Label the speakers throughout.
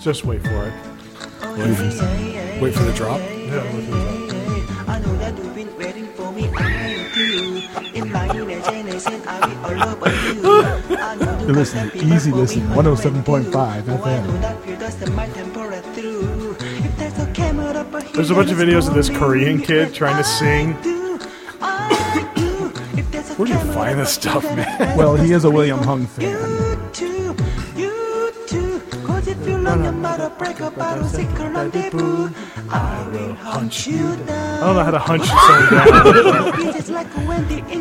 Speaker 1: Just wait for it.
Speaker 2: Wait for the drop.
Speaker 1: Yeah, wait for the drop.
Speaker 3: I know that you've been waiting for me. I do. In my imagination, I be all over you. I know you
Speaker 4: You're listening
Speaker 3: got
Speaker 4: to
Speaker 3: that
Speaker 4: Easy
Speaker 3: people
Speaker 4: Listen,
Speaker 3: for
Speaker 1: oh
Speaker 3: me,
Speaker 4: 107.5
Speaker 3: but I
Speaker 4: FM.
Speaker 3: know that you just my temper through. If there's a camera up here,
Speaker 1: There's a bunch of
Speaker 3: that
Speaker 1: videos
Speaker 3: is
Speaker 1: of this Korean
Speaker 3: calling,
Speaker 1: kid trying to
Speaker 3: I
Speaker 1: sing.
Speaker 3: do, I do. If there's a
Speaker 2: Where do you
Speaker 3: camera
Speaker 2: find this
Speaker 3: up
Speaker 2: stuff,
Speaker 3: here,
Speaker 2: man?
Speaker 3: that
Speaker 4: Well, he is a
Speaker 3: people
Speaker 4: William Hung fan.
Speaker 3: YouTube, YouTube. 'Cause if you love your mother, break up, I don't seek a rendezvous. I will hunt you down.
Speaker 1: I don't know how to hunch someone down.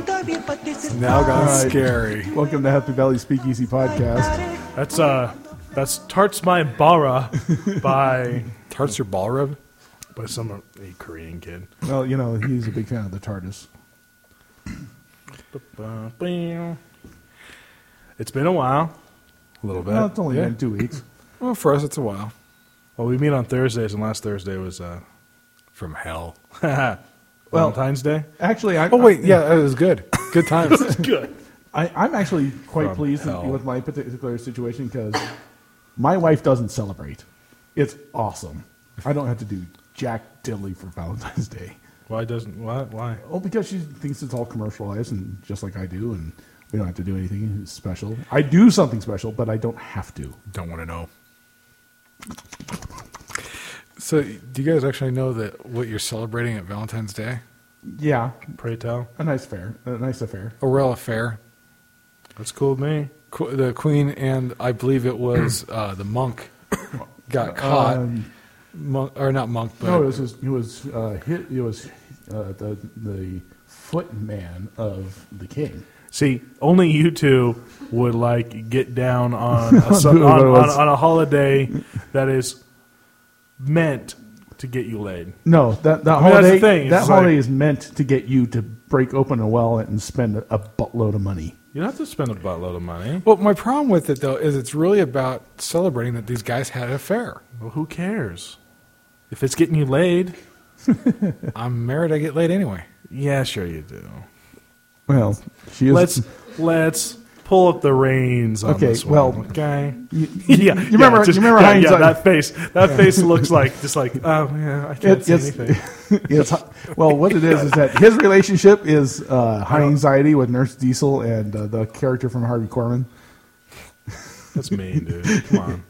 Speaker 4: Oh.
Speaker 2: Now got
Speaker 4: Alright.
Speaker 2: scary.
Speaker 4: Welcome to Happy Valley Speakeasy Podcast.
Speaker 3: eh?
Speaker 1: That's uh, that's Tarts My Bara by
Speaker 2: Tarts your Balrog?
Speaker 1: by some uh, a Korean kid.
Speaker 4: Well, you know, he's a big fan of the TARDIS.
Speaker 1: It's been a while.
Speaker 2: A little bit.
Speaker 4: Well, it's only
Speaker 2: Yeah.
Speaker 4: been two weeks.
Speaker 2: Well, for us, it's a while.
Speaker 1: Well, we meet on Thursdays, and last Thursday was uh,
Speaker 2: From hell.
Speaker 1: Valentine's Day.
Speaker 4: Actually, I'm,
Speaker 2: Oh, wait. Yeah, it was good. Good times.
Speaker 1: Good.
Speaker 4: I, I'm actually quite
Speaker 2: From
Speaker 4: pleased with-
Speaker 2: hell.
Speaker 4: with my particular situation because my wife doesn't celebrate. It's awesome. I don't have to do jack diddly for Valentine's Day.
Speaker 1: Why doesn't why why?
Speaker 4: Oh, because she thinks it's all commercialized and just like I do, and we don't have to do anything special. I do something special, but I don't have to.
Speaker 2: Don't want to know. So, do you guys actually know that what you're celebrating at Valentine's Day?
Speaker 4: Yeah,
Speaker 1: Pray tell.
Speaker 4: a nice fair, a nice affair.
Speaker 2: Orella Fair,
Speaker 1: That's cool with me.
Speaker 2: qu- the queen, and I believe it was uh, the monk got caught.
Speaker 4: Um,
Speaker 2: monk, or not monk, but
Speaker 4: no, it was his, it was uh, hit, it was uh, the the footman of the king.
Speaker 1: See, only you two would like get down on a, su-
Speaker 4: Who-
Speaker 1: on,
Speaker 4: who
Speaker 1: on,
Speaker 4: was-
Speaker 1: on a holiday that is meant to get you laid.
Speaker 4: No, that that
Speaker 1: mean, that's the
Speaker 4: holiday
Speaker 1: thing,
Speaker 4: that
Speaker 1: it's like-
Speaker 4: holiday is meant to get you to break open a wallet and spend a, a buttload of money.
Speaker 1: You don't have to spend a buttload of money.
Speaker 2: Well, my problem with it though is it's really about celebrating that these guys had an affair.
Speaker 1: Well, who cares? If it's getting you laid,
Speaker 2: I'm married, I get laid anyway.
Speaker 1: yeah, sure you do.
Speaker 4: Well, she is.
Speaker 1: Let's let's pull up the reins on
Speaker 4: Okay,
Speaker 1: this one.
Speaker 4: well-
Speaker 1: okay.
Speaker 4: you,
Speaker 1: Yeah,
Speaker 4: you
Speaker 1: yeah,
Speaker 4: remember?
Speaker 1: just-
Speaker 4: you remember
Speaker 1: yeah,
Speaker 4: Heinz? uh,
Speaker 1: yeah, that face. That face looks like just like oh yeah, I can't
Speaker 4: It-
Speaker 1: see
Speaker 4: it's-
Speaker 1: anything.
Speaker 4: Yes. Well, what it is is that his relationship is uh, high anxiety with Nurse Diesel and uh, the character from Harvey Korman.
Speaker 1: That's mean, dude. Come on.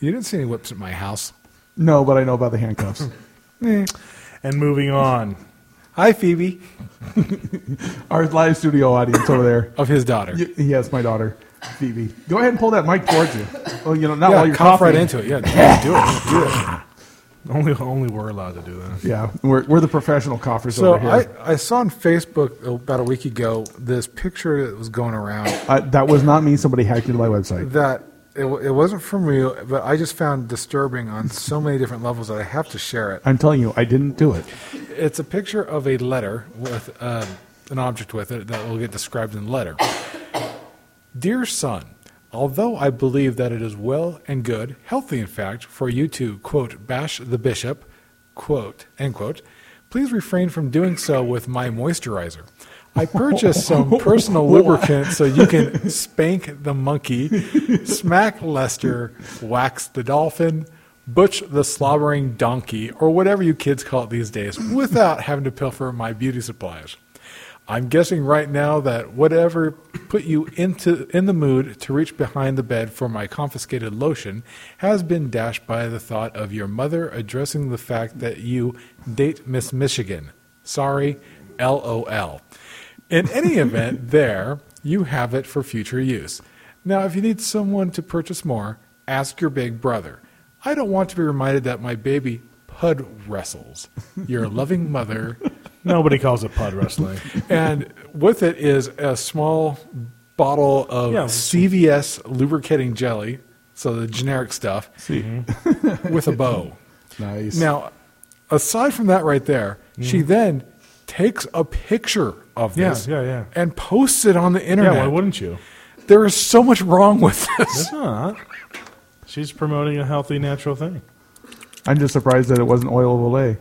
Speaker 2: You didn't see any whips at my house.
Speaker 4: No, but I know about the handcuffs.
Speaker 1: And moving on.
Speaker 2: Hi, Phoebe,
Speaker 4: Our live studio audience over there.
Speaker 2: of his daughter.
Speaker 4: Y- yes, my daughter, Phoebe. Go ahead and pull that mic towards you. Oh, you know, not
Speaker 2: yeah,
Speaker 4: while you're
Speaker 2: cough right
Speaker 4: coughing.
Speaker 2: into it. Yeah, do it. Do it.
Speaker 1: Only only we're allowed to do that.
Speaker 4: Yeah, we're, we're the professional coughers
Speaker 2: So
Speaker 4: over here.
Speaker 2: I, I saw on Facebook about a week ago this picture that was going around
Speaker 4: I, that was not me. Somebody hacked into my website.
Speaker 2: that it, wa- it wasn't from you, but I just found disturbing on so many different levels that I have to share it.
Speaker 4: I'm telling you, I didn't do it.
Speaker 2: It's a picture of a letter with uh, an object with it that will get described in the letter. Dear son, although I believe that it is well and good, healthy in fact, for you to, quote, bash the bishop, quote, end quote, please refrain from doing so with my moisturizer. I purchased some personal lubricant so you can spank the monkey, smack Lester, wax the dolphin, butch the slobbering donkey, or whatever you kids call it these days, without having to pilfer my beauty supplies. I'm guessing right now that whatever put you into in the mood to reach behind the bed for my confiscated lotion has been dashed by the thought of your mother addressing the fact that you date Miss Michigan. Sorry, LOL. In any event, there you have it for future use. Now, if you need someone to purchase more, ask your big brother. I don't want to be reminded that my baby pud wrestles. Your loving mother,
Speaker 1: Nobody calls it pod wrestling.
Speaker 2: and with it is a small bottle of
Speaker 1: Yeah.
Speaker 2: CVS lubricating jelly, so the generic stuff,
Speaker 4: See,
Speaker 2: with a bow.
Speaker 4: nice.
Speaker 2: Now, aside from that, right there, she then takes a picture of
Speaker 1: Mm-hmm. Yeah,
Speaker 2: this
Speaker 1: yeah, yeah.
Speaker 2: and posts it on the
Speaker 1: yeah,
Speaker 2: internet.
Speaker 1: why wouldn't you?
Speaker 2: there is so much wrong with this.
Speaker 1: It's not. She's promoting a healthy, natural thing.
Speaker 4: I'm just surprised that it wasn't oil of Olay.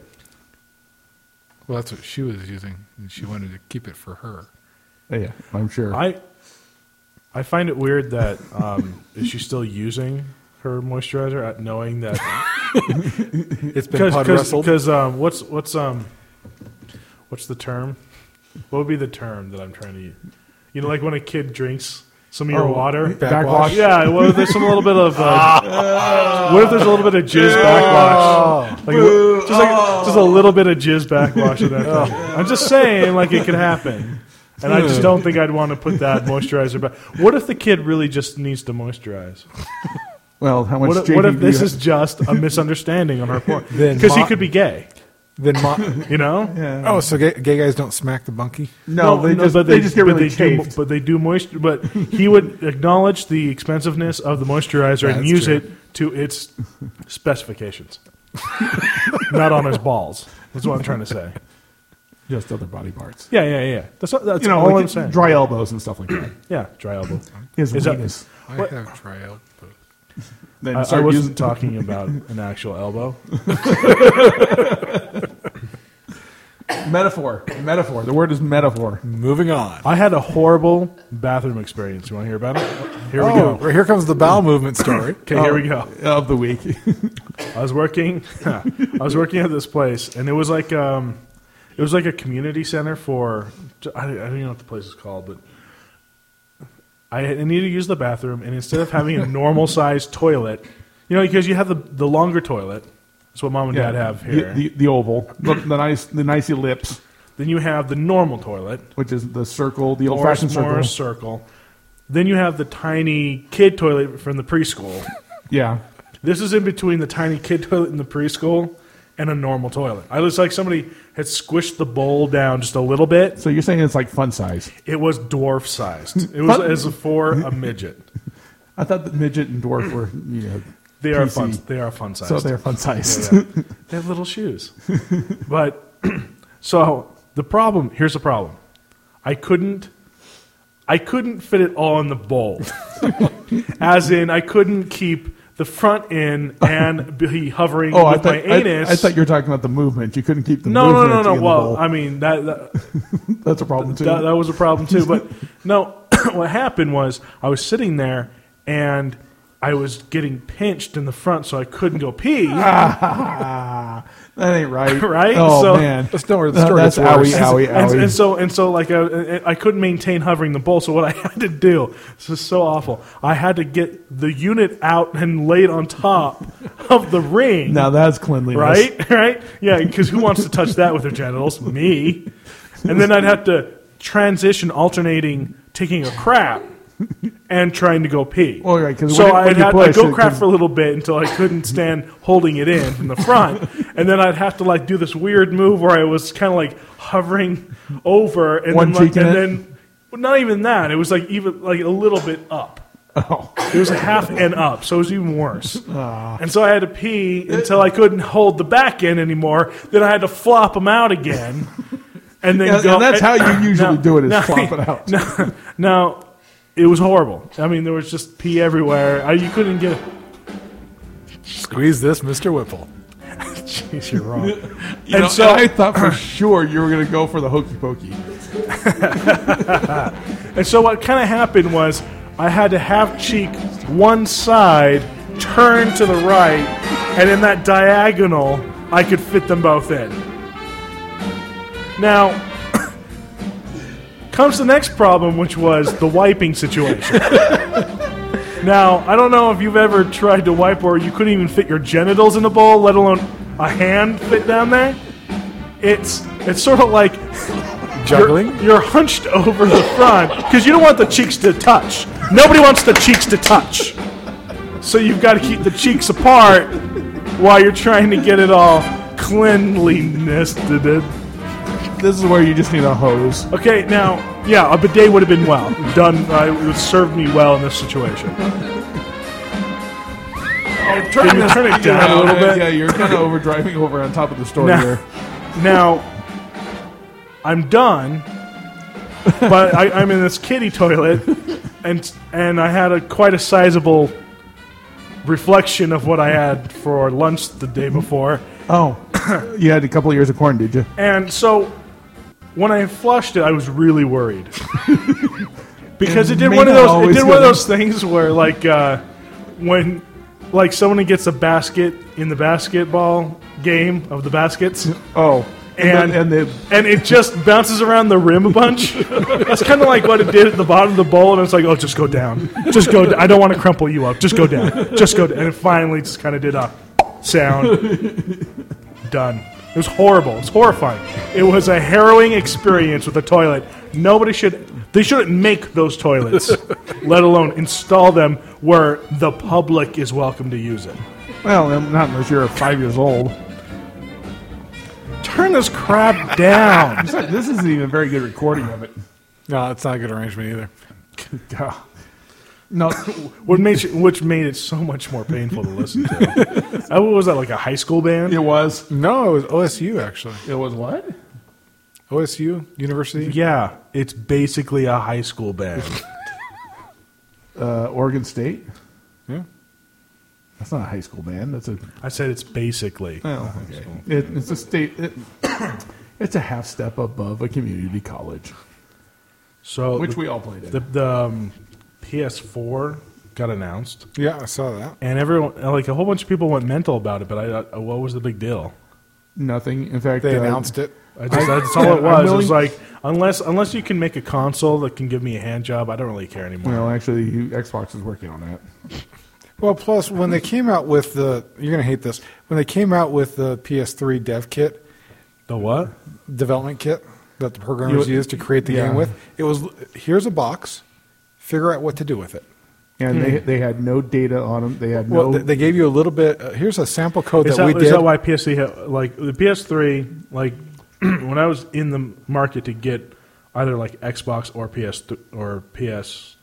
Speaker 2: Well, that's what she was using, and she wanted to keep it for her.
Speaker 4: Yeah, I'm sure.
Speaker 1: I I find it weird that um, is she still using her moisturizer, uh, knowing that
Speaker 2: It's been pod wrestled.
Speaker 1: because um, what's what's um what's the term? What would be the term that I'm trying to use? You know, like when a kid drinks some of your
Speaker 4: Oh,
Speaker 1: water.
Speaker 2: Backwash.
Speaker 1: Yeah, what if there's some little bit of uh, what if there's a little bit of jizz backwash? Like, what- just like just a little bit of jizz backwash in that. thing. I'm just saying, like it could happen. And I just don't think I'd want to put that moisturizer back. What if the kid really just needs to moisturize?
Speaker 4: Well, how much?
Speaker 1: What if,
Speaker 4: JD
Speaker 1: what if
Speaker 4: do
Speaker 1: this
Speaker 4: you
Speaker 1: is just a misunderstanding on her part?
Speaker 2: Then
Speaker 1: Because he
Speaker 2: mo-
Speaker 1: could be gay,
Speaker 2: Then mo-
Speaker 1: you know?
Speaker 2: oh, so gay, gay guys don't smack the bunkie?
Speaker 4: have? no, they just they, just get
Speaker 1: but
Speaker 4: really
Speaker 1: they do,
Speaker 4: chafed.
Speaker 1: but they do moisture. But he would acknowledge the expensiveness of the moisturizer and
Speaker 2: That's
Speaker 1: use
Speaker 2: true.
Speaker 1: it to its specifications, not on his balls. That's what I'm trying to say.
Speaker 4: just other body parts.
Speaker 1: Yeah, yeah, yeah. That's, that's
Speaker 4: You know,
Speaker 1: all
Speaker 4: like
Speaker 1: I'm saying.
Speaker 4: dry elbows and stuff like that.
Speaker 1: Yeah, dry elbow.
Speaker 4: His
Speaker 1: Is that-
Speaker 4: weenus.
Speaker 2: I
Speaker 1: What?
Speaker 2: have trial.
Speaker 4: Then
Speaker 1: I, I
Speaker 4: start
Speaker 1: wasn't
Speaker 4: using-
Speaker 1: talking about an actual elbow.
Speaker 4: metaphor. Metaphor. The word is metaphor.
Speaker 2: Moving on.
Speaker 1: I had a horrible bathroom experience. You want to hear about it? Here we
Speaker 2: Oh,
Speaker 1: go.
Speaker 2: here comes the bowel movement story.
Speaker 1: Okay, here we go.
Speaker 4: Oh. Of the week.
Speaker 1: I was working. I was working at this place, and it was like um, it was like a community center for. I, I don't even know what the place is called, but I, I needed to use the bathroom, and instead of having a normal sized toilet, you know, because you have the the longer toilet. That's what mom and dad have
Speaker 4: The-
Speaker 1: here.
Speaker 4: The, the, oval. The, the nice the nice ellipse,
Speaker 1: then you have the normal toilet,
Speaker 4: which is the circle, the old
Speaker 1: more,
Speaker 4: fashioned circle.
Speaker 1: more circle. Then you have the tiny kid toilet from the preschool.
Speaker 4: Yeah.
Speaker 1: This is in between the tiny kid toilet in the preschool and a normal toilet. I was like somebody had squished the bowl down just a little bit.
Speaker 4: So you're saying it's like fun size.
Speaker 1: It was dwarf sized. It was as for a midget.
Speaker 4: I thought that midget and dwarf were, you know,
Speaker 1: They are
Speaker 4: PC.
Speaker 1: fun. They are fun sized.
Speaker 4: So they're fun sized.
Speaker 1: Yeah, yeah. They have little shoes. But so the problem here's the problem. I couldn't I couldn't fit it all in the bowl. As in I couldn't keep the front in and be hovering
Speaker 4: Oh, I
Speaker 1: with
Speaker 4: thought,
Speaker 1: my anus.
Speaker 4: I, I thought you were talking about the movement. You couldn't keep the
Speaker 1: no, no,
Speaker 4: movement.
Speaker 1: no, no.
Speaker 4: in the
Speaker 1: Well,
Speaker 4: bowl.
Speaker 1: I mean that, that
Speaker 4: that's a problem too.
Speaker 1: that, that was a problem too. But no, what happened was I was sitting there and I was getting pinched in the front, so I couldn't go pee.
Speaker 4: that ain't right.
Speaker 1: Right?
Speaker 4: Oh
Speaker 1: So-
Speaker 4: man,
Speaker 2: Let's know where the story
Speaker 4: That's
Speaker 2: gets worse.
Speaker 4: owie, owie,
Speaker 1: and,
Speaker 4: owie.
Speaker 1: and so and so, like I, I couldn't maintain hovering the bowl. So what I had to do, this is so awful. I had to get the unit out and laid on top of the ring.
Speaker 4: now that's cleanliness,
Speaker 1: right, right, yeah. Because who wants to touch that with their genitals? Me. And then I'd have to transition, alternating taking a crap and trying to go pee.
Speaker 4: Well, right, 'cause
Speaker 1: so
Speaker 4: when- when
Speaker 1: I'd,
Speaker 4: you
Speaker 1: have,
Speaker 4: push,
Speaker 1: I'd go
Speaker 4: it
Speaker 1: crap
Speaker 4: can-
Speaker 1: for a little bit until I couldn't stand holding it in from the front, and then I'd have to like do this weird move where I was kind of like hovering over and
Speaker 4: One
Speaker 1: then like,
Speaker 4: cheek in
Speaker 1: and
Speaker 4: it?
Speaker 1: then well, not even that. It was like even like a little bit up.
Speaker 4: Oh,
Speaker 1: It was a half and up, so it was even worse. And so I had to pee until I couldn't hold the back end anymore. Then I had to flop them out again, and then
Speaker 4: Yeah,
Speaker 1: go.
Speaker 4: and that's how you usually
Speaker 1: Now-
Speaker 4: do it is
Speaker 1: now-
Speaker 4: flop it out.
Speaker 1: Now, now, it was horrible. I mean, there was just pee everywhere. I, you couldn't get.
Speaker 2: Squeeze this, Mr. Whipple.
Speaker 1: Jeez, you're wrong.
Speaker 4: You
Speaker 1: and
Speaker 4: know,
Speaker 1: so
Speaker 4: I thought for sure you were going to go for the hokey pokey.
Speaker 1: And so what kind of happened was I had to half cheek one side, turn to the right, and in that diagonal, I could fit them both in. Now, comes the next problem, which was the wiping situation. now, I don't know if you've ever tried to wipe where you couldn't even fit your genitals in a bowl, let alone a hand fit down there. It's it's sort of like
Speaker 2: Juggling?
Speaker 1: you're, you're hunched over the front because you don't want the cheeks to touch. Nobody wants the cheeks to touch. So you've got to keep the cheeks apart while you're trying to get it all cleanliness.
Speaker 4: This is where you just need a hose.
Speaker 1: Okay, now, yeah, a bidet would have been well done. Uh, it would serve me well in this situation. Can you turn it down a little bit?
Speaker 4: Yeah, you're kind of overdriving over on top of the story
Speaker 1: Nah.
Speaker 4: here.
Speaker 1: Now, I'm done, but I, I'm in this kitty toilet, and and I had a quite a sizable reflection of what I had for lunch the day before,
Speaker 4: Oh, you had a couple of years of corn, did you?
Speaker 1: and so when I flushed it, I was really worried because it did
Speaker 4: may
Speaker 1: one of
Speaker 4: not
Speaker 1: those it
Speaker 4: always
Speaker 1: did one of
Speaker 4: go-
Speaker 1: those things where like uh, when like someone who gets a basket in the basketball game of the baskets,
Speaker 4: Oh,
Speaker 1: and
Speaker 4: and then- and
Speaker 1: and it just bounces around the rim a bunch. That's kind of like what it did at the bottom of the bowl, and it's like, oh, just go down, just go. d- I don't want to crumple you up. Just go down, just go. d And it finally just kind of did a sound. Done. It was horrible. It's horrifying. It was a harrowing experience with a toilet. Nobody should. They shouldn't make those toilets, let alone install them where the public is welcome to use it.
Speaker 4: they- well, um, not unless you're five years old.
Speaker 1: Turn this crap down.
Speaker 4: This isn't even a very good recording of it.
Speaker 2: No, it's not a good arrangement either.
Speaker 4: Yeah. No,
Speaker 1: What made you, which made it so much more painful to listen to. Uh, what was that like a high school band?
Speaker 4: it was.
Speaker 2: No, it was OSU actually.
Speaker 4: It was what?
Speaker 2: OSU University.
Speaker 1: Yeah, it's basically a high school band.
Speaker 4: Uh, Oregon State.
Speaker 2: Yeah.
Speaker 4: That's not a high school band. That's a.
Speaker 1: I said it's basically.
Speaker 4: Oh, okay. It, it's a state. It, it's a half step above a community college,
Speaker 1: So
Speaker 4: which
Speaker 1: the,
Speaker 4: we all played in.
Speaker 1: the, the um, PS4 got announced,
Speaker 2: Yeah, I saw that.
Speaker 1: and everyone like a whole bunch of people went mental about it. But I, uh, what was the big deal?
Speaker 4: Nothing. In fact,
Speaker 2: They
Speaker 4: uh,
Speaker 2: announced it.
Speaker 1: I just,
Speaker 4: I-
Speaker 1: that's all it
Speaker 4: I'm
Speaker 1: was. It was
Speaker 4: willing-
Speaker 1: like unless unless you can make a console that can give me a hand job, I don't really care anymore.
Speaker 4: Well, actually, Xbox is working on that.
Speaker 2: Well, plus when they came out with the you're gonna hate this when they came out with the PS3 dev kit
Speaker 1: the what?
Speaker 2: development kit that the programmers
Speaker 4: You-
Speaker 2: used to create the
Speaker 4: yeah.
Speaker 2: game with. It was here's a box, figure out what to do with it.
Speaker 4: and they
Speaker 2: Hmm.
Speaker 4: they had no data on them. They had
Speaker 2: Well,
Speaker 4: no.
Speaker 2: they, they gave you a little bit. Uh, here's a sample code
Speaker 1: Is
Speaker 2: that, we
Speaker 1: that, is
Speaker 2: did.
Speaker 1: that why PS3 ha- like the PS3 like when I was in the market to get either like Xbox or PS th- or PS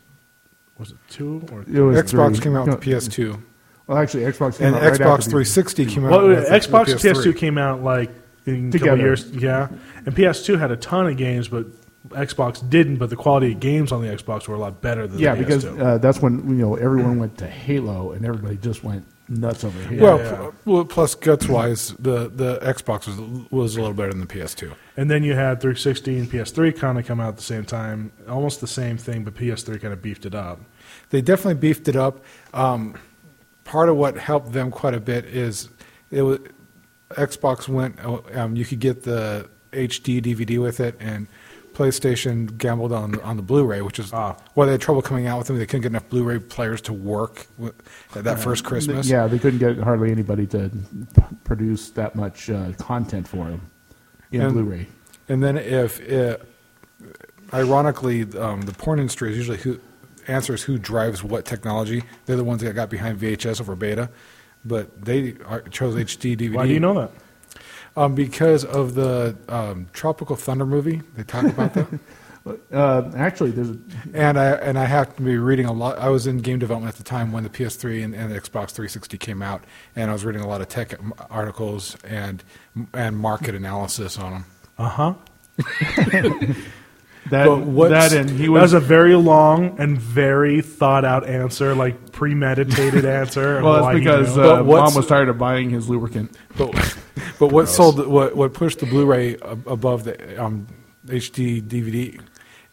Speaker 1: was it two or
Speaker 4: it was
Speaker 2: Xbox
Speaker 4: three.
Speaker 2: came out with
Speaker 4: No,
Speaker 2: the PS2,
Speaker 4: Well, actually, Xbox came
Speaker 2: and
Speaker 4: out right
Speaker 2: Xbox
Speaker 4: after the- E
Speaker 2: 360 came out.
Speaker 1: well
Speaker 2: with the-
Speaker 1: Xbox
Speaker 2: the
Speaker 1: and PS2 came out like in a couple
Speaker 4: Together.
Speaker 1: years yeah and PS2 had a ton of games but Xbox didn't but the quality of games on the Xbox were a lot better than
Speaker 4: Yeah,
Speaker 1: the PS2.
Speaker 4: because uh, that's when you know everyone went to Halo and everybody just went nuts over Halo.
Speaker 2: Hmm. well,
Speaker 1: yeah.
Speaker 2: p- well, plus guts wise, the the Xbox was was a little better than the PS2.
Speaker 1: And then you had 360 and PS3 kind of come out at the same time, almost the same thing, but PS3 kind of beefed it up.
Speaker 2: They definitely beefed it up. Um, part of what helped them quite a bit is it was, Xbox went. oh, Um, you could get the HD DVD with it, and PlayStation gambled on on the Blu-ray, which is
Speaker 1: Ah.
Speaker 2: why they had trouble coming out with them. They couldn't get enough Blu-ray players to work with, at that first Christmas.
Speaker 4: Yeah, they couldn't get hardly anybody to produce that much uh, content for them in
Speaker 2: And-
Speaker 4: Blu-ray.
Speaker 2: And then if it, ironically, um, the porn industry is usually who answers who drives what technology. They're the ones that got behind VHS over beta, but they are, chose HD DVD.
Speaker 1: Why do you know that?
Speaker 2: Um, because of the um, Tropical Thunder movie, they talk about that.
Speaker 4: Uh, actually, there's a,
Speaker 2: and I and I happened to be reading a lot. I was in game development at the time when the PS3 and, and the Xbox 360 came out, and I was reading a lot of tech articles and and market analysis on them.
Speaker 1: Uh huh.
Speaker 4: that
Speaker 2: But what's-
Speaker 4: that and he
Speaker 1: that was
Speaker 4: was.
Speaker 1: a very long and very thought out answer, like premeditated answer. of
Speaker 4: well,
Speaker 1: why
Speaker 4: that's
Speaker 1: he
Speaker 4: because
Speaker 1: knew.
Speaker 2: But
Speaker 4: uh,
Speaker 2: what's-
Speaker 4: mom was tired of buying his lubricant.
Speaker 2: But, but what sold what what pushed the Blu-ray ab- above the um, HD DVD i-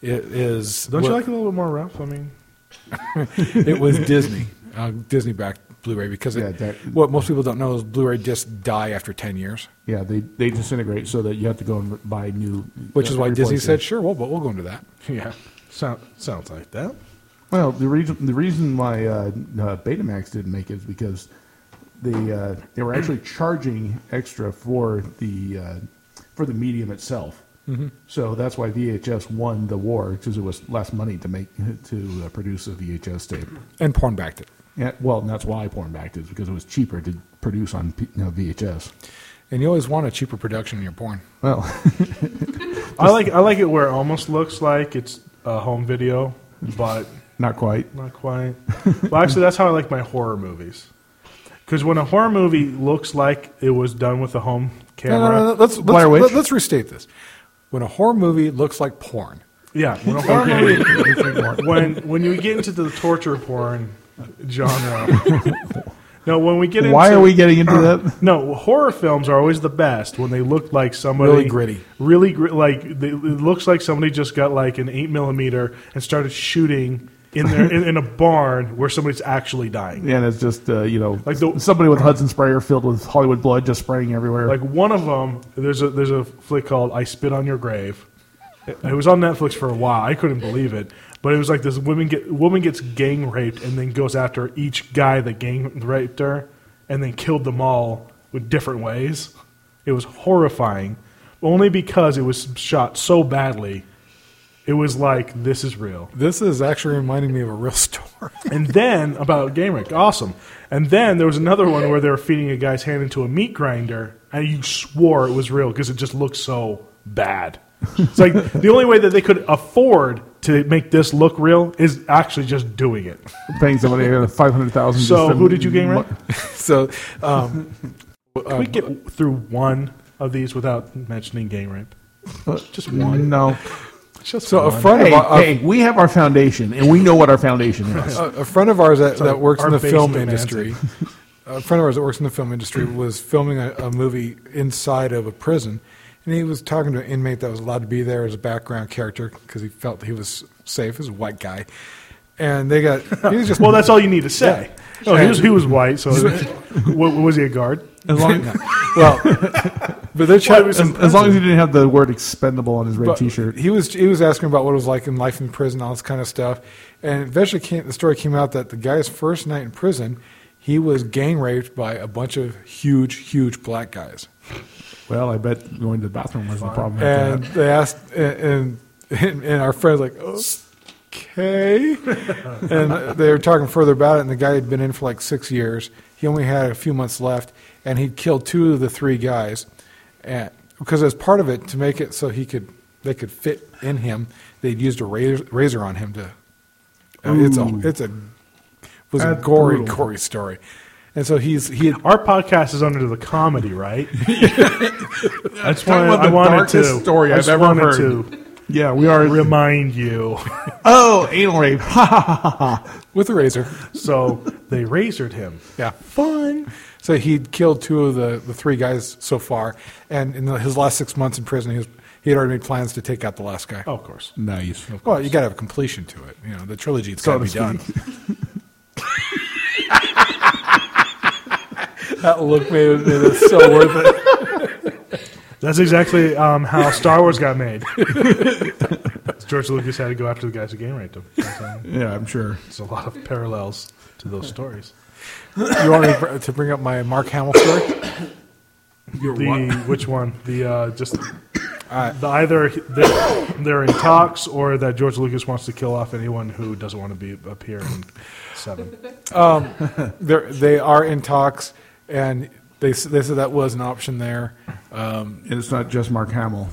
Speaker 2: is
Speaker 1: don't you
Speaker 2: what-
Speaker 1: like it a little bit more, Ralph? I mean,
Speaker 2: it was Disney uh, Disney backed Blu-ray because it,
Speaker 4: Yeah, that-
Speaker 2: what most people don't know is Blu-ray discs die after ten years,
Speaker 4: Yeah, they they disintegrate so that you have to go and buy new.
Speaker 2: which is
Speaker 4: uh,
Speaker 2: why Disney
Speaker 4: replace it.
Speaker 2: said sure, well, but we'll go into that.
Speaker 1: yeah, sound, sounds like that.
Speaker 4: Well, the reason the reason why uh, uh, Betamax didn't make it is because they uh, they were actually charging extra for the uh, for the medium itself.
Speaker 1: Mm-hmm.
Speaker 4: So that's why VHS won the war because it was less money to make to uh, produce a VHS tape.
Speaker 2: And porn backed it.
Speaker 4: Yeah, well, and that's why porn back is because it was cheaper to produce on P- you know, VHS.
Speaker 2: And you always want a cheaper production in your porn.
Speaker 4: Well,
Speaker 1: I like I like it where it almost looks like it's a home video, but
Speaker 4: not quite.
Speaker 1: not quite. well, actually, that's how I like my horror movies. Because when a horror movie looks like it was done with a home
Speaker 2: No,
Speaker 1: camera,
Speaker 2: no, no, no, Let's,
Speaker 4: Blair Witch?
Speaker 2: let's, let's restate this. When a horror movie looks like porn,
Speaker 1: yeah, when a horror movie when when you get into the torture porn genre. no, when we get
Speaker 4: Why
Speaker 1: into,
Speaker 4: are we getting into that?
Speaker 1: No, horror films are always the best when they look like somebody
Speaker 2: Really gritty.
Speaker 1: really gr- like they, it looks like somebody just got like an eight millimeter and started shooting in there in, in a barn where somebody's actually dying.
Speaker 4: And it's just uh, you know
Speaker 1: Like the-
Speaker 4: somebody with Hudson sprayer filled with Hollywood blood just spraying everywhere.
Speaker 1: Like one of them, there's a there's a flick called "I Spit on Your Grave." It was on Netflix for a while. I couldn't believe it, but it was like this woman get woman gets gang raped and then goes after each guy that gang raped her and then killed them all with different ways. It was horrifying, only because it was shot so badly. It was like this is real.
Speaker 2: This is actually reminding me of a real story.
Speaker 1: And then about Game Rank, awesome. And then there was another one where they were feeding a guy's hand into a meat grinder, and you swore it was real because it just looked so bad. It's like the only way that they could afford to make this look real is actually just doing it.
Speaker 4: paying somebody five hundred thousand.
Speaker 1: So who did you game rank?
Speaker 2: so, um,
Speaker 1: Can we get through one of these without mentioning game rape?
Speaker 4: Just one. No.
Speaker 1: Just
Speaker 2: so a
Speaker 1: one.
Speaker 2: friend
Speaker 4: Hey,
Speaker 2: of our,
Speaker 4: hey, we have our foundation, and we know what our foundation is.
Speaker 2: a, a friend of ours that, that works in the
Speaker 1: our
Speaker 2: film
Speaker 1: basement
Speaker 2: industry. A friend of ours that works in the film industry was filming a, a movie inside of a prison, and he was talking to an inmate that was allowed to be there as a background character because he felt he was safe. He was a white guy, and they got he was just
Speaker 1: Well, that's all you need to say.
Speaker 2: Yeah.
Speaker 1: Oh, he was, he was white, so what, was he a guard?
Speaker 2: as long well, but they're
Speaker 1: Well,
Speaker 2: trying
Speaker 1: it was
Speaker 4: As, as long as he didn't have the word expendable on his red T-shirt.
Speaker 2: He was he was asking about what it was like in life in prison, all this kind of stuff, and eventually came, the story came out that the guy's first night in prison, he was gang raped by a bunch of huge, huge black guys,
Speaker 4: Well, I bet going to the bathroom was the problem. after
Speaker 2: and
Speaker 4: that.
Speaker 2: they asked, and and, and our friend's like, okay, and they were talking further about it, and the guy had been in for like six years. He only had a few months left, and he'd killed two of the three guys, and because as part of it to make it so he could they could fit in him, they'd used a razor, razor on him to. uh, it's a it's a was a
Speaker 4: That's
Speaker 2: gory
Speaker 4: brutal.
Speaker 2: gory story, and so he's he had
Speaker 1: Our podcast is under the comedy, right? I just
Speaker 4: Talking
Speaker 1: wanted,
Speaker 4: about
Speaker 1: I
Speaker 4: the
Speaker 1: wanted to.
Speaker 4: darkest story
Speaker 1: I
Speaker 4: I've
Speaker 1: just
Speaker 4: ever
Speaker 1: wanted
Speaker 4: heard.
Speaker 1: to
Speaker 4: yeah, we are.
Speaker 1: remind you.
Speaker 4: oh, anal rape.
Speaker 2: with a razor.
Speaker 1: So they razored him.
Speaker 2: Yeah.
Speaker 1: Fun.
Speaker 2: So he'd killed two of the, the three guys so far, and in the, his last six months in prison, he was he had already made plans to take out the last guy.
Speaker 1: Oh, of course.
Speaker 4: nice.
Speaker 2: well, you got to have a completion to it. You know, the trilogy has
Speaker 4: So
Speaker 2: got
Speaker 4: to
Speaker 2: to be done. that look made it, made it so worth it.
Speaker 1: That's exactly um, how Star Wars got made. George Lucas had to go after the guys who game raped him.
Speaker 4: Yeah, I'm sure.
Speaker 1: There's a lot of parallels to those stories.
Speaker 2: You want me to br- to bring up my Mark Hamill story?
Speaker 1: The which one? The uh, just
Speaker 2: Uh,
Speaker 1: the either they're, they're in talks or that George Lucas wants to kill off anyone who doesn't want to be up here in seven.
Speaker 2: They're, they are in talks, and they s- they said that was an option there.
Speaker 4: And it's not just Mark Hamill.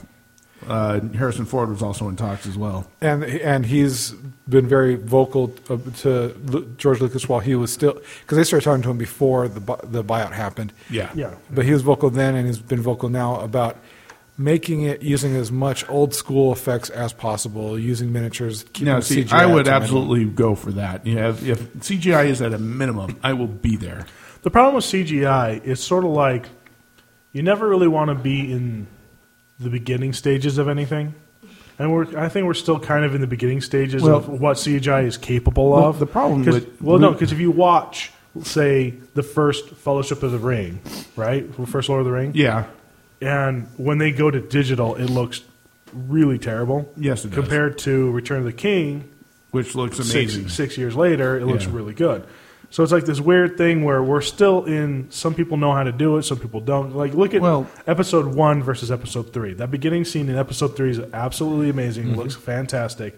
Speaker 4: Uh, Harrison Ford was also in talks as well.
Speaker 2: and and he's been very vocal uh, to Lu- George Lucas while he was still because they started talking to him before the bu- the buyout happened.
Speaker 4: Yeah.
Speaker 1: Yeah.
Speaker 2: But he was vocal then, and he's been vocal now about making it using as much old school effects as possible, using miniatures. keeping
Speaker 4: Now,
Speaker 2: the
Speaker 4: see,
Speaker 2: CGI
Speaker 4: I
Speaker 2: at
Speaker 4: would
Speaker 2: the minimum.
Speaker 4: absolutely go for that. You know, if, if CGI is at a minimum, I will be there.
Speaker 1: The problem with CGI is sort of like you never really want to be in the beginning stages of anything. And we're, I think we're still kind of in the beginning stages of
Speaker 4: Well-
Speaker 1: what CGI is capable
Speaker 4: Well,
Speaker 1: of.
Speaker 4: the problem
Speaker 1: 'Cause-
Speaker 4: with-
Speaker 1: well, no,
Speaker 4: with-
Speaker 1: because if you watch, say, the first Fellowship of the Ring, right, the first Lord of the Ring,
Speaker 4: Yeah.
Speaker 1: and when they go to digital, it looks really terrible.
Speaker 4: Yes, it does.
Speaker 1: compared to Return of the King,
Speaker 4: Which looks amazing.
Speaker 1: six, six years later, it looks
Speaker 4: Yeah.
Speaker 1: really good. So it's like this weird thing where we're still in. Some people know how to do it, some people don't. Like look at
Speaker 4: Well-
Speaker 1: episode one versus episode three. That beginning scene in episode three is absolutely amazing.
Speaker 4: Mm-hmm.
Speaker 1: Looks fantastic,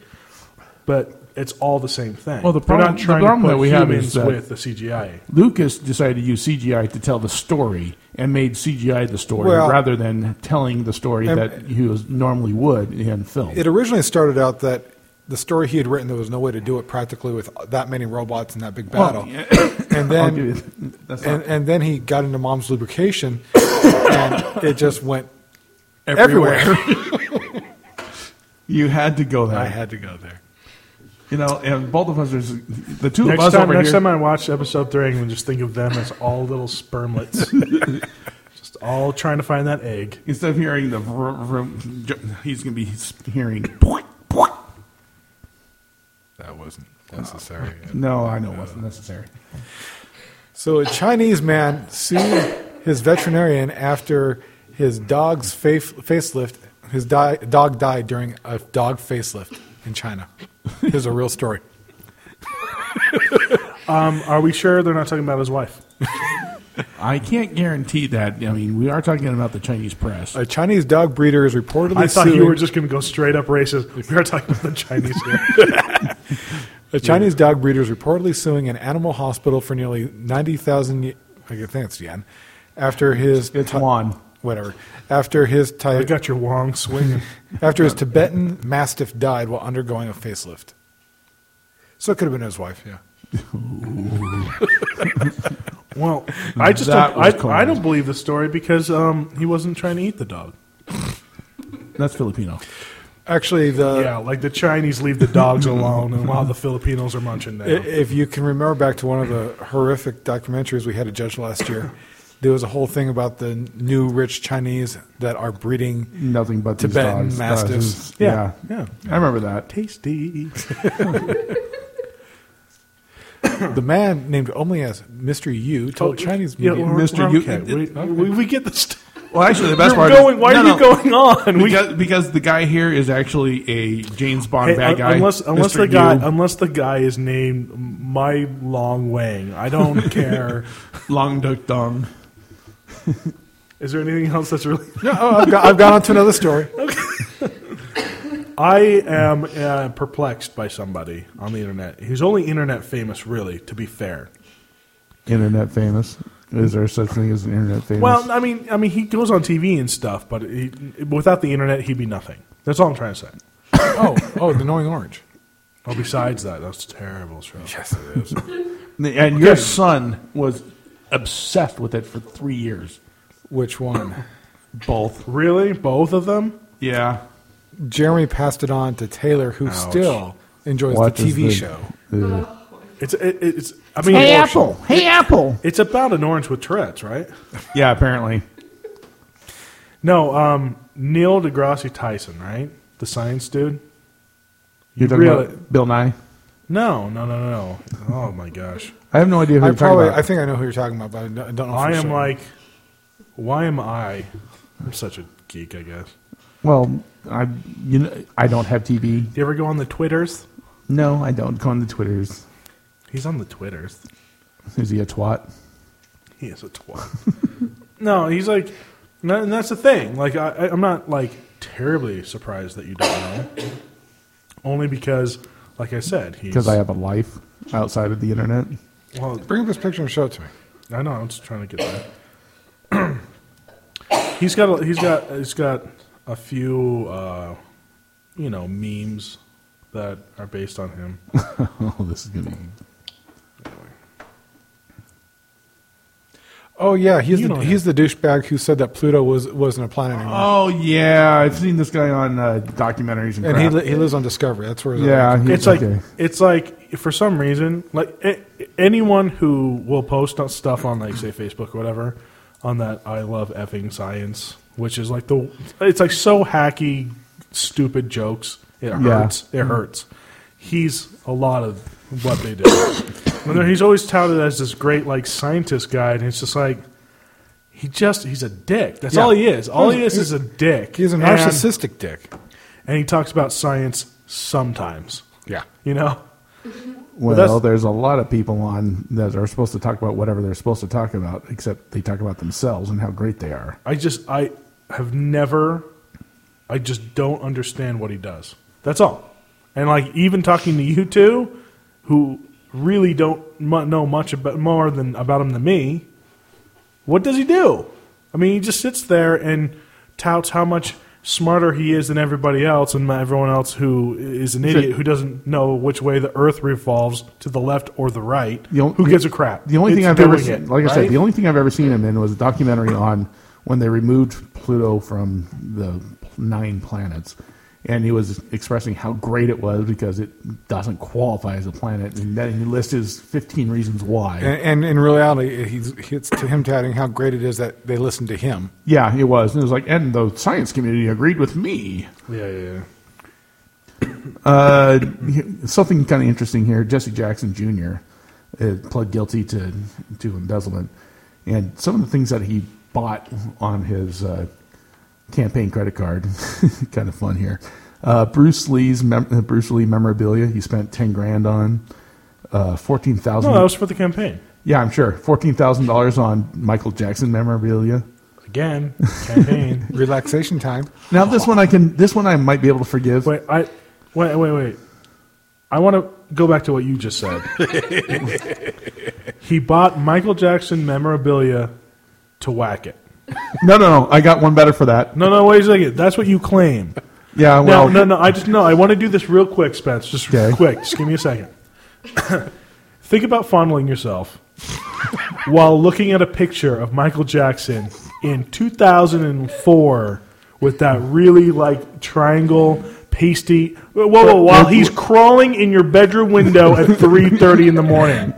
Speaker 1: but it's all the same thing.
Speaker 4: Well, the
Speaker 1: They're
Speaker 4: problem-
Speaker 1: not
Speaker 4: the
Speaker 1: trying
Speaker 4: problem
Speaker 1: to put
Speaker 4: that we have
Speaker 1: humans
Speaker 4: is that-
Speaker 1: with the CGI.
Speaker 4: Lucas decided to use CGI to tell the story and made CGI the story
Speaker 2: Well-
Speaker 4: rather than telling the story
Speaker 2: And-
Speaker 4: that he was normally would in film.
Speaker 2: It originally started out that the story he had written there was no way to do it practically with that many robots in that big
Speaker 4: Well,
Speaker 2: battle,
Speaker 4: yeah.
Speaker 2: and
Speaker 4: I'll
Speaker 2: then.
Speaker 4: give you- that's not-
Speaker 2: and, and then he got into mom's lubrication and it just went everywhere,
Speaker 4: you had to go there.
Speaker 2: i had to go there
Speaker 4: you know, and both of us, are, the two of
Speaker 1: Next
Speaker 4: us
Speaker 1: time,
Speaker 4: over
Speaker 1: next
Speaker 4: here.
Speaker 1: time I watch episode three, I'm gonna just think of them as all little spermlets, just all trying to find that egg.
Speaker 4: Instead of hearing the vroom, vroom, he's going to be hearing.
Speaker 2: that wasn't necessary.
Speaker 4: No, I know it wasn't necessary.
Speaker 2: So a Chinese man sued his veterinarian after his dog's face, facelift. His di- dog died during a dog facelift in China. Here's a real story.
Speaker 1: Um, are we sure they're not talking about his wife?
Speaker 4: I can't guarantee that. I mean, we are talking about the Chinese press.
Speaker 2: A Chinese dog breeder is reportedly
Speaker 1: I thought
Speaker 2: suing
Speaker 1: you were just going to go straight up racist. We are talking about the Chinese here.
Speaker 2: a Chinese dog breeder is reportedly suing an animal hospital for nearly ninety thousand. I think it's yen. After his
Speaker 4: It's Juan.
Speaker 2: whatever, after his
Speaker 1: I
Speaker 2: ti-
Speaker 1: got your Wong swinging.
Speaker 2: after his Tibetan mastiff died while undergoing a facelift. So it could have been his wife. Yeah.
Speaker 1: Well, I just
Speaker 4: That
Speaker 1: don't,
Speaker 4: was
Speaker 1: I,
Speaker 4: cold.
Speaker 1: I don't believe the story because um, he wasn't trying to eat the dog.
Speaker 4: That's Filipino.
Speaker 2: Actually, the
Speaker 1: yeah, like the Chinese leave the dogs alone, and while the Filipinos are munching
Speaker 2: I-
Speaker 1: down.
Speaker 2: If you can remember back to one of the horrific documentaries we had to judge last year, there was a whole thing about the new rich Chinese that are breeding.
Speaker 4: Nothing but these
Speaker 2: Tibetan
Speaker 4: dogs.
Speaker 2: mastiffs.
Speaker 4: Dogs. Yeah.
Speaker 1: yeah,
Speaker 4: I remember that.
Speaker 1: tasty.
Speaker 2: The man named only as Mr. Yu
Speaker 4: oh,
Speaker 2: told Chinese
Speaker 1: Oh, yeah,
Speaker 2: media.
Speaker 1: we're-
Speaker 4: Mr.
Speaker 1: we're
Speaker 4: You-
Speaker 1: okay. we, we, we get the. St-
Speaker 4: Well, actually, the best
Speaker 1: you're
Speaker 4: part
Speaker 1: going.
Speaker 4: is
Speaker 1: why
Speaker 4: No,
Speaker 1: are
Speaker 4: no.
Speaker 1: you going on? We-
Speaker 4: Because, because the guy here is actually a James Bond
Speaker 1: Hey,
Speaker 4: bad
Speaker 1: un-
Speaker 4: guy.
Speaker 1: unless unless
Speaker 4: Mr.
Speaker 1: the guy
Speaker 4: Yu,
Speaker 1: unless the guy is named My Long Wang, I don't care.
Speaker 4: Long Duck Dong.
Speaker 1: Is there anything else that's really?
Speaker 2: No, oh, I've, got, I've gone on to another story.
Speaker 1: I am uh, perplexed by somebody on the internet. He's only internet famous, really. To be fair,
Speaker 4: Internet famous. Is there such thing as an internet famous?
Speaker 1: Well, I mean, I mean, he goes on TV and stuff, but he, without the internet, he'd be nothing. That's all I'm trying to say.
Speaker 2: Oh, oh, the Knowing Orange.
Speaker 1: Oh, besides that, that's a terrible show.
Speaker 2: Yes, it is.
Speaker 4: and your son was obsessed with it for three years.
Speaker 2: Which one?
Speaker 4: Both.
Speaker 1: Really, both of them?
Speaker 4: Yeah.
Speaker 2: Jeremy passed it on to Taylor, who still enjoys the TV show.
Speaker 1: It's it, it's. I mean,
Speaker 4: Hey, Apple.
Speaker 1: It's about an orange with Tourette's, right?
Speaker 4: Yeah, apparently.
Speaker 1: No, um, Neil deGrasse Tyson, right? The science dude.
Speaker 4: You're talking
Speaker 1: Really?
Speaker 4: about Bill Nye?
Speaker 1: No, no, no, no. no. Oh my gosh,
Speaker 4: I have no idea who
Speaker 2: I
Speaker 4: you're
Speaker 2: probably,
Speaker 4: talking
Speaker 2: I
Speaker 4: about.
Speaker 2: think I know who you're talking about, but I don't I don't know. Oh, For
Speaker 1: I am
Speaker 2: sure.
Speaker 1: like, why am I? I'm such a geek, I guess.
Speaker 4: well, I you know I don't have TV.
Speaker 1: Do you ever go on the Twitters?
Speaker 4: No, I don't. Go on the Twitters.
Speaker 1: He's on the Twitters.
Speaker 4: Is he a twat?
Speaker 1: He is a twat. no, he's like, no, and that's the thing. Like, I, I- I'm not like terribly surprised that you don't know, only because, like I said, he's.
Speaker 4: Because I have a life outside of the internet.
Speaker 1: Well,
Speaker 2: Bring up this picture and show it to me.
Speaker 1: I know. I'm just trying to get that. he's got. A, he's got. He's got a few, uh, you know, memes that are based on him.
Speaker 4: Oh, this is gonna be.
Speaker 2: Oh yeah, he's
Speaker 1: You
Speaker 2: the,
Speaker 1: don't
Speaker 2: he's the douchebag who said that Pluto was wasn't a planet anymore,
Speaker 4: Oh yeah, I've seen this guy on uh, documentaries
Speaker 1: Oh,
Speaker 4: and,
Speaker 2: and
Speaker 4: crap.
Speaker 2: he li- he lives on Discovery. That's where
Speaker 4: yeah, he-
Speaker 1: it's like
Speaker 4: okay.
Speaker 1: it's like for some reason like a anyone who will post on stuff on like say facebook or whatever on that i love effing science which is like the it's like so hacky stupid jokes it
Speaker 4: Yeah.
Speaker 1: hurts it
Speaker 2: Mm-hmm.
Speaker 1: hurts he's a lot of what they do and then he's always touted as this great like scientist guy and it's just like he just he's a dick that's
Speaker 2: Yeah.
Speaker 1: all he is all he is
Speaker 2: He's-
Speaker 1: is a dick
Speaker 2: he's a
Speaker 1: And-
Speaker 2: narcissistic dick.
Speaker 1: and he talks about science sometimes
Speaker 2: Yeah,
Speaker 1: you know
Speaker 4: well,
Speaker 1: that's-
Speaker 4: there's a lot of people on that are supposed to talk about whatever they're supposed to talk about, except they talk about themselves and how great they are.
Speaker 1: I just I have never I just don't understand what he does. That's all. And like even talking to you two who really don't mu- know much about more than about him than me, what does he do? I mean, he just sits there and touts how much smarter he is than everybody else and everyone else who is an idiot who doesn't know which way the earth revolves to the left or the right.
Speaker 4: The on-
Speaker 1: who gives a crap?
Speaker 4: The only
Speaker 1: It's
Speaker 4: thing I've ever
Speaker 1: doing
Speaker 4: seen,
Speaker 1: it,
Speaker 4: like I
Speaker 1: right?
Speaker 4: said, the only thing I've ever seen him in was a documentary on when they removed Pluto from the nine planets, and he was expressing how great it was because it doesn't qualify as a planet, and then he lists his fifteen reasons why.
Speaker 2: and, and in reality, he's it's to him touting how great it is that they listen to him.
Speaker 4: yeah, it was, and it was like, and the science community agreed with me.
Speaker 1: yeah, yeah, yeah.
Speaker 5: Uh, something kind of interesting here. Jesse Jackson Jr. uh, pled guilty to to embezzlement, and some of the things that he bought on his uh, campaign credit card. kind of fun here. Uh, Bruce Lee's mem- uh, Bruce Lee memorabilia. He spent ten grand on uh, fourteen thousand.
Speaker 1: No, that was for the campaign.
Speaker 5: yeah, I'm sure fourteen thousand dollars on Michael Jackson memorabilia.
Speaker 1: Again, campaign.
Speaker 2: Relaxation time.
Speaker 5: Now this one I can. This one I might be able to forgive.
Speaker 1: Oh. Wait, I wait, wait, wait. I want to go back to what you just said. he bought Michael Jackson memorabilia to whack it.
Speaker 5: No, no, no. I got one better for that.
Speaker 1: No, no, wait a second. That's what you claim.
Speaker 5: Yeah.
Speaker 1: No,
Speaker 5: Well,
Speaker 1: no, no. I just no. I want to do this real quick, Spence. Just
Speaker 5: Okay.
Speaker 1: quick. Just give me a second. Think about fondling yourself while looking at a picture of Michael Jackson in 2004 with that really like triangle pasty. Whoa, whoa! While he's crawling in your bedroom window at 3:30 in the morning,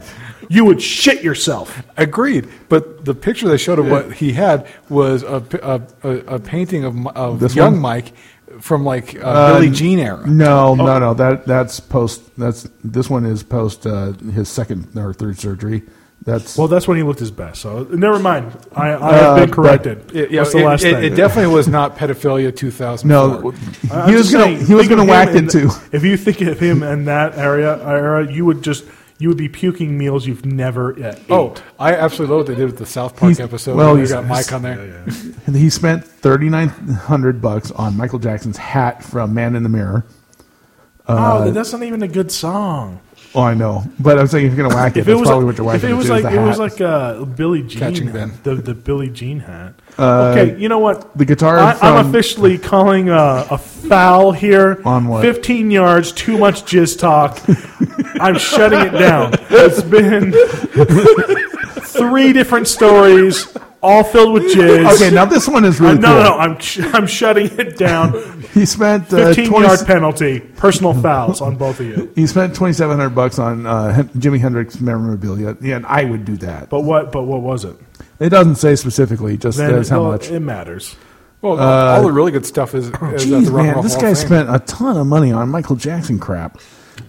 Speaker 1: you would shit yourself.
Speaker 2: Agreed. But the picture they showed of what he had was a, p- a, a, a painting of, Mi- of
Speaker 5: This
Speaker 2: young
Speaker 5: one?
Speaker 2: Mike from like uh, Billie Jean era.
Speaker 1: Oh.
Speaker 5: No, no, no. That that's post. That's this one is post uh, his second or third surgery. That's
Speaker 1: Well, that's when he looked his best. So never mind. I, I have been
Speaker 5: but-
Speaker 1: corrected.
Speaker 2: Uh, It, yeah,
Speaker 1: What's the
Speaker 2: it-
Speaker 1: last
Speaker 2: it-
Speaker 1: thing?
Speaker 2: it definitely was not pedophilia 2000.
Speaker 5: no.
Speaker 1: I'm
Speaker 5: He was
Speaker 1: just
Speaker 5: gonna
Speaker 1: saying,
Speaker 5: he
Speaker 1: think
Speaker 5: was
Speaker 1: of
Speaker 5: gonna
Speaker 1: him
Speaker 5: whack
Speaker 1: in
Speaker 5: it too.
Speaker 1: the- If you think of him in that area era, you would just you would be puking meals you've never uh, ate.
Speaker 2: Oh, I absolutely love what they did with the South Park
Speaker 5: He's-
Speaker 2: episode.
Speaker 5: well,
Speaker 2: Well, you
Speaker 5: he's-
Speaker 2: got Mike on there.
Speaker 5: And he spent thirty nine hundred bucks on Michael Jackson's hat from Man in the Mirror. Uh,
Speaker 1: oh, that's not even a good song.
Speaker 5: Oh, I know, but I'm saying if you're gonna whack it,
Speaker 1: If it
Speaker 5: that's
Speaker 1: was,
Speaker 5: probably what you're
Speaker 1: if
Speaker 5: whacking.
Speaker 1: it was
Speaker 5: to, is
Speaker 1: like
Speaker 5: the
Speaker 1: it was
Speaker 5: hat.
Speaker 1: like uh, Billy Jean,
Speaker 2: Catching Ben.
Speaker 1: the the Billy Jean hat. okay, you know what?
Speaker 5: Uh, the guitar
Speaker 1: I, I'm
Speaker 5: from-
Speaker 1: officially calling uh, a foul here.
Speaker 5: On what?
Speaker 1: 15 yards. Too much jizz talk. I'm shutting it down. It's been three different stories, all filled with jizz.
Speaker 5: okay. Now this one is really
Speaker 1: Uh, no, no, no.
Speaker 5: cool.
Speaker 1: I'm I'm shutting it down.
Speaker 5: He spent uh,
Speaker 1: 15
Speaker 5: twenty.
Speaker 1: yard penalty, personal fouls on both of you.
Speaker 5: He spent twenty seven hundred bucks on uh, Hen- Jimi Hendrix memorabilia, yeah, and I would do that.
Speaker 1: But what? But what was it?
Speaker 5: It doesn't say specifically, just
Speaker 1: Then
Speaker 5: says how
Speaker 1: well,
Speaker 5: much.
Speaker 1: it matters.
Speaker 2: Well, all the really good stuff is, is at
Speaker 5: Jeez,
Speaker 2: the Rock and
Speaker 5: Uh, oh, man,
Speaker 2: Roll
Speaker 5: this
Speaker 2: Hall
Speaker 5: guy
Speaker 2: of Fame.
Speaker 5: spent a ton of money on Michael Jackson crap.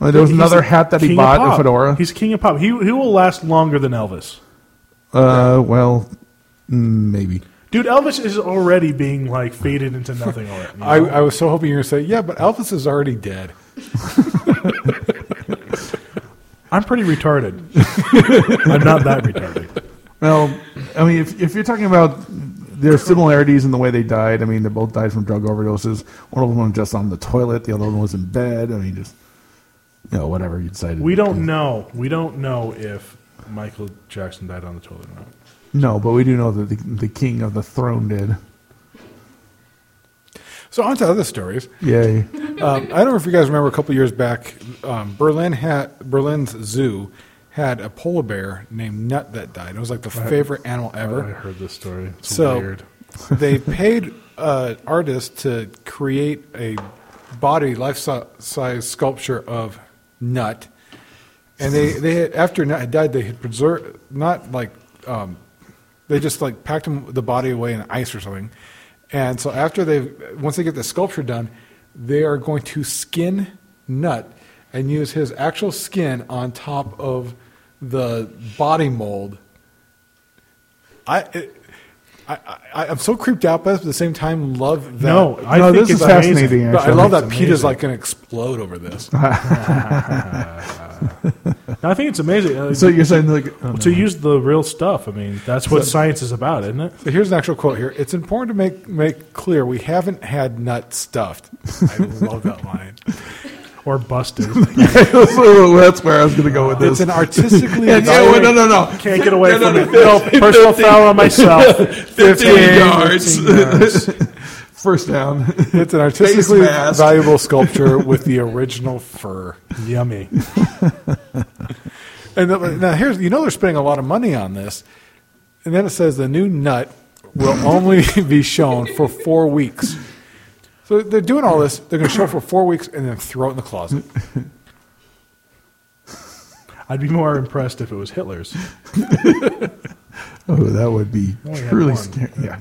Speaker 5: Well, there was
Speaker 1: He's
Speaker 5: another
Speaker 1: a
Speaker 5: hat that he
Speaker 1: king of
Speaker 5: bought, a
Speaker 1: pop.
Speaker 5: fedora.
Speaker 1: He's king of pop. He he will last longer than Elvis.
Speaker 5: Uh, well, mm, maybe.
Speaker 1: Dude, Elvis is already being like faded into nothing already.
Speaker 2: I, I was so hoping you were going to say, yeah, but Elvis is already dead.
Speaker 1: I'm pretty retarded. I'm not that retarded.
Speaker 5: Well, I mean, if, if you're talking about their similarities in the way they died, I mean, they both died from drug overdoses. One of them just on the toilet, the other one was in bed. I mean, just you know, whatever you decided.
Speaker 1: We don't know. We don't know if Michael Jackson died on the toilet or not.
Speaker 5: No, but we do know that the, the king of the throne did.
Speaker 2: So on to other stories.
Speaker 5: Yay!
Speaker 2: Um, I don't know if you guys remember a couple years back, um, Berlin had, Berlin's zoo had a polar bear named Nut that died. It was like the favorite animal
Speaker 1: I
Speaker 2: ever.
Speaker 1: heard this story. It's
Speaker 2: So
Speaker 1: weird.
Speaker 2: they paid uh, artists to create a body, life si- size sculpture of Nut, and they they had, after Nut had died, they had preserved not like um, they just like packed him, the body away in ice or something, and so after they once they get the sculpture done, they are going to skin Nut and use his actual skin on top of the body mold I, it, I, I, I'm so creeped out by this, but at the same time, love that.
Speaker 1: No, I
Speaker 5: no,
Speaker 1: think
Speaker 5: this
Speaker 1: it's
Speaker 5: is fascinating.
Speaker 1: amazing.
Speaker 2: But I
Speaker 5: actually.
Speaker 2: love that
Speaker 1: It's
Speaker 2: Peter's
Speaker 1: amazing.
Speaker 2: like going to explode over this.
Speaker 1: No, I think it's amazing. Uh,
Speaker 5: So you're saying like oh,
Speaker 1: to use the real stuff. I mean, that's what science is about, isn't it?
Speaker 2: So here's an actual quote here. It's important to make, make clear we haven't had nut stuffed. I love that line.
Speaker 1: Or busted.
Speaker 5: no. that's where I was going to go with this.
Speaker 2: It's an artistically.
Speaker 5: Yeah, yeah, wait, no, no, no.
Speaker 1: Can't get away
Speaker 5: No,
Speaker 1: from
Speaker 5: no,
Speaker 1: it. No, personal foul on myself.
Speaker 5: 15 yards.
Speaker 2: yards.
Speaker 5: First down.
Speaker 2: It's an artistically
Speaker 5: mask.
Speaker 2: valuable sculpture with the original fur.
Speaker 1: Yummy.
Speaker 2: And the, now here's you know they're spending a lot of money on this, and then it says the new nut will only be shown for four weeks. So they're doing all this. They're going to show it for four weeks and then throw it in the closet.
Speaker 1: I'd be more impressed if it was Hitler's.
Speaker 5: Oh, that would be
Speaker 1: Only had
Speaker 5: truly
Speaker 1: one.
Speaker 5: scary. Yeah.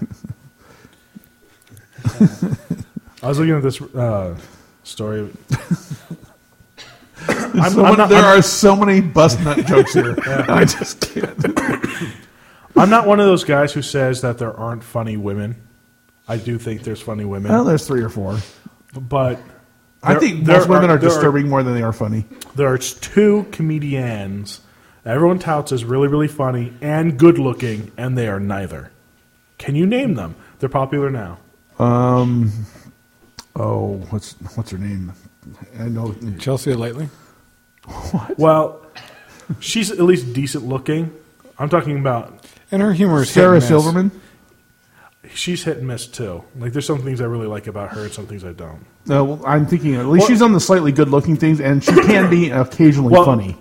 Speaker 1: I was looking at this uh, story I'm,
Speaker 5: So
Speaker 1: I'm
Speaker 5: many-
Speaker 1: not,
Speaker 5: there
Speaker 1: I'm-
Speaker 5: are so many bust nut jokes here. I just can't.
Speaker 1: I'm not one of those guys who says that there aren't funny women. I do think there's funny women,
Speaker 5: Well, there's three or four.
Speaker 1: but
Speaker 5: I
Speaker 1: there-
Speaker 5: think
Speaker 1: there
Speaker 5: most women are,
Speaker 1: there
Speaker 5: disturbing more than they are funny.
Speaker 1: There's two comedians that everyone touts as really, really funny and good looking, and they are neither. Can you name them? They're popular now.
Speaker 5: Um, oh, what's what's her name? I know.
Speaker 2: Chelsea lately.
Speaker 1: Well, she's at least decent looking. I'm talking about
Speaker 2: And her humor is hit
Speaker 5: Sarah
Speaker 2: and miss.
Speaker 5: Silverman.
Speaker 1: she's hit and miss too. Like there's some things I really like about her and some things I don't.
Speaker 5: No, well, I'm thinking at least
Speaker 1: Well-
Speaker 5: she's on the slightly good-looking things, and she can be occasionally
Speaker 1: Well-
Speaker 5: funny.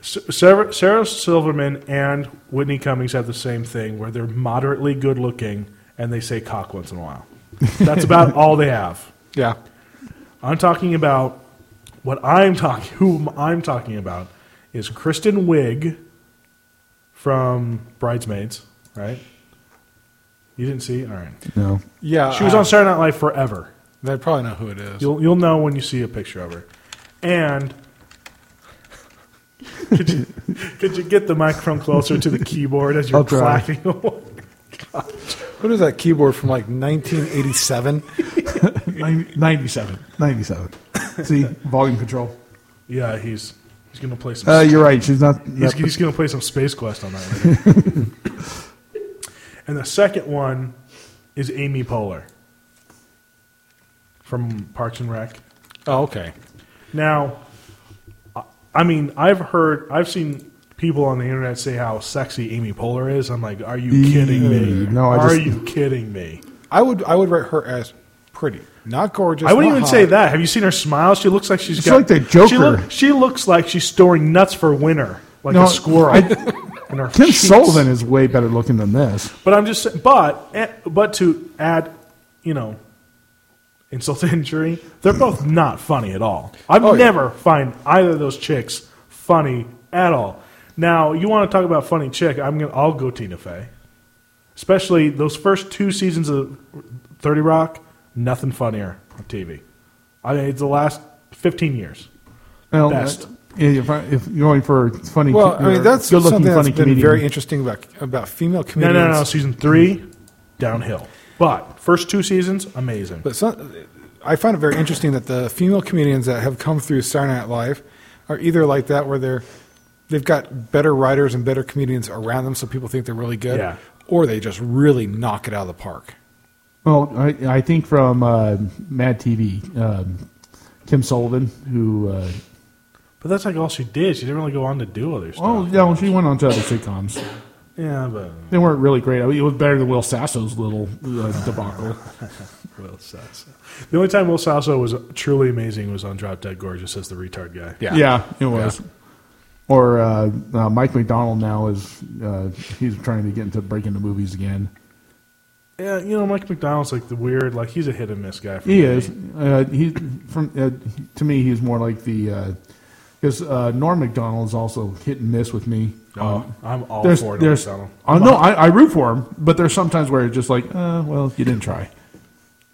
Speaker 1: S- Sarah, Sarah Silverman and Whitney Cummings have the same thing where they're moderately good looking and they say cock once in a while. That's about all they have.
Speaker 2: Yeah.
Speaker 1: I'm talking about what I'm talking, whom I'm talking about is Kristen Wiig from Bridesmaids, right? You didn't see? All right.
Speaker 5: No,
Speaker 2: Yeah.
Speaker 1: She was
Speaker 5: Uh-uh.
Speaker 2: uh,
Speaker 1: on Saturday Night Live forever.
Speaker 2: They probably know who it is.
Speaker 1: You'll you'll know when you see a picture of her. And could you, could you get the microphone closer to the keyboard as you're
Speaker 5: I'll try.
Speaker 1: clacking? away?
Speaker 2: What is that keyboard from like 1987?
Speaker 5: Nin- ninety-seven. Ninety-seven. See, volume control.
Speaker 1: yeah, he's he's gonna play some.
Speaker 5: Uh, you're right. She's not.
Speaker 1: he's,
Speaker 5: that-
Speaker 1: he's gonna play some Space Quest on that. Later. and the second one is Amy Poehler from Parks and Rec.
Speaker 2: Oh, okay.
Speaker 1: Now, I- I mean, I've heard, I've seen people on the internet say how sexy Amy Poehler is. I'm like, are you kidding me?
Speaker 5: Ew, no, I
Speaker 1: are
Speaker 5: just-
Speaker 1: you kidding me?
Speaker 2: I would I would rate her as pretty, not gorgeous.
Speaker 1: I wouldn't
Speaker 2: not
Speaker 1: even
Speaker 2: hot.
Speaker 1: say that. Have you seen her smile? She looks like she's
Speaker 5: She's
Speaker 1: got
Speaker 5: like the
Speaker 1: She,
Speaker 5: Joker.
Speaker 1: she looks like she's storing nuts for winter, like
Speaker 5: No,
Speaker 1: a squirrel.
Speaker 5: I-
Speaker 1: in her
Speaker 5: Kim
Speaker 1: cheeks.
Speaker 5: Sullivan is way better looking than this.
Speaker 1: But I'm just, sa- but eh, but to add, you know, insult to injury, they're both not funny at all. I've
Speaker 2: Oh, yeah.
Speaker 1: never find either of those chicks funny at all. Now, you want to talk about funny chick? I'm gonna, I'll go Tina Fey. Especially those first two seasons of Thirty Rock, nothing funnier on TV. I mean, it's the last 15 years.
Speaker 5: Well,
Speaker 1: Best.
Speaker 5: uh, yeah, if, I, if you're going for funny,
Speaker 2: Well, I mean that's
Speaker 5: good
Speaker 2: something
Speaker 5: looking
Speaker 2: that's
Speaker 5: funny
Speaker 2: been
Speaker 5: comedian.
Speaker 2: very interesting about about female
Speaker 1: No,
Speaker 2: comedians.
Speaker 1: no, no. Season three, downhill. But first two seasons, amazing.
Speaker 2: But some, I find it very interesting that the female comedians that have come through Saturday Night Live are either like that, where they're they've got better writers and better comedians around them, so people think they're really good,
Speaker 1: Yeah.
Speaker 2: or they just really knock it out of the park.
Speaker 5: Well, I, I think from uh, Mad TV, um, Kim Sullivan, who. Uh,
Speaker 1: But that's like all she did. She didn't really go on to do other stuff.
Speaker 5: oh, yeah, well, she went on to other sitcoms.
Speaker 1: yeah, but
Speaker 5: They weren't really great. I mean, it was better than Will Sasso's little uh, debacle.
Speaker 1: Will Sasso. The only time Will Sasso was truly amazing was on Drop Dead Gorgeous as the retard guy.
Speaker 2: Yeah.
Speaker 5: it was. Or uh, uh, Mike McDonald now is uh, he's trying to get into breaking into movies again.
Speaker 1: yeah, you know Mike McDonald's like the weird, like he's a hit and miss guy. For
Speaker 5: He
Speaker 1: me.
Speaker 5: is. Uh, he from uh, to me, he's more like the because uh, Norm Macdonald is also hit and miss with me.
Speaker 1: Oh,
Speaker 5: Um,
Speaker 1: I'm all
Speaker 5: there's,
Speaker 1: for it.
Speaker 5: there's,
Speaker 1: McDonald.
Speaker 5: uh, no, I, I root for him, but there's sometimes where it's just like, uh, well, you didn't try.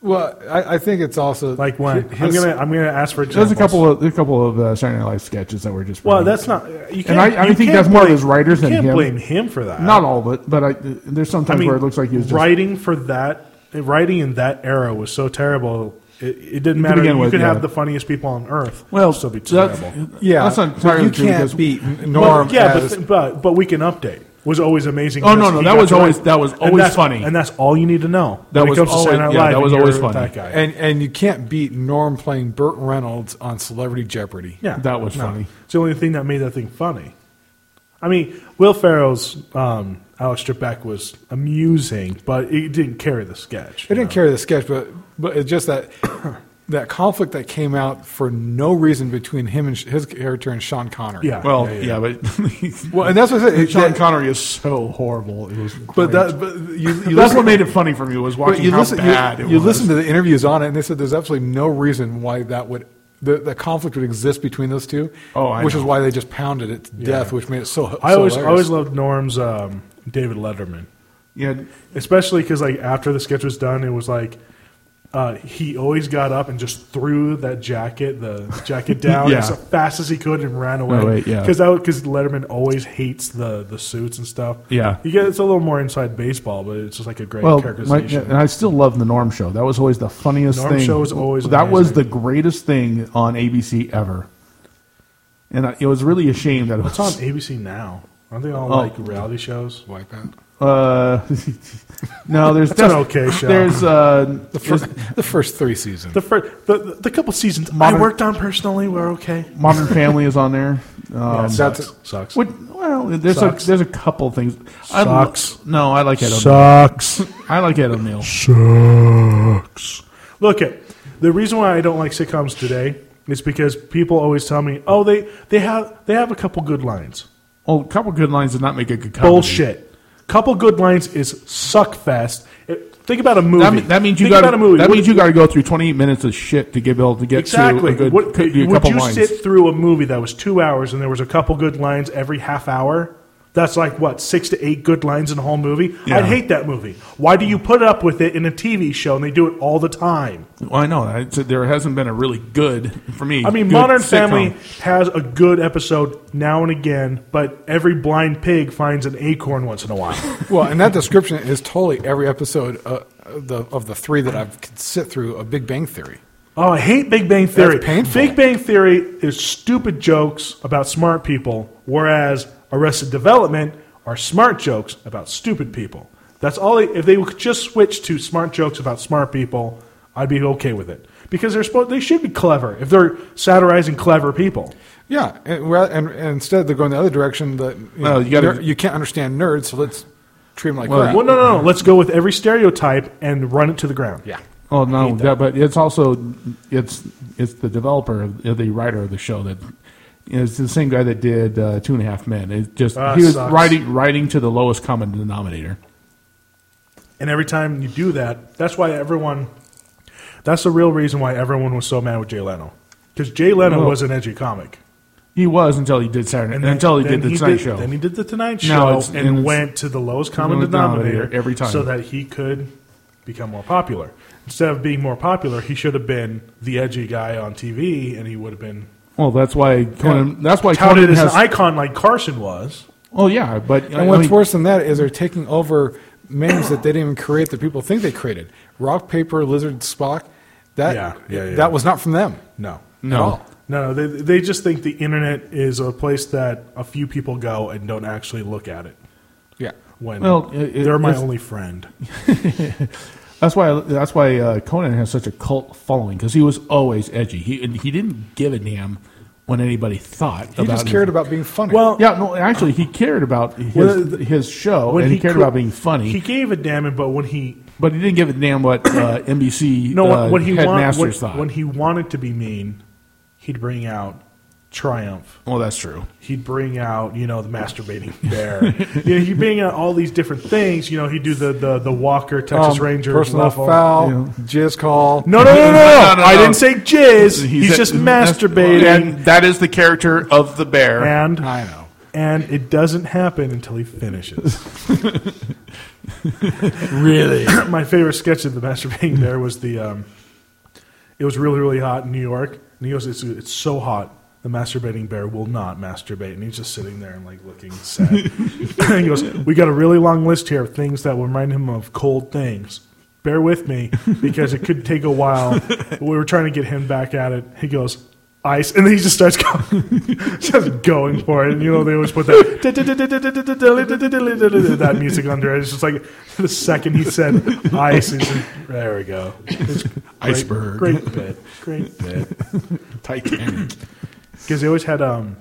Speaker 2: Well, I, I think it's also
Speaker 1: Like when
Speaker 2: his-
Speaker 1: I'm gonna, I'm gonna ask for examples.
Speaker 5: There's a couple of there's a couple of uh, Saturday Night Live sketches that were just.
Speaker 1: Well,
Speaker 5: really-
Speaker 1: that's not. You can't,
Speaker 5: And I- I
Speaker 1: you
Speaker 5: think
Speaker 1: can't
Speaker 5: that's more of
Speaker 1: blame-
Speaker 5: his writers
Speaker 1: You
Speaker 5: than
Speaker 1: can't
Speaker 5: him.
Speaker 1: blame him for that.
Speaker 5: not all of it, but I, there's sometimes where it looks like he was just
Speaker 1: writing for that writing in that era was so terrible. It, it didn't matter.
Speaker 5: begin
Speaker 1: You
Speaker 5: with,
Speaker 1: could
Speaker 5: yeah.
Speaker 1: have the funniest people on earth.
Speaker 5: Well,
Speaker 1: still be
Speaker 5: that's-
Speaker 1: terrible.
Speaker 2: yeah,
Speaker 5: That's not
Speaker 2: but
Speaker 5: entirely
Speaker 2: you
Speaker 5: true, because-
Speaker 2: can't beat Norm.
Speaker 1: But, yeah, but,
Speaker 2: as-
Speaker 1: th- but but we can update. Was always amazing.
Speaker 5: Oh,
Speaker 1: and
Speaker 5: no,
Speaker 1: that's-
Speaker 5: no,
Speaker 1: he
Speaker 5: that
Speaker 1: got
Speaker 5: was
Speaker 1: to
Speaker 5: always-
Speaker 1: write-
Speaker 5: that was
Speaker 1: and
Speaker 5: always
Speaker 1: that's-
Speaker 5: funny.
Speaker 1: and that's all you need to know.
Speaker 5: That
Speaker 1: when
Speaker 5: was
Speaker 1: it comes to Saturday Night
Speaker 5: always- yeah,
Speaker 1: Live,
Speaker 5: that
Speaker 1: and
Speaker 5: was
Speaker 1: you're
Speaker 5: always funny.
Speaker 1: That guy.
Speaker 2: and and you can't beat Norm playing Burt Reynolds on Celebrity Jeopardy.
Speaker 1: yeah,
Speaker 5: that was funny.
Speaker 1: It's the only thing that made that thing funny. I mean, Will Ferrell's um, Alex Trebek was amusing, but it didn't carry the sketch.
Speaker 2: It didn't carry the sketch, but but it's just that that conflict that came out for no reason between him and sh- his character and Sean Connery.
Speaker 1: Yeah.
Speaker 5: Well, yeah, but
Speaker 2: Well, and that's what I said. It-
Speaker 5: Sean
Speaker 2: that-
Speaker 5: Connery is so horrible. It was, great.
Speaker 2: But that but you, you
Speaker 5: that's
Speaker 2: listen,
Speaker 5: what made it funny for me was
Speaker 2: but
Speaker 5: watching
Speaker 2: you
Speaker 5: how
Speaker 2: listen, you-
Speaker 5: bad it
Speaker 2: you
Speaker 5: was.
Speaker 2: listen to the interviews on it, and they said there's absolutely no reason why that would. The, the conflict would exist between those two,
Speaker 5: Oh, I
Speaker 2: which is
Speaker 5: know.
Speaker 2: why they just pounded it to death, which made it so. so
Speaker 1: I always I
Speaker 2: hilarious.
Speaker 1: always loved Norm's um, David Letterman.
Speaker 5: yeah,
Speaker 1: especially because like after the sketch was done, it was like uh, he always got up and just threw that jacket, the jacket down
Speaker 4: Yeah.
Speaker 1: as fast as he could and ran away.
Speaker 4: Oh, wait, yeah.
Speaker 1: Because because Letterman always hates the the suits and stuff.
Speaker 4: Yeah.
Speaker 1: you get it's a little more inside baseball, but it's just like a great
Speaker 4: Well, my,
Speaker 1: characterization.
Speaker 4: and I still love the Norm Show. That was always the funniest
Speaker 1: Norm
Speaker 4: thing.
Speaker 1: Show was always
Speaker 4: that was the
Speaker 1: amazing.
Speaker 4: greatest thing on ABC ever. And I, it was really a shame that it
Speaker 1: What's
Speaker 4: was
Speaker 1: on ABC now? Aren't they all
Speaker 4: Oh.
Speaker 1: like reality shows?
Speaker 2: Wipeout.
Speaker 4: Uh, no, there's
Speaker 1: That's an okay show.
Speaker 4: There's uh,
Speaker 2: The first, the first three seasons.
Speaker 1: The first, the, the, the couple seasons
Speaker 4: Modern-
Speaker 1: I worked on personally were okay.
Speaker 4: Modern Family is on there. Um,
Speaker 1: yeah,
Speaker 2: that's-
Speaker 1: sucks. sucks.
Speaker 4: what- well, there's
Speaker 1: Sucks.
Speaker 4: a there's a couple things. I lo-
Speaker 1: Sucks.
Speaker 4: no, I like Ed. O'Neill.
Speaker 1: Sucks.
Speaker 4: I like Ed O'Neill.
Speaker 1: sucks. Look at the reason why I don't like sitcoms today is because people always tell me, "Oh, they they have they have a couple good lines."
Speaker 4: Oh, a couple good lines did not make a good comedy.
Speaker 1: Bullshit. Couple good lines is suck fest. It- think about a movie.
Speaker 4: That, mean- that means you
Speaker 1: think
Speaker 4: got
Speaker 1: about a movie.
Speaker 4: That
Speaker 1: What-
Speaker 4: means you got to go through 28 minutes of shit to get able to get to
Speaker 1: exactly.
Speaker 4: a good.
Speaker 1: What-
Speaker 4: co- do a
Speaker 1: would
Speaker 4: couple
Speaker 1: you
Speaker 4: lines.
Speaker 1: sit through a movie that was two hours and there was a couple good lines every half hour? That's like what six to eight good lines in a whole movie.
Speaker 4: Yeah.
Speaker 1: I'd hate that movie. Why do you put up with it in a TV show and they do it all the time?
Speaker 4: Well, I know. I said there hasn't been a really good for me.
Speaker 1: I mean,
Speaker 4: good
Speaker 1: Modern
Speaker 4: sitcom.
Speaker 1: Family has a good episode now and again, but every blind pig finds an acorn once in a while.
Speaker 2: Well, and that description is totally every episode uh, of the of the three that I've could sit through of Big Bang Theory.
Speaker 1: oh, I hate Big Bang Theory.
Speaker 2: That's painful.
Speaker 1: Big Bang Theory is stupid jokes about smart people, whereas Arrested Development are smart jokes about stupid people. That's all. They, if they would just switch to smart jokes about smart people, I'd be okay with it because they're supposed they should be clever if they're satirizing clever people.
Speaker 2: Yeah, and, ra- and, and instead they're going the other direction. That you,
Speaker 4: Well,
Speaker 2: know,
Speaker 4: you gotta-
Speaker 2: ner- you can't understand nerds, so let's treat them like crap.
Speaker 1: Well, no, no, no. Let's go with every stereotype and run it to the ground.
Speaker 2: Yeah,
Speaker 4: Oh no, that, but it's also it's it's the developer, uh, the writer of the show that you know, it's the same guy that did uh, Two and a Half Men. It just
Speaker 1: Ah,
Speaker 4: he was
Speaker 1: sucks.
Speaker 4: writing writing to the lowest common denominator.
Speaker 1: And every time you do that, that's why everyone. That's the real reason why everyone was so mad with Jay Leno, because Jay Leno
Speaker 4: Well-
Speaker 1: was an edgy comic.
Speaker 4: He was until he did Saturday
Speaker 1: then-
Speaker 4: until he
Speaker 1: then
Speaker 4: did the Tonight Show.
Speaker 1: Then he did the Tonight
Speaker 4: No,
Speaker 1: Show
Speaker 4: it's-
Speaker 1: and
Speaker 4: and it's-
Speaker 1: went to the lowest common
Speaker 4: lowest
Speaker 1: denominator,
Speaker 4: denominator every time.
Speaker 1: so that he could become more popular. Instead of being more popular, he should have been the edgy guy on TV, and he would have been
Speaker 4: well, that's why Conan. That's why
Speaker 1: touted
Speaker 4: Conan
Speaker 1: as
Speaker 4: has.
Speaker 1: an icon like Carson was.
Speaker 4: oh yeah, but I
Speaker 2: and what's
Speaker 4: mean,
Speaker 2: worse than that is they're taking over names that they didn't even create that people think they created. Rock, paper, lizard, Spock. That
Speaker 1: Yeah, yeah, yeah.
Speaker 2: that was not from them.
Speaker 1: No,
Speaker 2: at
Speaker 4: no.
Speaker 2: all.
Speaker 1: No, they they just think the internet is a place that a few people go and don't actually look at it.
Speaker 2: Yeah,
Speaker 1: When
Speaker 4: Well, it- it-
Speaker 1: they're my
Speaker 4: it's-
Speaker 1: only friend.
Speaker 4: That's why. That's why uh, Conan has such a cult following because he was always edgy. He and he didn't give a damn when anybody thought.
Speaker 2: he just cared about being funny.
Speaker 1: Well,
Speaker 4: Yeah, no. Actually, he cared about his
Speaker 1: Well, th-
Speaker 4: his show,
Speaker 1: when
Speaker 4: and he, cared
Speaker 1: cou-
Speaker 4: about being funny.
Speaker 1: He gave a damn it, but when he
Speaker 4: But he didn't give a damn what uh, NBC
Speaker 1: no,
Speaker 4: uh,
Speaker 1: when he want, when,
Speaker 4: headmasters thought.
Speaker 1: when he wanted to be mean, he'd bring out Triumph.
Speaker 4: well, that's true.
Speaker 1: He'd bring out you know the masturbating bear. you know, he'd bring out all these different things. You know, he'd do the the, the Walker Texas
Speaker 2: Um,
Speaker 1: Rangers
Speaker 2: personal
Speaker 1: level.
Speaker 2: foul,
Speaker 4: Yeah.
Speaker 2: jizz call.
Speaker 1: No, no, no, no, no,
Speaker 4: No, no, no.
Speaker 1: I didn't say jizz.
Speaker 4: He
Speaker 1: He's
Speaker 4: said-
Speaker 1: just
Speaker 4: that's-
Speaker 1: masturbating.
Speaker 4: and that is the character of the bear.
Speaker 1: And
Speaker 2: I know.
Speaker 1: and it doesn't happen until he finishes.
Speaker 4: really?
Speaker 1: My favorite sketch of the masturbating there was the. Um, it was really really hot in New York, and he goes, "It's it's so hot." The masturbating bear will not masturbate, and he's just sitting there and like looking sad. he goes, "We got a really long list here of things that will remind him of cold things. Bear with me because it could take a while." we were trying to get him back at it. He goes, "Ice," and then he just starts going, just going for it. And you know they always put that that music under it. It's just like the second he said ice, he's like, there we go. It's Great-
Speaker 4: Iceberg.
Speaker 1: Great bit. Great bit.
Speaker 4: Titanic.
Speaker 1: Because they always had um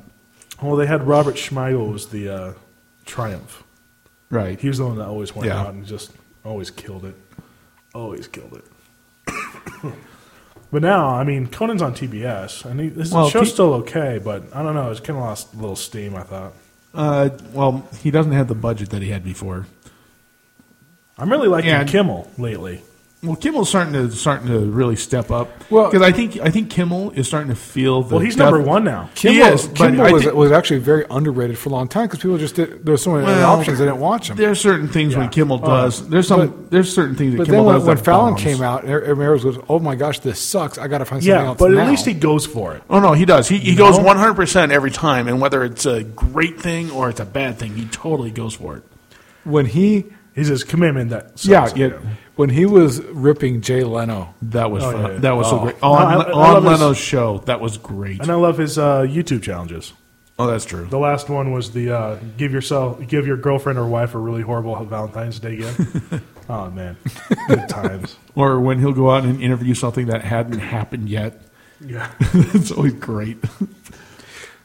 Speaker 1: well they had Robert Schmeigel was the uh, triumph.
Speaker 4: Right.
Speaker 1: He was the one that always went
Speaker 4: Yeah.
Speaker 1: out and just always killed it. Always killed it. but now, I mean, Conan's on TBS, and he, this
Speaker 4: Well,
Speaker 1: show's
Speaker 4: T-
Speaker 1: still okay. But I don't know; it's kind of lost a little steam. I thought.
Speaker 4: Uh, well, he doesn't have the budget that he had before.
Speaker 1: I'm really liking
Speaker 4: And-
Speaker 1: Kimmel lately.
Speaker 4: Well, Kimmel's starting to starting to really step up.
Speaker 2: Well-
Speaker 4: because I think I think Kimmel is starting to feel. The
Speaker 1: Well, he's
Speaker 4: def-
Speaker 1: number one now.
Speaker 4: He
Speaker 2: Kimball,
Speaker 4: is, but
Speaker 2: Kimball
Speaker 4: I
Speaker 2: was,
Speaker 4: think-
Speaker 2: was actually very underrated for a long time because people just did, there were so many other
Speaker 4: Well,
Speaker 2: options they didn't watch him.
Speaker 4: There are certain things when
Speaker 1: Yeah.
Speaker 4: Kimmel
Speaker 1: Oh, yeah.
Speaker 4: does. there's some. there's certain things that
Speaker 2: But then
Speaker 4: Kimmel
Speaker 2: when,
Speaker 4: does.
Speaker 2: when
Speaker 4: that
Speaker 2: Fallon
Speaker 4: bombs.
Speaker 2: came out, er- everyone was, "Oh my gosh, this sucks! I got to find something
Speaker 1: Yeah,
Speaker 2: else."
Speaker 1: but
Speaker 2: now."
Speaker 1: at least he goes for it.
Speaker 4: Oh no, he does. He, he goes 100 percent every time, and whether it's a great thing or it's a bad thing, he totally goes for it.
Speaker 2: when he
Speaker 1: He's his commitment that. sucks,
Speaker 2: yeah,
Speaker 1: you
Speaker 2: yeah,
Speaker 1: know.
Speaker 2: when he was ripping Jay Leno,
Speaker 4: That was
Speaker 1: Oh,
Speaker 4: fun.
Speaker 1: yeah, yeah.
Speaker 4: That was so great
Speaker 1: No,
Speaker 4: on,
Speaker 1: I- I love
Speaker 4: on
Speaker 1: his-
Speaker 4: Leno's show. That was great.
Speaker 1: And I love his uh, YouTube challenges.
Speaker 4: Oh, that's true.
Speaker 1: The last one was the uh, give yourself, give your girlfriend or wife a really horrible Valentine's Day gift. oh man, good times.
Speaker 4: Or when he'll go out and interview something that hadn't happened yet.
Speaker 1: Yeah,
Speaker 4: it's always great.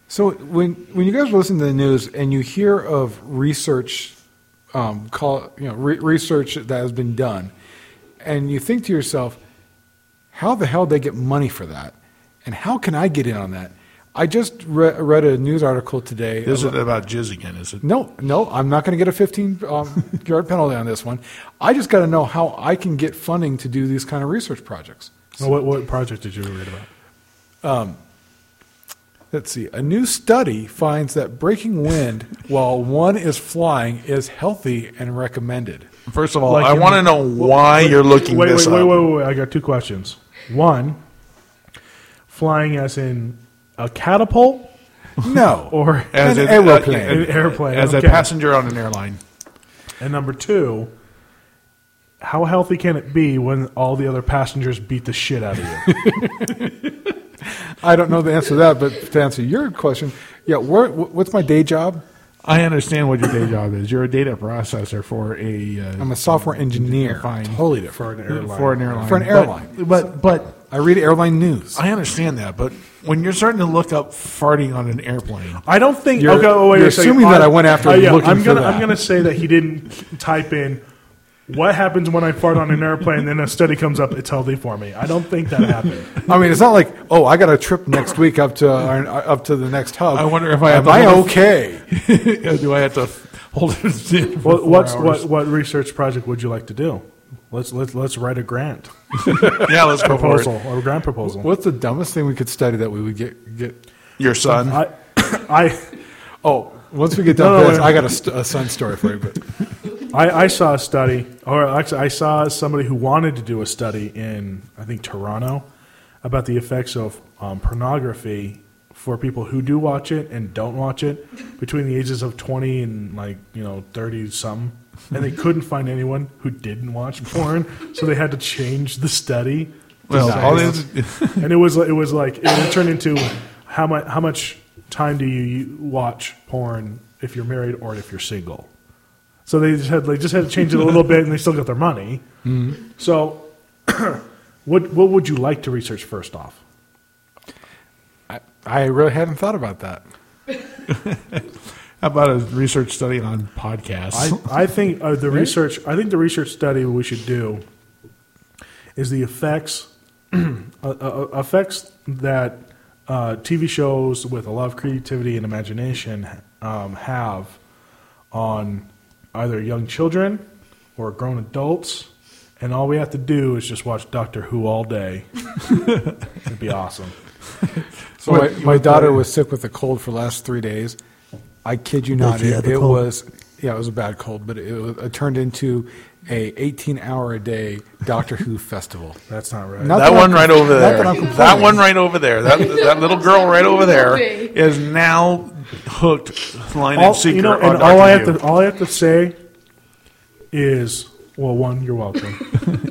Speaker 2: So when when you guys listen to the news and you hear of research, um, call you know re- research that has been done, and you think to yourself, how the hell they get money for that, and how can I get in on that? I just re- read a news article today.
Speaker 4: This
Speaker 2: about-
Speaker 4: is about jizz again, is it?
Speaker 2: no, no, I'm not going to get a 15 um, yard penalty on this one. I just got to know how I can get funding to do these kind of research projects.
Speaker 1: Well, what what project did you read about?
Speaker 2: Let's see. A new study finds that breaking wind while one is flying is healthy and recommended.
Speaker 4: First of all,
Speaker 1: Like
Speaker 4: I
Speaker 1: in-
Speaker 4: want to know why you're looking
Speaker 1: Wait,
Speaker 4: this
Speaker 1: wait, wait,
Speaker 4: up.
Speaker 1: wait, wait, wait! I got two questions. One, flying as in a catapult
Speaker 2: No.
Speaker 1: or
Speaker 4: As uh,
Speaker 2: An
Speaker 4: a-
Speaker 2: aeroplane.
Speaker 1: An airplane,
Speaker 4: as
Speaker 1: okay.
Speaker 4: a passenger on an airline.
Speaker 1: And number two, how healthy can it be when all the other passengers beat the shit out of you?
Speaker 2: I don't know the answer to that, but to answer your question, yeah, where, wh- what's my day job?
Speaker 4: I understand what your day job is. You're a data processor for a uh,
Speaker 2: I'm a software engineer.
Speaker 4: Fine.
Speaker 2: Totally different.
Speaker 1: for an airline.
Speaker 4: for an airline.
Speaker 2: For an
Speaker 4: But-
Speaker 2: airline.
Speaker 4: but but
Speaker 2: I read airline news.
Speaker 4: I understand that. But when you're starting to look up farting on an airplane,
Speaker 1: I don't think.
Speaker 2: You're-
Speaker 1: okay, oh, wait, wait
Speaker 2: you're
Speaker 1: a second. uh,
Speaker 2: assuming that I went after looking
Speaker 1: I'm
Speaker 2: for
Speaker 1: gonna,
Speaker 2: that.
Speaker 1: I'm gonna say that he didn't type in. What happens when I fart on an airplane? Then a study comes up. It's healthy for me. I don't think that happened.
Speaker 2: I mean, it's not like, oh, I got a trip next week up to our, up to the next hub.
Speaker 4: I wonder if I have
Speaker 2: Am I
Speaker 4: a little-
Speaker 2: okay?
Speaker 4: do I have to hold it in? for
Speaker 1: What,
Speaker 4: four
Speaker 1: what's
Speaker 4: hours?
Speaker 1: what? What research project would you like to do? Let's let's let's write a grant
Speaker 4: Yeah, let's go for it.
Speaker 1: proposal or a grant proposal.
Speaker 2: What's the dumbest thing we could study that we would get get?
Speaker 4: Your son.
Speaker 1: I, I,
Speaker 2: Oh, once we get done
Speaker 1: No,
Speaker 2: with
Speaker 1: no,
Speaker 2: this,
Speaker 1: wait.
Speaker 2: I got a, st- a sun story for you. But
Speaker 1: I I saw a study, or actually, I saw somebody who wanted to do a study in I think Toronto about the effects of um, pornography for people who do watch it and don't watch it between the ages of twenty and like you know thirty something, and they couldn't find anyone who didn't watch porn, so they had to change the study.
Speaker 4: well,
Speaker 1: Nice.
Speaker 4: all this,
Speaker 1: and it was it was like it turned into how much how much time do you u- watch porn if you're married or if you're single. So they just had they just had to change it a little bit, and they still got their money. So, what what would you like to research first off?
Speaker 2: I, I really hadn't thought about that.
Speaker 4: how about a research study on podcasts?
Speaker 1: I, I think uh, the research I think the research study we should do is the effects uh, uh, effects that uh, TV shows with a lot of creativity and imagination um, have on either young children or grown adults, and all we have to do is just watch Doctor Who all day. It'd be awesome.
Speaker 2: So my, my daughter was sick with a cold for the last three days. I kid you not,
Speaker 5: you had
Speaker 2: it,
Speaker 5: the
Speaker 2: it
Speaker 5: cold?
Speaker 2: was yeah, it was a bad cold, but it, was, it turned into a 18 hour a day Doctor Who festival.
Speaker 1: That's not right.
Speaker 2: Not
Speaker 4: that
Speaker 2: I'm
Speaker 4: one right
Speaker 2: com-
Speaker 4: over
Speaker 2: not
Speaker 4: there.
Speaker 2: that I'm
Speaker 4: That
Speaker 2: complaining.
Speaker 4: one right over there. That that little girl right over there
Speaker 6: Moving.
Speaker 4: is now hooked. Line and
Speaker 1: all,
Speaker 4: seeker.
Speaker 1: you know,
Speaker 4: on
Speaker 1: and all
Speaker 4: Dr.
Speaker 1: I have
Speaker 4: Who.
Speaker 1: to all I have to say is, well, one, you're welcome.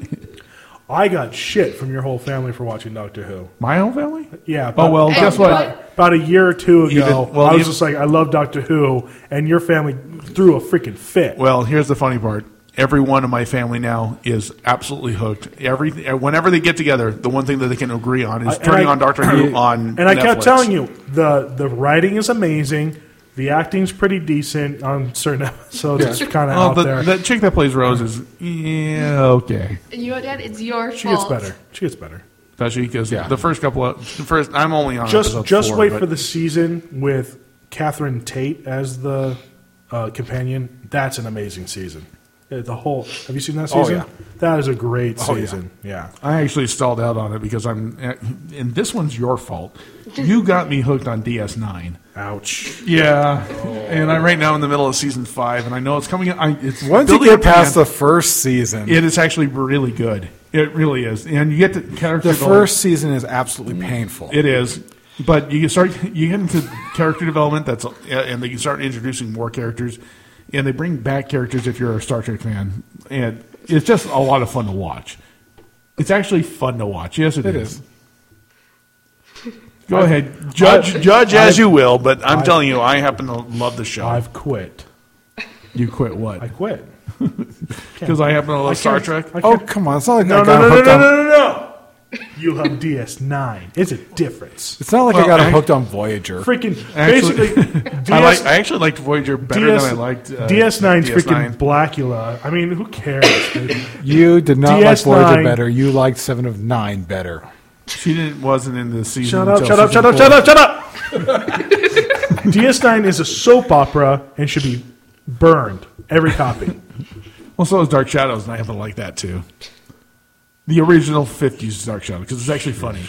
Speaker 1: I got shit from your whole family for watching Doctor Who.
Speaker 4: My own family.
Speaker 1: Yeah.
Speaker 4: Oh well,
Speaker 6: And
Speaker 4: guess what?
Speaker 6: what-
Speaker 1: About a year or two
Speaker 4: You
Speaker 1: ago,
Speaker 4: did- well,
Speaker 1: I was
Speaker 4: you-
Speaker 1: just like, I love Doctor Who, and your family threw a freaking fit.
Speaker 4: Well, here's the funny part. Everyone in my family now is absolutely hooked. Every whenever they get together, the one thing that they can agree on is
Speaker 1: I- and
Speaker 4: turning
Speaker 1: I-
Speaker 4: on Doctor Who on.
Speaker 1: and I kept
Speaker 4: Netflix.
Speaker 1: telling you the the writing is amazing, the acting's pretty decent on certain episodes. It's kind of
Speaker 4: Oh,
Speaker 1: out
Speaker 4: the,
Speaker 1: there.
Speaker 4: that chick that plays Rose is yeah okay.
Speaker 6: And you know what, Dad? It's your
Speaker 1: she gets
Speaker 6: fault.
Speaker 1: better. She gets better.
Speaker 4: Especially because the first couple of the first I'm only on
Speaker 1: just
Speaker 4: uh, episode
Speaker 1: just
Speaker 4: four,
Speaker 1: wait
Speaker 4: but-
Speaker 1: for the season with Catherine Tate as the uh, companion. That's an amazing season. Uh, The whole. Have you seen that
Speaker 2: Oh,
Speaker 1: season?
Speaker 2: yeah.
Speaker 1: That is a great
Speaker 2: Oh, yeah.
Speaker 1: season. Yeah.
Speaker 4: I actually stalled out on it because I'm, and this one's your fault. You got me hooked on DS9.
Speaker 1: Ouch.
Speaker 4: Yeah, and I'm right now in the middle of season five, and I know it's coming. I, it's
Speaker 2: Once you
Speaker 4: building
Speaker 2: get
Speaker 4: up to the
Speaker 2: past
Speaker 4: end.
Speaker 2: the first season,
Speaker 4: it is actually really good. It really is, and you get the character.
Speaker 2: the
Speaker 4: development-
Speaker 2: first season is absolutely painful.
Speaker 4: It is, but you start you get into character development. That's and they start introducing more characters, and they bring back characters if you're a Star Trek fan, and it's just a lot of fun to watch. It's actually fun to watch. Yes,
Speaker 2: It
Speaker 4: it
Speaker 2: is.
Speaker 4: is. Go ahead, judge judge as you will, but I'm telling you, I happen to love the show.
Speaker 1: I've quit.
Speaker 4: you quit
Speaker 1: I
Speaker 4: what?
Speaker 1: quit.
Speaker 4: Because I happen to love Star Trek.
Speaker 1: I
Speaker 2: oh
Speaker 1: can't-
Speaker 2: come on! It's not like
Speaker 1: no,
Speaker 2: I
Speaker 1: no,
Speaker 2: got
Speaker 1: no, no,
Speaker 2: hooked
Speaker 1: no,
Speaker 2: on.
Speaker 1: no, no, no. You have DS9. It's a difference.
Speaker 2: It's not like I
Speaker 4: Well,
Speaker 2: got
Speaker 4: I-
Speaker 2: hooked on Voyager.
Speaker 1: Freaking.
Speaker 4: Actually-
Speaker 1: basically.
Speaker 4: I,
Speaker 1: DS,
Speaker 4: like, I actually liked Voyager better
Speaker 1: DS,
Speaker 4: than I liked uh,
Speaker 1: DS9's freaking
Speaker 4: DS9.
Speaker 1: Blackula. I mean, who cares? dude?
Speaker 2: You did not like
Speaker 1: DS9.
Speaker 2: Voyager better. You liked Seven of Nine better.
Speaker 4: She didn't wasn't in the season.
Speaker 1: Shut up,
Speaker 4: until
Speaker 1: shut up,
Speaker 4: season
Speaker 1: shut up,
Speaker 4: four.
Speaker 1: shut up, shut up! DS9 is a soap opera and should be burned. Every copy.
Speaker 4: Well, so is Dark Shadows, and I happen to like that too. The original '50s Dark Shadows because it's actually funny.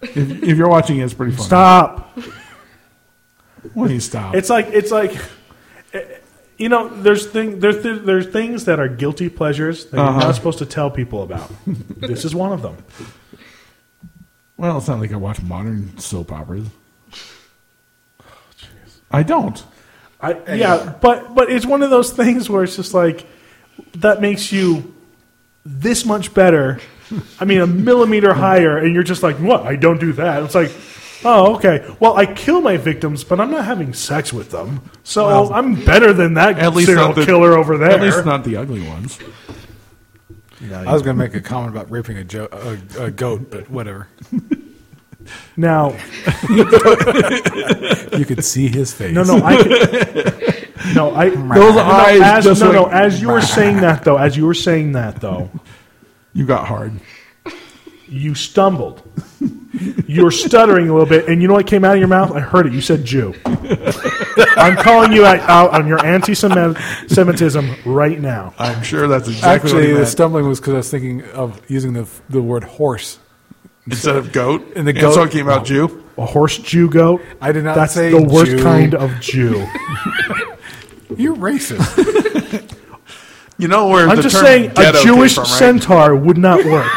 Speaker 4: If, if you're watching, it, it's pretty funny.
Speaker 1: Stop.
Speaker 4: When you stop,
Speaker 1: It's like it's like eh, you know, there's thing there's th- there's things that are guilty pleasures that you're not supposed to tell people about. this is one of them.
Speaker 4: well, it's not like I watch modern soap operas. I don't.
Speaker 1: I yeah, but but it's one of those things where it's just like that makes you this much better. I mean, a millimeter higher, and you're just like, what? I don't do that. It's like, oh, okay. Well, I kill my victims, but I'm not having sex with them, so I'm better than that
Speaker 4: At least
Speaker 1: serial
Speaker 4: not the-
Speaker 1: killer over there.
Speaker 4: At least not the ugly ones.
Speaker 2: I was going to make a comment about raping a, jo- a, a goat, but whatever.
Speaker 1: Now,
Speaker 2: You could see his face.
Speaker 1: no, no, I can, no, I
Speaker 4: Those
Speaker 1: no,
Speaker 4: eyes
Speaker 1: As,
Speaker 4: just
Speaker 1: no, no,
Speaker 4: like-
Speaker 1: as you were saying that though, as you were saying that though,
Speaker 4: You got hard.
Speaker 1: you stumbled. you were stuttering a little bit, and you know what came out of your mouth? I heard it. You said Jew. I'm calling you out, out on your anti-Semitism right now.
Speaker 4: I'm sure that's exactly
Speaker 2: Actually,
Speaker 4: what
Speaker 2: the
Speaker 4: he meant.
Speaker 2: stumbling was because I was thinking of using the, the word horse.
Speaker 4: Instead of goat,
Speaker 2: And the goat-
Speaker 4: so it came out Jew.
Speaker 1: A horse Jew goat.
Speaker 2: I did not
Speaker 1: That's
Speaker 2: say
Speaker 1: the worst
Speaker 2: Jew.
Speaker 1: kind of Jew.
Speaker 2: You're racist.
Speaker 4: You know where
Speaker 1: I'm
Speaker 4: the
Speaker 1: just
Speaker 4: term
Speaker 1: saying a
Speaker 4: ghetto came
Speaker 1: Jewish
Speaker 4: from, right?
Speaker 1: centaur would not work.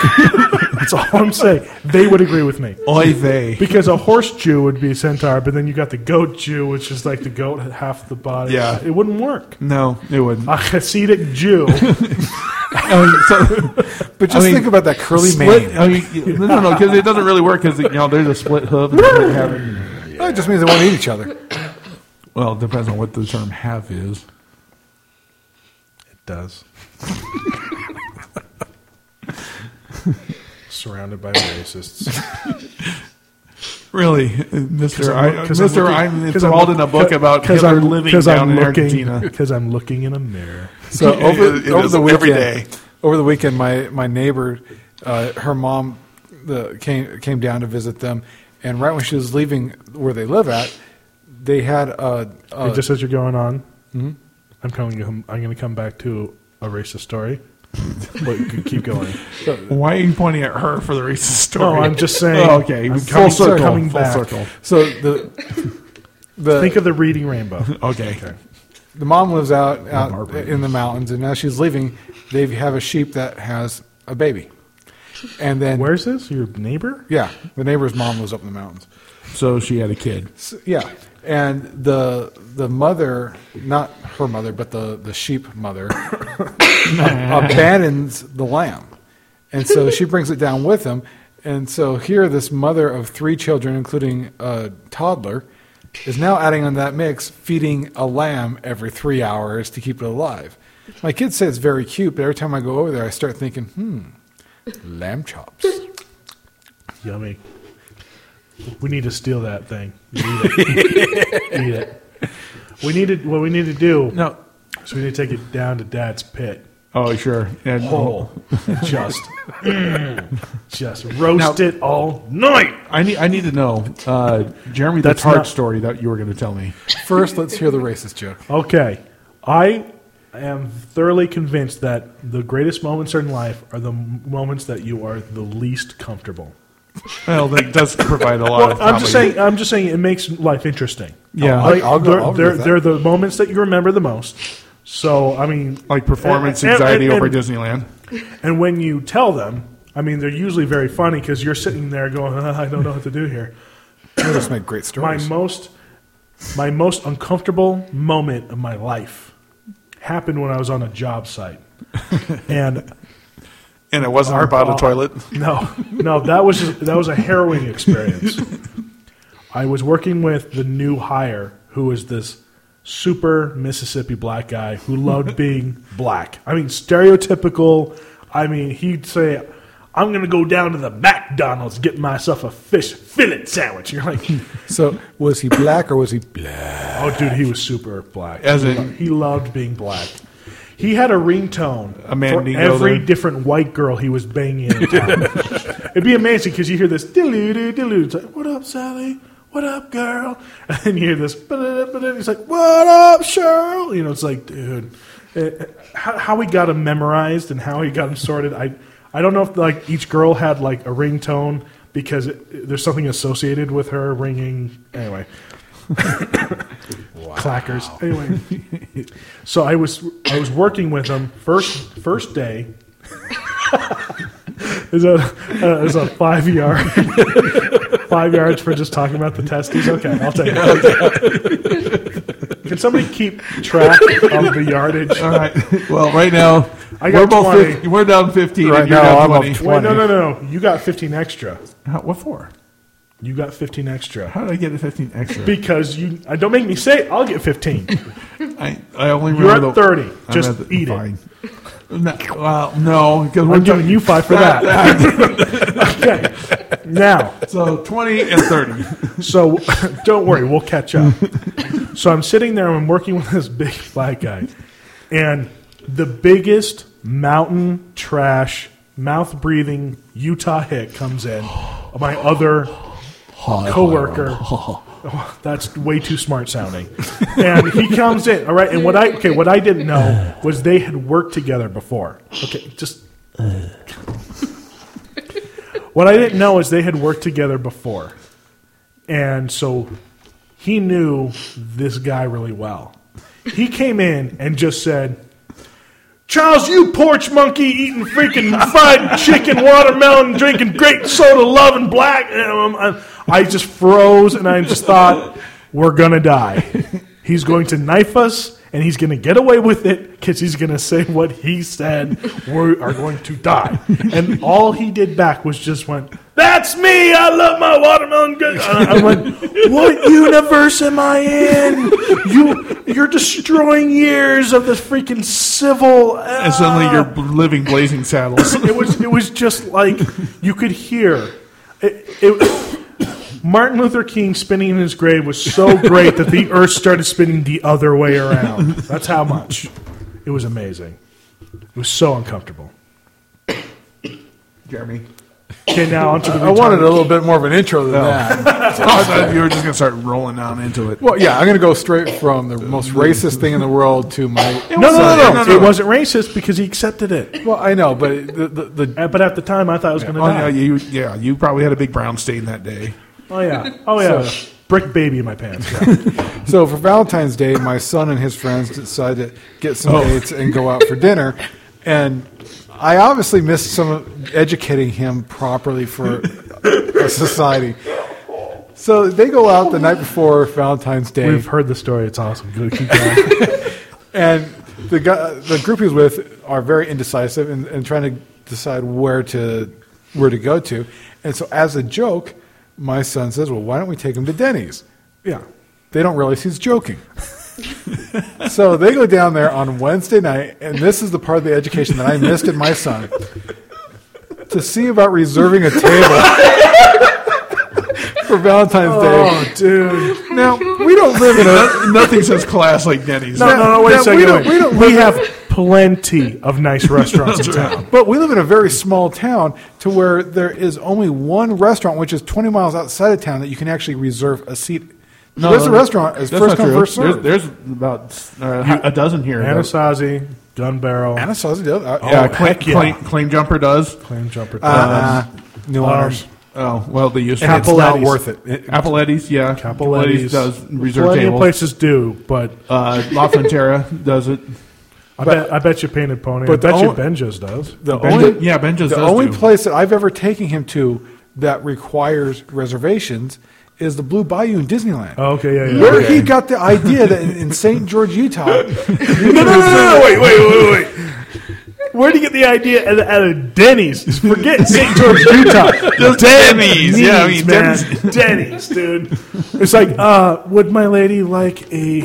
Speaker 1: That's all I'm saying. They would agree with me.
Speaker 4: Oy vey.
Speaker 1: Because a horse Jew would be a centaur, but then you got the goat Jew, which is like the goat had half the body.
Speaker 4: Yeah.
Speaker 1: It wouldn't work.
Speaker 4: No, it wouldn't.
Speaker 1: A Hasidic Jew. Oh,
Speaker 4: Um, so-
Speaker 2: But just
Speaker 4: I mean,
Speaker 2: think about that curly
Speaker 4: split,
Speaker 2: mane.
Speaker 4: I mean, no, no, no, because it doesn't really work because you know there's a split hoof. And split have,
Speaker 2: Well, It just means they won't eat each other.
Speaker 4: well, it depends on what the term "have" is.
Speaker 1: does. Surrounded by racists.
Speaker 4: Really, Mister,
Speaker 1: I'm
Speaker 4: I,
Speaker 1: look- 'cause I'm
Speaker 4: Mister,
Speaker 1: looking-
Speaker 4: I'm
Speaker 1: 'cause
Speaker 4: it's
Speaker 1: I'm
Speaker 4: all in
Speaker 1: look-
Speaker 4: a book about Hitler
Speaker 1: I'm
Speaker 4: living
Speaker 1: because
Speaker 4: down
Speaker 1: I'm
Speaker 4: in
Speaker 1: looking,
Speaker 4: Argentina.
Speaker 1: Because I'm looking in a mirror.
Speaker 2: So over,
Speaker 4: It
Speaker 2: over
Speaker 4: is
Speaker 2: the weekend,
Speaker 4: every day.
Speaker 2: over the weekend, my my neighbor, uh, her mom, the, came came down to visit them, and right when she was leaving where they live at, they had a, a
Speaker 4: Uh,
Speaker 1: And just as you're going on,
Speaker 4: mm-hmm.
Speaker 1: I'm calling you. I'm going to come back to a racist story. but you can keep going.
Speaker 4: Why are you pointing at her for the racist story?
Speaker 1: No, I'm just saying.
Speaker 4: Oh, okay,
Speaker 1: I'm
Speaker 4: full
Speaker 1: coming-
Speaker 4: circle,
Speaker 1: coming
Speaker 4: full
Speaker 1: back.
Speaker 4: circle.
Speaker 2: so the the
Speaker 1: Think of the reading rainbow.
Speaker 4: Okay.
Speaker 2: the mom lives out, out
Speaker 4: Barbara.
Speaker 2: in the mountains, and now she's leaving. They have a sheep that has a baby, and then
Speaker 1: Where's this? Your neighbor?
Speaker 2: yeah, the neighbor's mom lives up in the mountains.
Speaker 4: So she had a kid.
Speaker 2: So, yeah, and the the mother, not her mother, but the the sheep mother, ab- abandons the lamb, and so she brings it down with him. And so here, this mother of three children, including a toddler, is now adding on that mix, feeding a lamb every three hours to keep it alive. My kids say it's very cute, but every time I go over there, I start thinking, hmm, lamb chops.
Speaker 1: Yummy. We need to steal that thing. Eat it. Eat it. We need to, what we need to do
Speaker 4: No.
Speaker 1: So we need to take it down to Dad's pit.
Speaker 4: Oh, sure. And
Speaker 1: Whole. And just, mm, just roast it all night.
Speaker 4: I need. I need to know, uh, Jeremy,
Speaker 1: That's
Speaker 4: the tart
Speaker 1: not-
Speaker 4: story that you were going to tell me.
Speaker 2: First, let's hear the racist joke.
Speaker 1: Okay, I I am thoroughly convinced that the greatest moments in life are the m- moments that you are the least comfortable.
Speaker 5: Well, that does provide a lot
Speaker 1: Well,
Speaker 5: of.
Speaker 1: I'm just
Speaker 5: probably-
Speaker 1: saying. I'm just saying it makes life interesting.
Speaker 5: Yeah.
Speaker 1: like,
Speaker 2: I'll go-
Speaker 1: they're,
Speaker 2: I'll agree
Speaker 1: they're,
Speaker 2: with that.
Speaker 1: they're the moments that you remember the most. So I mean,
Speaker 5: Like performance
Speaker 1: and- and-
Speaker 5: anxiety
Speaker 1: and-
Speaker 5: over Disneyland.
Speaker 1: and when you tell them, I mean, they're usually very funny because you're sitting there going, "Uh, "I don't know what to do here."
Speaker 2: They just make great
Speaker 1: my
Speaker 2: stories.
Speaker 1: most my most uncomfortable moment of my life happened when I was on a job site. And
Speaker 5: And it wasn't our bottle
Speaker 1: uh,
Speaker 5: toilet.
Speaker 1: no, no, that was that was a harrowing experience. I was working with the new hire who was this super Mississippi black guy who loved being black. I mean stereotypical. I mean, he'd say, "I'm going to go down to the McDonald's get myself a fish fillet sandwich." You're like,
Speaker 2: so was he black or was he black?
Speaker 1: Oh, dude, he was super black.
Speaker 5: As
Speaker 1: he,
Speaker 5: in-
Speaker 1: lo- he loved being black. He had a ringtone
Speaker 5: A man
Speaker 1: for
Speaker 5: didn't go
Speaker 1: every
Speaker 5: there.
Speaker 1: different white girl he was banging. In town. It'd be amazing because you hear this doo doo doo It's like, "What up, Sally? What up, girl?" And then you hear this, but he's like, "What up, Cheryl?" You know, it's like, dude, eh, eh, how, how he got him memorized and how he got him sorted. I I don't know if like each girl had like a ringtone because it, there's something associated with her ringing. Anyway, clackers. Anyway, so I was I was working with him first first day. is a uh, is a five yard five yards for just talking about the testes? Okay, I'll take it. Can somebody keep track of the yardage?
Speaker 4: Uh,
Speaker 5: All right. Well, right now
Speaker 1: I
Speaker 5: we're
Speaker 1: got
Speaker 5: both
Speaker 1: 20.
Speaker 5: 50, we're down fifteen.
Speaker 2: Right
Speaker 5: and you're
Speaker 2: now,
Speaker 5: down
Speaker 2: I'm up
Speaker 5: twenty.
Speaker 2: 20.
Speaker 1: Wait, no, no, no, no. You got fifteen extra.
Speaker 5: How- what for?
Speaker 1: You got fifteen extra
Speaker 5: How did I get the fifteen extra?
Speaker 1: because you. Uh, don't make me say. it. I'll get fifteen.
Speaker 5: I, I only
Speaker 1: You're
Speaker 5: remember
Speaker 1: at
Speaker 5: the-
Speaker 1: thirty.
Speaker 5: I'm
Speaker 1: Just
Speaker 5: at the-
Speaker 1: eat it.
Speaker 5: fine. No, well, no, because we're
Speaker 1: I'm giving you five for that. okay. Now,
Speaker 5: so twenty and thirty.
Speaker 1: so don't worry, we'll catch up. So I'm sitting there, I'm working with this big black guy, and the biggest mountain trash, mouth breathing Utah hick comes in. My other coworker. Oh, that's way too smart sounding. And he comes in, all right. And what I okay, what I didn't know was they had worked together before. Okay, just what I didn't know is they had worked together before. And so he knew this guy really well. He came in and just said, Charles, you porch monkey eating freaking fried chicken, watermelon, drinking grape soda, loving black. um, um, I just froze and I just thought, we're going to die. He's going to knife us and he's going to get away with it because he's going to say what he said. We are going to die. And all he did back was just went, that's me. I love my watermelon. gu-" And I went, what universe am I in? You, you're destroying years of this freaking civil.
Speaker 5: And suddenly you're bl- living blazing saddles.
Speaker 1: It was it was just like you could hear it. it Martin Luther King spinning in his grave was so great that the earth started spinning the other way around. That's how much. It was amazing. It was so uncomfortable.
Speaker 5: Jeremy.
Speaker 1: Okay, now onto the
Speaker 2: I wanted a little bit more of an intro than that.
Speaker 5: I thought you were just gonna start rolling down into it.
Speaker 2: Well, yeah, I'm going to go straight from the most racist thing in the world to my.
Speaker 1: no, no, no, no,
Speaker 5: No, no, no.
Speaker 1: It wasn't racist because he accepted it.
Speaker 2: Well, I know, but it- the, the, the
Speaker 1: Uh, But at the time, I thought I was going to
Speaker 5: Oh, yeah,
Speaker 1: die.
Speaker 5: you, yeah, you probably had a big brown stain that day.
Speaker 1: Oh yeah, oh yeah. Brick baby in my pants.
Speaker 2: so for Valentine's Day, my son and his friends decided to get some dates and go out for dinner, and I obviously missed some of educating him properly for a society. So they go out the night before Valentine's Day.
Speaker 1: We've heard the story. It's awesome. Go keep going.
Speaker 2: and the guy, the group he's with are very indecisive and, and trying to decide where to where to go to. And so, as a joke, my son says, "Well, why don't we take him to Denny's?"
Speaker 1: Yeah.
Speaker 2: They don't realize he's joking. so they go down there on Wednesday night, and this is the part of the education that I missed in my son to see about reserving a table for Valentine's Day.
Speaker 1: Oh, dude.
Speaker 2: Now we don't live in a
Speaker 5: No- Nothing says class like Denny's.
Speaker 1: No, no, no, wait
Speaker 2: Yeah,
Speaker 1: a
Speaker 2: we
Speaker 1: second.
Speaker 2: don't-
Speaker 1: wait.
Speaker 2: we
Speaker 1: We,
Speaker 2: don't
Speaker 1: have plenty of nice restaurants in town.
Speaker 2: But we live in a very small town to where there is only one restaurant, which is 20 miles outside of town, that you can actually reserve a seat
Speaker 4: No,
Speaker 2: there's a
Speaker 4: no,
Speaker 2: restaurant. It's
Speaker 4: that's
Speaker 2: first
Speaker 4: not
Speaker 2: come,
Speaker 4: true.
Speaker 2: first served.
Speaker 4: There's, there's about uh, a dozen here. though.
Speaker 1: Anasazi, Gun Barrel,
Speaker 2: Anna sausage. Yeah, uh,
Speaker 5: yeah,
Speaker 2: yeah.
Speaker 5: claim,
Speaker 1: heck yeah.
Speaker 5: Claim, claim jumper does.
Speaker 1: Claim Jumper.
Speaker 2: Uh, no honors.
Speaker 5: Oh well, they used
Speaker 2: and it's not
Speaker 5: Capoletti's.
Speaker 2: worth it. It-
Speaker 5: Capoletti's, yeah.
Speaker 1: Capoletti's
Speaker 5: does reserve
Speaker 1: Plenty of
Speaker 5: tables.
Speaker 1: places do, but
Speaker 5: Uh, La Frontera does it.
Speaker 1: I bet I bet you Painted Pony.
Speaker 2: but the
Speaker 1: But I bet you
Speaker 2: only-
Speaker 1: Benjo's does.
Speaker 2: the
Speaker 5: Benja-
Speaker 2: only,
Speaker 5: yeah, Benja's
Speaker 2: The
Speaker 5: does
Speaker 2: only
Speaker 5: do.
Speaker 2: place that I've ever taken him to that requires reservations is the Blue Bayou in Disneyland.
Speaker 1: Oh, okay, yeah, yeah.
Speaker 2: Where
Speaker 1: okay.
Speaker 2: he got the idea that in, in St. George, Utah, you
Speaker 1: No,
Speaker 2: can
Speaker 1: no, no, no,
Speaker 2: reserve-
Speaker 1: wait, wait, wait, wait. Where do you get the idea out of, out of Denny's? Forget St. George, Utah.
Speaker 5: Denny's, yeah, I mean,
Speaker 1: man. Denny's, dude. It's like, uh, would my lady like a?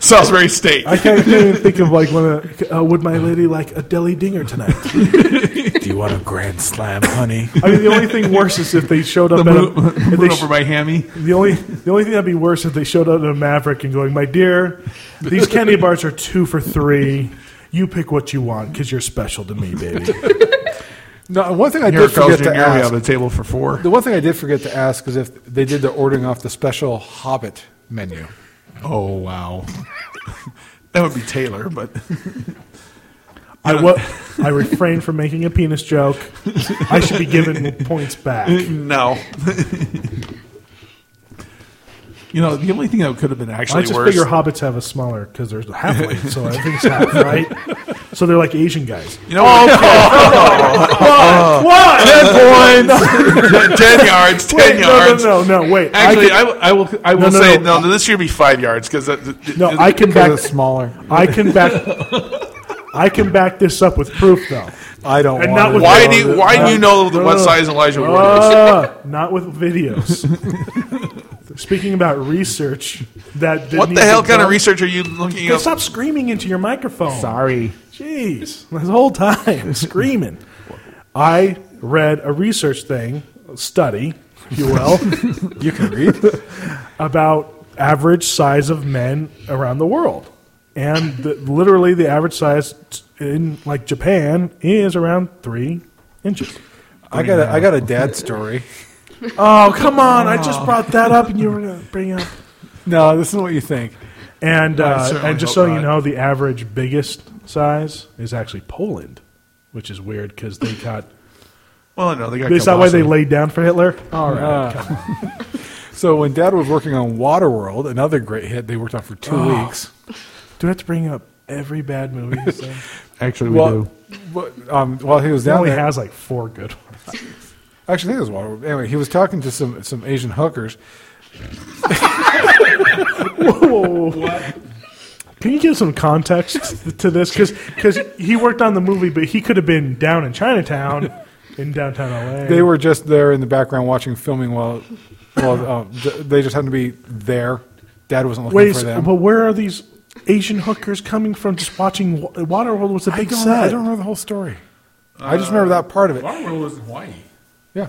Speaker 5: Salisbury Steak.
Speaker 1: I can't even think of like one of. Uh, would my lady like a deli dinger tonight?
Speaker 2: Do you want a grand slam, honey?
Speaker 1: I mean, the only thing worse is if they showed up.
Speaker 5: The
Speaker 1: at
Speaker 5: moon,
Speaker 1: a, if
Speaker 5: moon
Speaker 1: they sh-
Speaker 5: over my hammy.
Speaker 1: the only the only thing that'd be worse if they showed up at a Maverick and going, "My dear, these candy bars are two for three. You pick what you want because you're special to me, baby."
Speaker 2: No, and one thing I
Speaker 5: Here
Speaker 2: did
Speaker 5: at Carl's
Speaker 2: forget to
Speaker 5: Jr. We have
Speaker 2: ask.
Speaker 5: a table for four.
Speaker 2: The one thing I did forget to ask is if they did the ordering off the special Hobbit menu.
Speaker 5: Oh wow, that would be Taylor, but
Speaker 1: I wa- I refrain from making a penis joke. I should be given points back.
Speaker 5: no. you know, the only thing that could have been
Speaker 1: I
Speaker 5: actually
Speaker 1: just
Speaker 5: worse.
Speaker 1: figure hobbits have a smaller because they're halfway, so everything's half, right? So they're like Asian guys.
Speaker 5: you know, oh, Uh,
Speaker 1: Ten points.
Speaker 5: ten yards,
Speaker 1: no,
Speaker 5: ten yards.
Speaker 1: no, no, no. Wait,
Speaker 5: Actually, I, will- I will. I will
Speaker 1: No, no,
Speaker 5: say
Speaker 1: no.
Speaker 5: no. This year be five yards because
Speaker 1: no, I can
Speaker 2: Because
Speaker 1: back.
Speaker 2: it's smaller.
Speaker 1: I can back. I can back this up with proof, though.
Speaker 2: I don't
Speaker 1: And
Speaker 2: want
Speaker 1: not
Speaker 2: it.
Speaker 1: with-
Speaker 5: Why do you, why do you know
Speaker 1: no,
Speaker 5: the what
Speaker 1: no.
Speaker 5: size Elijah Wood is?
Speaker 1: Uh, not with videos. Speaking about research, that didn't
Speaker 5: What the
Speaker 1: even
Speaker 5: hell kind of
Speaker 1: come-
Speaker 5: research are you looking
Speaker 1: Hey,
Speaker 5: up?
Speaker 1: Stop screaming into your microphone.
Speaker 4: Sorry.
Speaker 1: Jeez, this whole time screaming. I read a research thing, a study, if you will,
Speaker 2: You can read.
Speaker 1: about average size of men around the world, and the, literally the average size in like Japan is around three inches.
Speaker 2: I got a, I got a dad story.
Speaker 1: Oh come on! I just brought that up, and you were gonna bring up.
Speaker 2: No, this is what you think.
Speaker 1: And
Speaker 5: I
Speaker 1: uh,
Speaker 5: certainly
Speaker 1: and just so
Speaker 5: hope
Speaker 1: you
Speaker 5: not.
Speaker 1: know, the average biggest size is actually Poland, which is weird because they got.
Speaker 5: Well, Oh, no, they got.
Speaker 1: Is that why they
Speaker 5: kielbasa.
Speaker 1: laid down for Hitler?
Speaker 2: All right. So when Dad was working on Waterworld, another great hit they worked on for two
Speaker 1: Oh,
Speaker 2: weeks.
Speaker 1: Do we have to bring up every bad movie? he's in?
Speaker 4: Actually, we
Speaker 2: Well,
Speaker 4: do.
Speaker 2: what- um, while he was
Speaker 1: he
Speaker 2: down
Speaker 1: only
Speaker 2: there,
Speaker 1: has like four good ones.
Speaker 2: actually, I think it was Waterworld. Anyway, he was talking to some some Asian hookers.
Speaker 1: Can you give some context to this? Because he worked on the movie, but he could have been down in Chinatown, in downtown LA.
Speaker 2: They were just there in the background watching filming while, while um, th- they just happened to be there. Dad wasn't looking
Speaker 1: Wait,
Speaker 2: for them.
Speaker 1: but where are these Asian hookers coming from? Just watching Wa- Waterworld was a
Speaker 2: I
Speaker 1: big
Speaker 2: don't,
Speaker 1: set.
Speaker 2: I don't know the whole story. I just remember that part of it.
Speaker 5: Waterworld was in Hawaii.
Speaker 2: Yeah,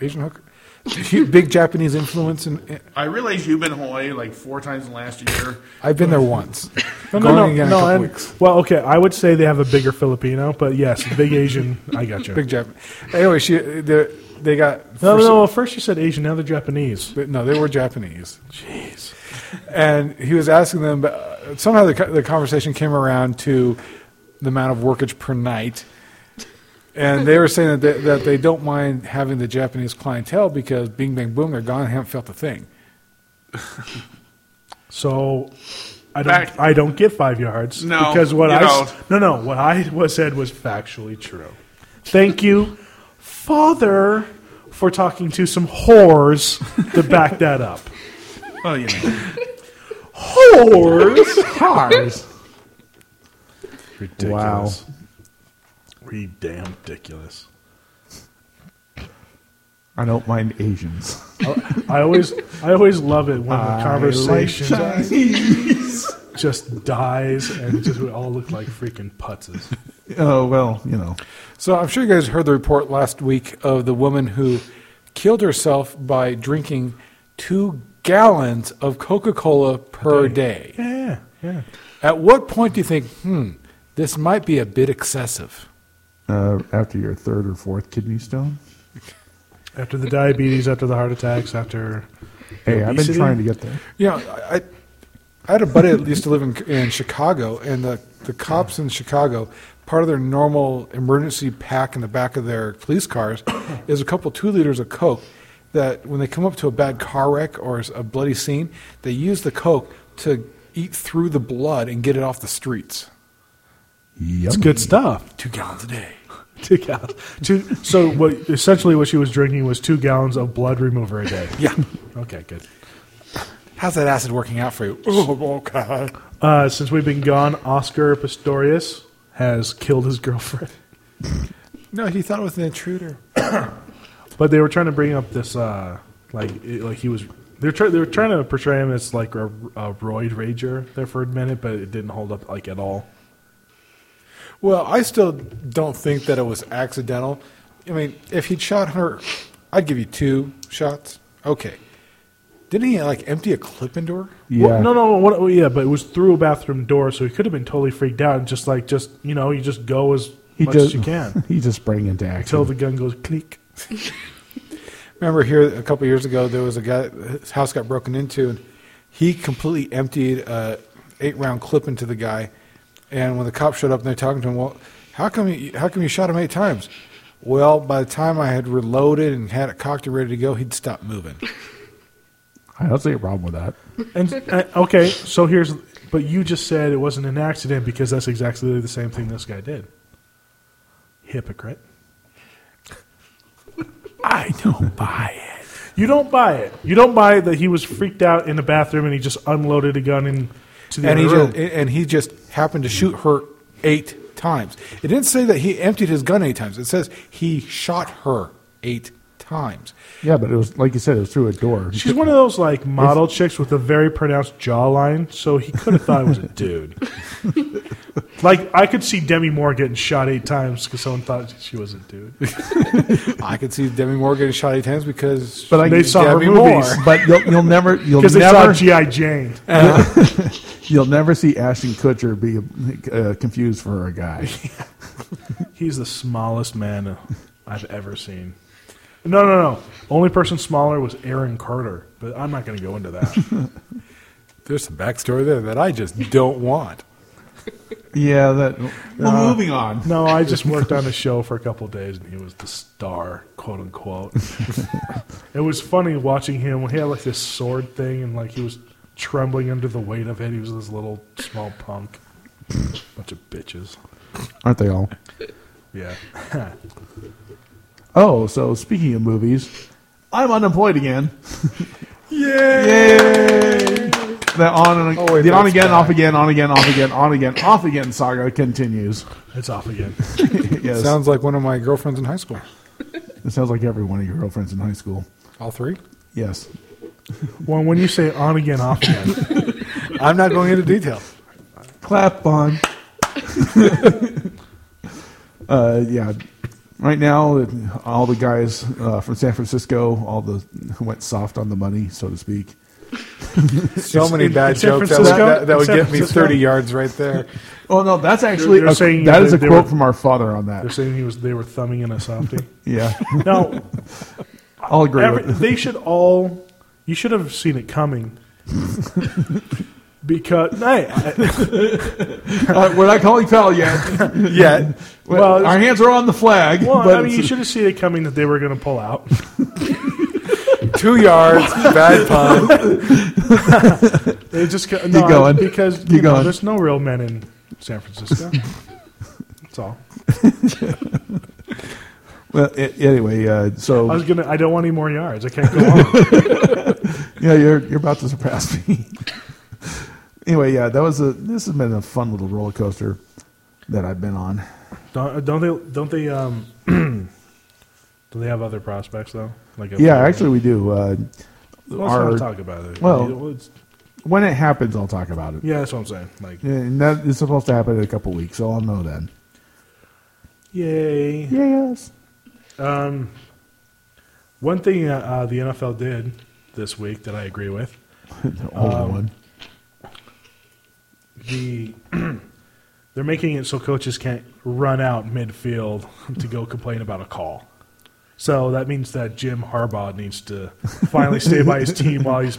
Speaker 2: Asian hooker, Huge- big Japanese influence, and
Speaker 5: I realize you've been in Hawaii like four times in the last year.
Speaker 2: I've been there once.
Speaker 1: No,
Speaker 2: Going
Speaker 1: no,
Speaker 2: again in
Speaker 1: no,
Speaker 2: a
Speaker 1: no.
Speaker 2: couple
Speaker 1: and-
Speaker 2: weeks.
Speaker 1: Well, okay, I would say they have a bigger Filipino, but yes, big Asian. I got you.
Speaker 2: Big Japanese. Anyway, she they they got
Speaker 1: no,
Speaker 2: for
Speaker 1: no,
Speaker 2: some-
Speaker 1: no. Well, first you said Asian, now they're Japanese.
Speaker 2: But no, they were Japanese. Jeez. And he was asking them, but uh, somehow the, co- the conversation came around to the amount of workage per night. And they were saying that they, that they don't mind having the Japanese clientele because bing, bang, boom, they're gone and haven't felt a thing.
Speaker 1: So I don't
Speaker 5: Back-
Speaker 1: I don't get five yards.
Speaker 5: No,
Speaker 1: because what
Speaker 5: you
Speaker 1: I s- no no what I was said was factually true. Thank you, Father, for talking to some whores to back that up.
Speaker 5: Well, you know.
Speaker 1: Whores,
Speaker 4: Cars.
Speaker 1: ridiculous, re damn ridiculous.
Speaker 4: I don't mind Asians.
Speaker 1: I always I always love it when the conversation just dies and just we all look like freaking putzes.
Speaker 4: Oh well, you know.
Speaker 2: So I'm sure you guys heard the report last week of the woman who killed herself by drinking two gallons of Coca Cola per day.
Speaker 1: Yeah, yeah.
Speaker 2: At what point do you think, hmm, this might be a bit excessive?
Speaker 4: Uh, after your third or fourth kidney stone,
Speaker 1: After the diabetes, after the heart attacks, after.
Speaker 7: Hey, I've been
Speaker 1: obesity?
Speaker 7: trying to get there.
Speaker 2: Yeah, I, I- I had a buddy that used to live in, in Chicago, and the, the cops in Chicago, part of their normal emergency pack in the back of their police cars is a couple two liters of Coke that when they come up to a bad car wreck or a bloody scene, they use the Coke to eat through the blood and get it off the streets.
Speaker 1: It's good stuff.
Speaker 2: Two gallons a day.
Speaker 1: Two gallons. Two, so what? Essentially, what she was drinking was two gallons of blood remover a day.
Speaker 2: Yeah.
Speaker 1: Okay, good.
Speaker 2: How's that acid working out for you? Oh, okay.
Speaker 1: Uh, since we've been gone, Oscar Pistorius has killed his girlfriend.
Speaker 2: No, he thought it was an intruder.
Speaker 1: But they were trying to bring up this, uh, like, it, like he was. They were, try, they were trying to portray him as like a, a roid rager there for a minute, but it didn't hold up like at all.
Speaker 2: Well, I still don't think that it was accidental. I mean, if he'd shot her, I'd give you two shots. Okay. Didn't he like empty a clip into her?
Speaker 7: Yeah.
Speaker 1: Well, no, no, no. What, well, yeah, but it was through a bathroom door, so he could have been totally freaked out and just like, just you know, you just go as
Speaker 7: He
Speaker 1: much
Speaker 7: does.
Speaker 1: as you can
Speaker 7: He just sprang into
Speaker 1: until
Speaker 7: action.
Speaker 1: the gun goes click.
Speaker 2: Remember here a couple years ago, there was a guy his house got broken into, and he completely emptied a eight round clip into the guy. And when the cops showed up and they're talking to him, well, how come you how come you shot him eight times? Well, by the time I had reloaded and had it cocked and ready to go, he'd stopped moving.
Speaker 7: I don't see a problem with that.
Speaker 1: And uh, okay, so here's. But you just said it wasn't an accident because that's exactly the same thing this guy did. Hypocrite.
Speaker 5: I don't buy it.
Speaker 1: You don't buy it. You don't buy that he was freaked out in the bathroom and he just unloaded a gun into the
Speaker 2: and he
Speaker 1: other room.
Speaker 2: just, and he just happened to shoot her eight times. It didn't say that he emptied his gun eight times. It says he shot her eight times.
Speaker 7: Yeah, but it was like you said, it was through a door.
Speaker 1: She's one of those like model chicks with a very pronounced jawline, so he could have thought it was a dude. like I could see Demi Moore getting shot eight times because someone thought she was a dude.
Speaker 2: I could see Demi Moore getting shot eight times because
Speaker 7: But I-
Speaker 1: They saw
Speaker 2: Demi
Speaker 1: her
Speaker 2: Moore.
Speaker 1: movies
Speaker 7: But you'll, you'll never, you'll
Speaker 1: because they saw
Speaker 7: never,
Speaker 1: GI Jane.
Speaker 7: you'll never see Ashton Kutcher be uh, confused for a guy.
Speaker 1: He's the smallest man I've ever seen. No, no, no. Only person smaller was Aaron Carter, but I'm not going to go into that.
Speaker 2: there's some backstory there that I just don't want.
Speaker 7: yeah, that.
Speaker 5: Well,
Speaker 2: Uh,
Speaker 5: moving on.
Speaker 1: no, I just worked on a show for a couple of days, and he was the star, quote unquote. it was funny watching him. He had like this sword thing, and like he was trembling under the weight of it. He was this little small punk, bunch of bitches.
Speaker 7: Aren't they all?
Speaker 1: Yeah,
Speaker 7: Oh, so speaking of movies, I'm unemployed again. Yay! The on and
Speaker 2: Oh, wait,
Speaker 7: the on
Speaker 2: that's
Speaker 7: again,
Speaker 2: back.
Speaker 7: off again, on again, off again, on again, off again saga continues.
Speaker 1: it's off again.
Speaker 7: yes,
Speaker 2: Sounds like one of my girlfriends in high school.
Speaker 7: it sounds like every one of your girlfriends in high school.
Speaker 2: All three.
Speaker 7: Yes,
Speaker 1: Well, when you say on again, off again,
Speaker 2: I'm not going into detail.
Speaker 7: clap on. uh, yeah, right now all the guys uh, from San Francisco, all the who went soft on the money, so to speak.
Speaker 2: So many
Speaker 1: in- in
Speaker 2: bad
Speaker 1: San
Speaker 2: jokes that,
Speaker 1: Francisco?
Speaker 2: that- that would
Speaker 1: San
Speaker 2: get me
Speaker 1: Francisco?
Speaker 2: 30 yards right there.
Speaker 7: Oh no, that's actually
Speaker 1: they're
Speaker 7: a-
Speaker 1: saying
Speaker 7: that is
Speaker 1: they-
Speaker 7: a
Speaker 1: they
Speaker 7: quote
Speaker 1: were-
Speaker 7: from our father on
Speaker 1: they're
Speaker 7: that.
Speaker 1: saying he was they were thumbing in a softie.
Speaker 7: Yeah,
Speaker 1: No,
Speaker 7: I'll agree.
Speaker 1: Every,
Speaker 7: with
Speaker 1: they should all. You should have seen it coming. because hey, I-
Speaker 7: Uh, we're not calling foul yet.
Speaker 2: Yeah.
Speaker 1: Well,
Speaker 7: well, our hands are on the flag.
Speaker 1: well,
Speaker 7: but
Speaker 1: I mean, you
Speaker 7: it's-
Speaker 1: should have seen it coming that they were going to pull out.
Speaker 2: Two yards, bad pun.
Speaker 1: They just go- no,
Speaker 7: going.
Speaker 1: because
Speaker 7: Keep
Speaker 1: you know,
Speaker 7: going.
Speaker 1: there's no real men in San Francisco. That's all.
Speaker 7: Well, a- anyway, uh,
Speaker 1: I
Speaker 7: so
Speaker 1: was gonna. I don't want any more yards. I can't go on.
Speaker 7: yeah, you're you're about to surpass me. anyway, yeah, that was a. This has been a fun little roller coaster that I've been on.
Speaker 1: Don't, don't they? Don't they? Um, do they have other prospects though? Like
Speaker 7: Yeah, actually, we do. Uh,
Speaker 1: let's
Speaker 7: our-
Speaker 1: not talk about it.
Speaker 7: well-
Speaker 1: It's-
Speaker 7: when it happens, I'll talk about it.
Speaker 1: yeah, that's what I'm saying. Like,
Speaker 7: And that is supposed to happen in a couple weeks, so I'll know then.
Speaker 1: yay.
Speaker 7: Yes.
Speaker 1: Um, one thing uh, uh, the NFL did this week that I agree with
Speaker 7: Hold on.
Speaker 1: the they're making it so coaches can't run out midfield to go complain about a call. So that means that Jim Harbaugh needs to finally stay by his team while he's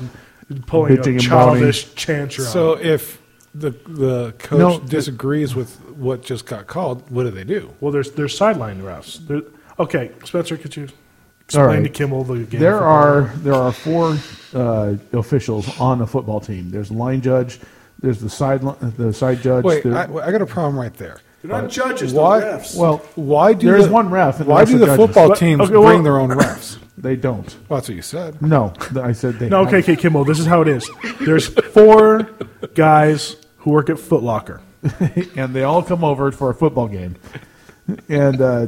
Speaker 1: pulling
Speaker 5: Bitching
Speaker 1: a
Speaker 5: and
Speaker 1: childish chanter.
Speaker 2: So
Speaker 1: So
Speaker 2: if the the coach
Speaker 5: No, the-
Speaker 2: disagrees with what just got called, what do they do?
Speaker 1: well, there's there's sideline refs. There, okay, Spencer, could you
Speaker 5: All
Speaker 1: explain
Speaker 5: right.
Speaker 1: to Kimmel the game?
Speaker 5: There
Speaker 1: football?
Speaker 5: are there are four uh, officials on the football team. There's the line judge. There's the side li- the side judge.
Speaker 2: Wait,
Speaker 5: there-
Speaker 2: I, I got a problem right there.
Speaker 8: They're not judges,
Speaker 2: Why-
Speaker 8: they're refs.
Speaker 5: well,
Speaker 2: Why do
Speaker 5: There is
Speaker 2: the-
Speaker 5: one ref and the
Speaker 2: Why
Speaker 5: rest
Speaker 2: do
Speaker 5: are
Speaker 2: the
Speaker 5: judges.
Speaker 2: football
Speaker 1: But-
Speaker 2: teams
Speaker 1: okay, well-
Speaker 2: bring their own refs?
Speaker 5: they don't.
Speaker 2: Well, that's what you said.
Speaker 5: No, th- I said they.
Speaker 1: No,
Speaker 5: have-
Speaker 1: okay, okay, Kimmel. This is how it is. There's four guys who work at Foot Locker.
Speaker 5: and they all come over for a football game. And uh,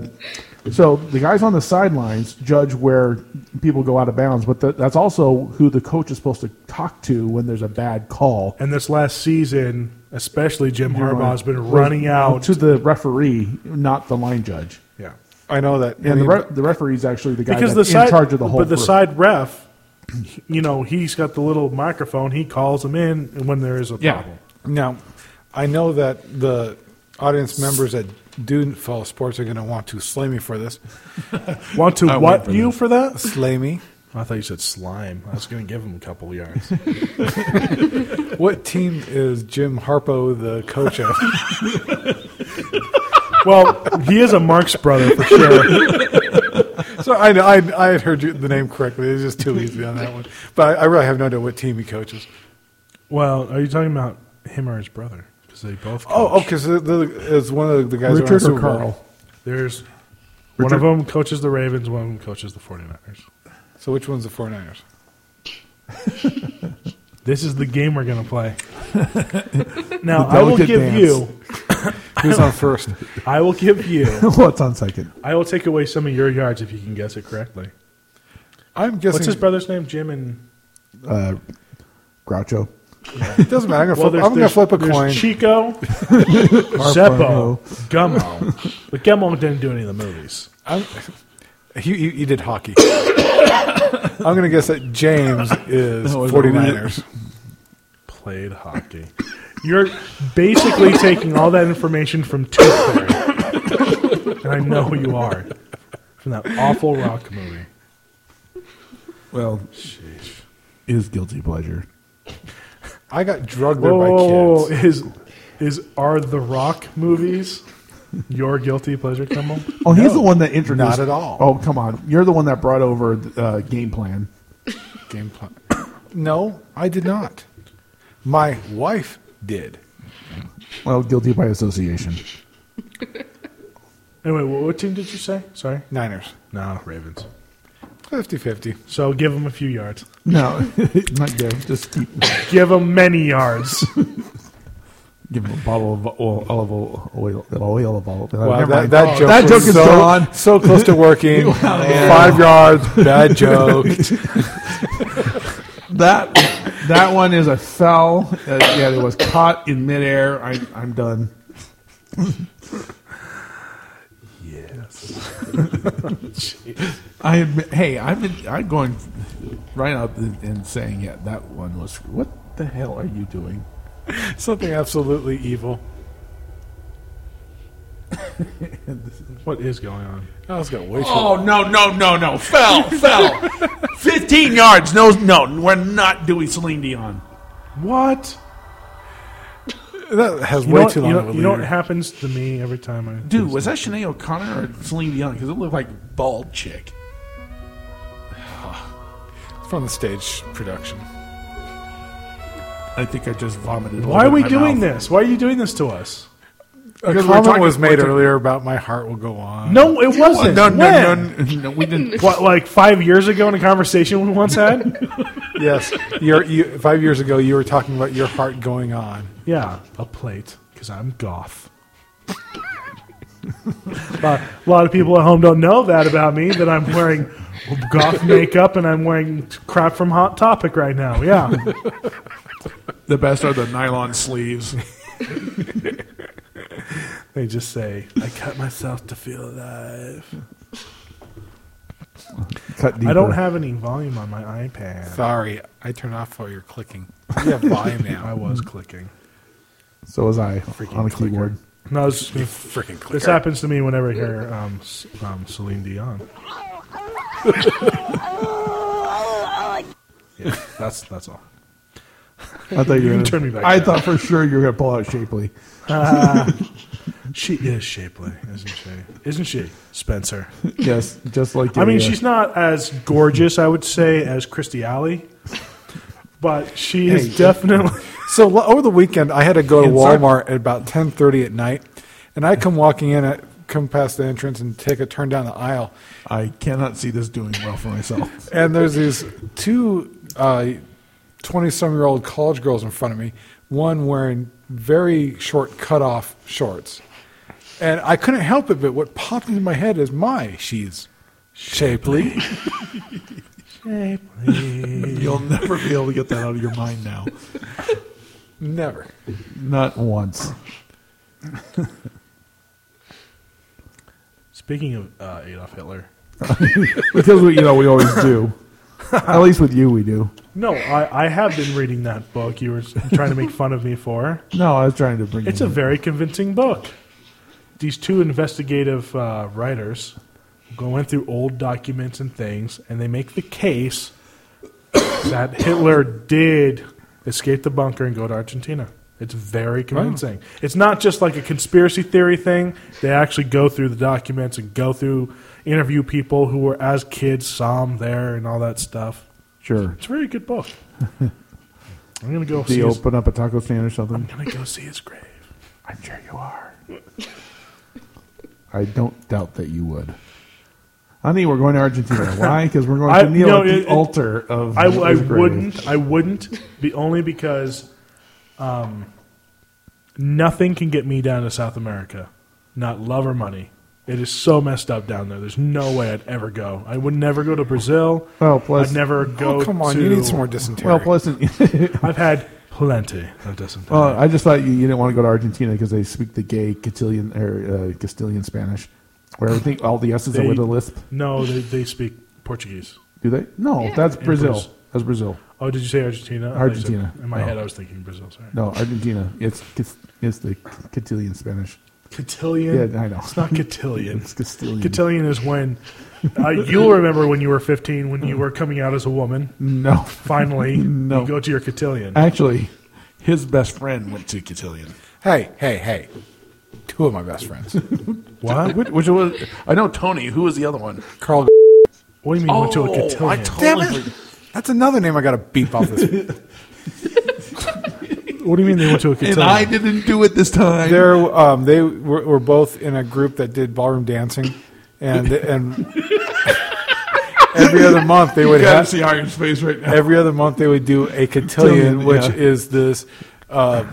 Speaker 5: so the guys on the sidelines judge where people go out of bounds, but th that's also who the coach is supposed to talk to when there's a bad call.
Speaker 1: And this last season, especially Jim Harbaugh has been
Speaker 5: Or-
Speaker 1: running out.
Speaker 5: to the referee, not the line judge.
Speaker 1: Yeah,
Speaker 2: I know that. I
Speaker 5: And
Speaker 2: mean,
Speaker 5: the, re- the referee is actually the guy
Speaker 1: because the
Speaker 5: that's
Speaker 1: side,
Speaker 5: in charge of the whole.
Speaker 1: but the
Speaker 5: group.
Speaker 1: side ref, you know, he's got the little microphone. He calls them in when there is a
Speaker 5: Yeah.
Speaker 1: problem.
Speaker 2: now, I know that the audience members that do follow sports are going to want to slay me for this.
Speaker 1: Want to
Speaker 4: I went
Speaker 1: what
Speaker 4: for
Speaker 1: you for that?
Speaker 2: Slay me.
Speaker 1: I thought you said slime. I was going to give him a couple yards.
Speaker 2: What team is Jim Harpo the coach of?
Speaker 1: well, he is a Marx brother for sure.
Speaker 2: so I, know- I I had heard you, the name correctly. It's just too easy on that one. But I, I really have no idea what team he coaches.
Speaker 1: Well, are you talking about him or his brother? Because they both. Coach.
Speaker 2: Oh, oh, because it's one of the guys. that are on
Speaker 5: Richard or
Speaker 2: Super Bowl.
Speaker 5: Carl?
Speaker 1: There's one of them coaches the Ravens, one of them coaches the 49ers.
Speaker 2: So which one's the 49ers?
Speaker 1: This is the game we're going to play. now,
Speaker 5: The
Speaker 1: I will
Speaker 5: delicate
Speaker 1: give
Speaker 5: dance.
Speaker 1: you,
Speaker 2: Who's on first?
Speaker 1: I will give you,
Speaker 5: What's on second?
Speaker 1: I will take away some of your yards if you can guess it correctly.
Speaker 2: I'm guessing.
Speaker 1: What's his brother's name? Jim and.
Speaker 5: Uh, Groucho.
Speaker 2: It doesn't matter. I'm gonna
Speaker 1: Well,
Speaker 2: flip,
Speaker 1: there's,
Speaker 2: I'm gonna
Speaker 1: there's-
Speaker 2: flip a
Speaker 1: there's
Speaker 2: coin.
Speaker 1: Chico, Zeppo, Gummo. But Gummo didn't do any of the movies.
Speaker 2: I'm, you, you, you did hockey. I'm gonna guess that James is
Speaker 4: That was a
Speaker 2: 49ers.
Speaker 1: Played hockey. You're basically taking all that information from Tooth Fairy. and I know you are. From that awful rock movie.
Speaker 5: Well, is guilty pleasure.
Speaker 2: I got drugged there
Speaker 1: Whoa,
Speaker 2: by
Speaker 1: whoa, whoa,
Speaker 2: kids.
Speaker 1: is is are the Rock movies your guilty pleasure, Kimmel?
Speaker 5: Oh, he's the one that introduced.
Speaker 2: not at all.
Speaker 5: Oh, come on! You're the one that brought over uh, game plan.
Speaker 2: Game plan. No, I did not. My wife did.
Speaker 5: Well,
Speaker 7: Oh,
Speaker 5: guilty by association.
Speaker 1: Anyway, what, what team did you say? Sorry,
Speaker 2: Niners.
Speaker 1: no Ravens.
Speaker 2: 50-50.
Speaker 1: So give them a few yards.
Speaker 5: No, not there. Just keep,
Speaker 1: Give them many yards.
Speaker 5: give him a bottle of oil, olive oil, oil, oil of olive.
Speaker 2: Wow,
Speaker 5: never
Speaker 2: that,
Speaker 5: mind.
Speaker 2: that joke,
Speaker 5: that
Speaker 2: was
Speaker 5: joke is
Speaker 2: so,
Speaker 5: gone.
Speaker 2: So close to working. Five yards. Bad joke.
Speaker 5: That that one is a foul. Uh, yeah, it was caught in midair. I, I'm done. yes. I admit, hey, I'm I'm going right out and and saying, yeah, that one was. What the hell are you doing?
Speaker 2: Something absolutely evil.
Speaker 1: what is going on?
Speaker 2: I was going way too
Speaker 4: Oh no no no no! Fell fell. Fifteen yards. No no. We're not doing Celine Dion.
Speaker 1: What?
Speaker 2: That has
Speaker 1: You
Speaker 2: way
Speaker 1: know, what-
Speaker 2: too long
Speaker 1: you,
Speaker 2: of
Speaker 1: know,
Speaker 2: a
Speaker 1: you know what
Speaker 2: leader.
Speaker 1: happens to me every time I
Speaker 4: Dude, was that Sinead O'Connor or Celine Dion? Because it looked like bald chick.
Speaker 2: from the stage production.
Speaker 4: I think I just vomited.
Speaker 1: Why are we doing this? Why are you doing this to us?
Speaker 2: A
Speaker 4: Because we're
Speaker 2: comment
Speaker 4: talking-
Speaker 2: was
Speaker 4: we're
Speaker 2: made
Speaker 4: talking-
Speaker 2: earlier about my heart will go on.
Speaker 1: No, it wasn't.
Speaker 4: No, no, no,
Speaker 1: When?
Speaker 4: no, no, we didn't.
Speaker 1: What, like five years ago in a conversation we once had?
Speaker 2: Yes, you're, you, five years ago you were talking about your heart going on.
Speaker 1: Yeah, a plate because I'm goth. But a lot of people at home don't know that about me that I'm wearing goth makeup and I'm wearing crap from Hot Topic right now. Yeah,
Speaker 4: The best are the nylon sleeves.
Speaker 1: they just say I cut myself to feel alive.
Speaker 5: Cut deeper.
Speaker 1: I don't have any volume on my iPad.
Speaker 2: Sorry, I turned off while you're clicking. You have volume
Speaker 1: I
Speaker 2: now.
Speaker 1: was clicking.
Speaker 5: So was I on
Speaker 1: clicker.
Speaker 5: a keyboard.
Speaker 1: No, I was just gonna-
Speaker 2: Freaking click.
Speaker 1: this happens to me whenever I hear um, S- um, Celine Dion. Yeah, that's that's all.
Speaker 4: I thought you, were
Speaker 1: can
Speaker 4: gonna,
Speaker 1: turn me back
Speaker 4: I
Speaker 1: down.
Speaker 4: thought for sure you were going to pull out Shapley.
Speaker 1: She is shapely, isn't she? Isn't she, Spencer?
Speaker 4: Yes, just like
Speaker 1: I mean,
Speaker 4: the, uh,
Speaker 1: she's not as gorgeous, I would say, as Christy Alley, but she is
Speaker 2: Hey.
Speaker 1: definitely.
Speaker 2: So l- over the weekend, I had to go to
Speaker 1: Inside-
Speaker 2: Walmart at about ten thirty at night, and I come walking in, I come past the entrance, and take a turn down the aisle,
Speaker 4: I cannot see this doing well for myself.
Speaker 2: and there's these two twenty-some-year-old college girls in front of me. One wearing very short cutoff shorts, and I couldn't help it, but what popped into my head is, "My, she's shapely."
Speaker 4: You'll never be able to get that out of your mind now.
Speaker 2: Never.
Speaker 4: Not once.
Speaker 1: Speaking of uh, Adolf Hitler,
Speaker 4: Because we, you know we always do. At least with you, we do.
Speaker 1: no, I, I have been reading that book you were trying to make fun of me for.
Speaker 4: No, I was trying to bring.
Speaker 1: It's
Speaker 4: it
Speaker 1: a
Speaker 4: in.
Speaker 1: very convincing book. These two investigative uh, writers go in through old documents and things, and they make the case that Hitler did escape the bunker and go to Argentina. It's very convincing. It's not just like a conspiracy theory thing. They actually go through the documents and go through interview people who were as kids, saw him there, and all that stuff.
Speaker 4: sure.
Speaker 1: It's a very good book. I'm gonna go
Speaker 4: Do
Speaker 1: see.
Speaker 4: you
Speaker 1: His,
Speaker 4: open up a taco stand or something?
Speaker 1: I'm gonna go see his grave.
Speaker 4: I'm sure you are. I don't doubt that you would. Honey, we're going to Argentina. Why? Because we're going
Speaker 1: I-
Speaker 4: to kneel
Speaker 1: no,
Speaker 4: at the
Speaker 1: it- it-
Speaker 4: altar of.
Speaker 1: I, I
Speaker 4: his grave.
Speaker 1: wouldn't. I wouldn't. Be only because um, nothing can get me down to South America. Not love or money. It is so messed up down there. There's no way I'd ever go. I would never go to Brazil.
Speaker 4: Well, plus-
Speaker 1: I'd never go.
Speaker 2: oh, come on!
Speaker 1: to-
Speaker 2: You need some more dysentery.
Speaker 4: Well, plus, it-
Speaker 1: I've had plenty of dysentery.
Speaker 4: well, I just thought you, you didn't want to go to Argentina because they speak the gay Castilian or uh, Castilian Spanish, where everything all the s's are
Speaker 1: They-
Speaker 4: with a lisp.
Speaker 1: no, they, they speak Portuguese.
Speaker 4: Do they? No, that's
Speaker 1: In
Speaker 4: Brazil.
Speaker 1: Brazil.
Speaker 4: That's Brazil.
Speaker 1: Oh, did you say Argentina? I thought you said-
Speaker 4: Argentina.
Speaker 1: In my
Speaker 4: No.
Speaker 1: head, I was thinking Brazil. Sorry.
Speaker 4: No, Argentina. It's it's, it's the Castilian Spanish.
Speaker 1: Cotillion.
Speaker 4: Yeah, I know.
Speaker 1: It's not cotillion.
Speaker 4: It's Castilian.
Speaker 1: Cotillion is when uh, you'll remember when you were 15 when you were coming out as a woman.
Speaker 4: No,
Speaker 1: Finally,
Speaker 4: No.
Speaker 1: you go to your cotillion.
Speaker 4: actually,
Speaker 5: His best friend went to Cotillion.
Speaker 2: hey, hey, hey! Two of my best friends,
Speaker 1: What?
Speaker 5: Which, which was I know Tony. Who was the other one?
Speaker 2: Carl.
Speaker 1: What do you mean went to a
Speaker 5: Oh, I
Speaker 1: cotillion?
Speaker 5: totally
Speaker 2: Damn it! That's another name I got to beep off this.
Speaker 1: what do you mean they went to a cotillion?
Speaker 5: And I didn't do it this time.
Speaker 2: They're, um, they were, were both in a group that did ballroom dancing, and and every other month they would
Speaker 5: You gotta
Speaker 2: have
Speaker 5: see Iron's face right now.
Speaker 2: every other month they would do a cotillion,
Speaker 4: Cotillion,
Speaker 2: which
Speaker 4: yeah.
Speaker 2: is this. Uh,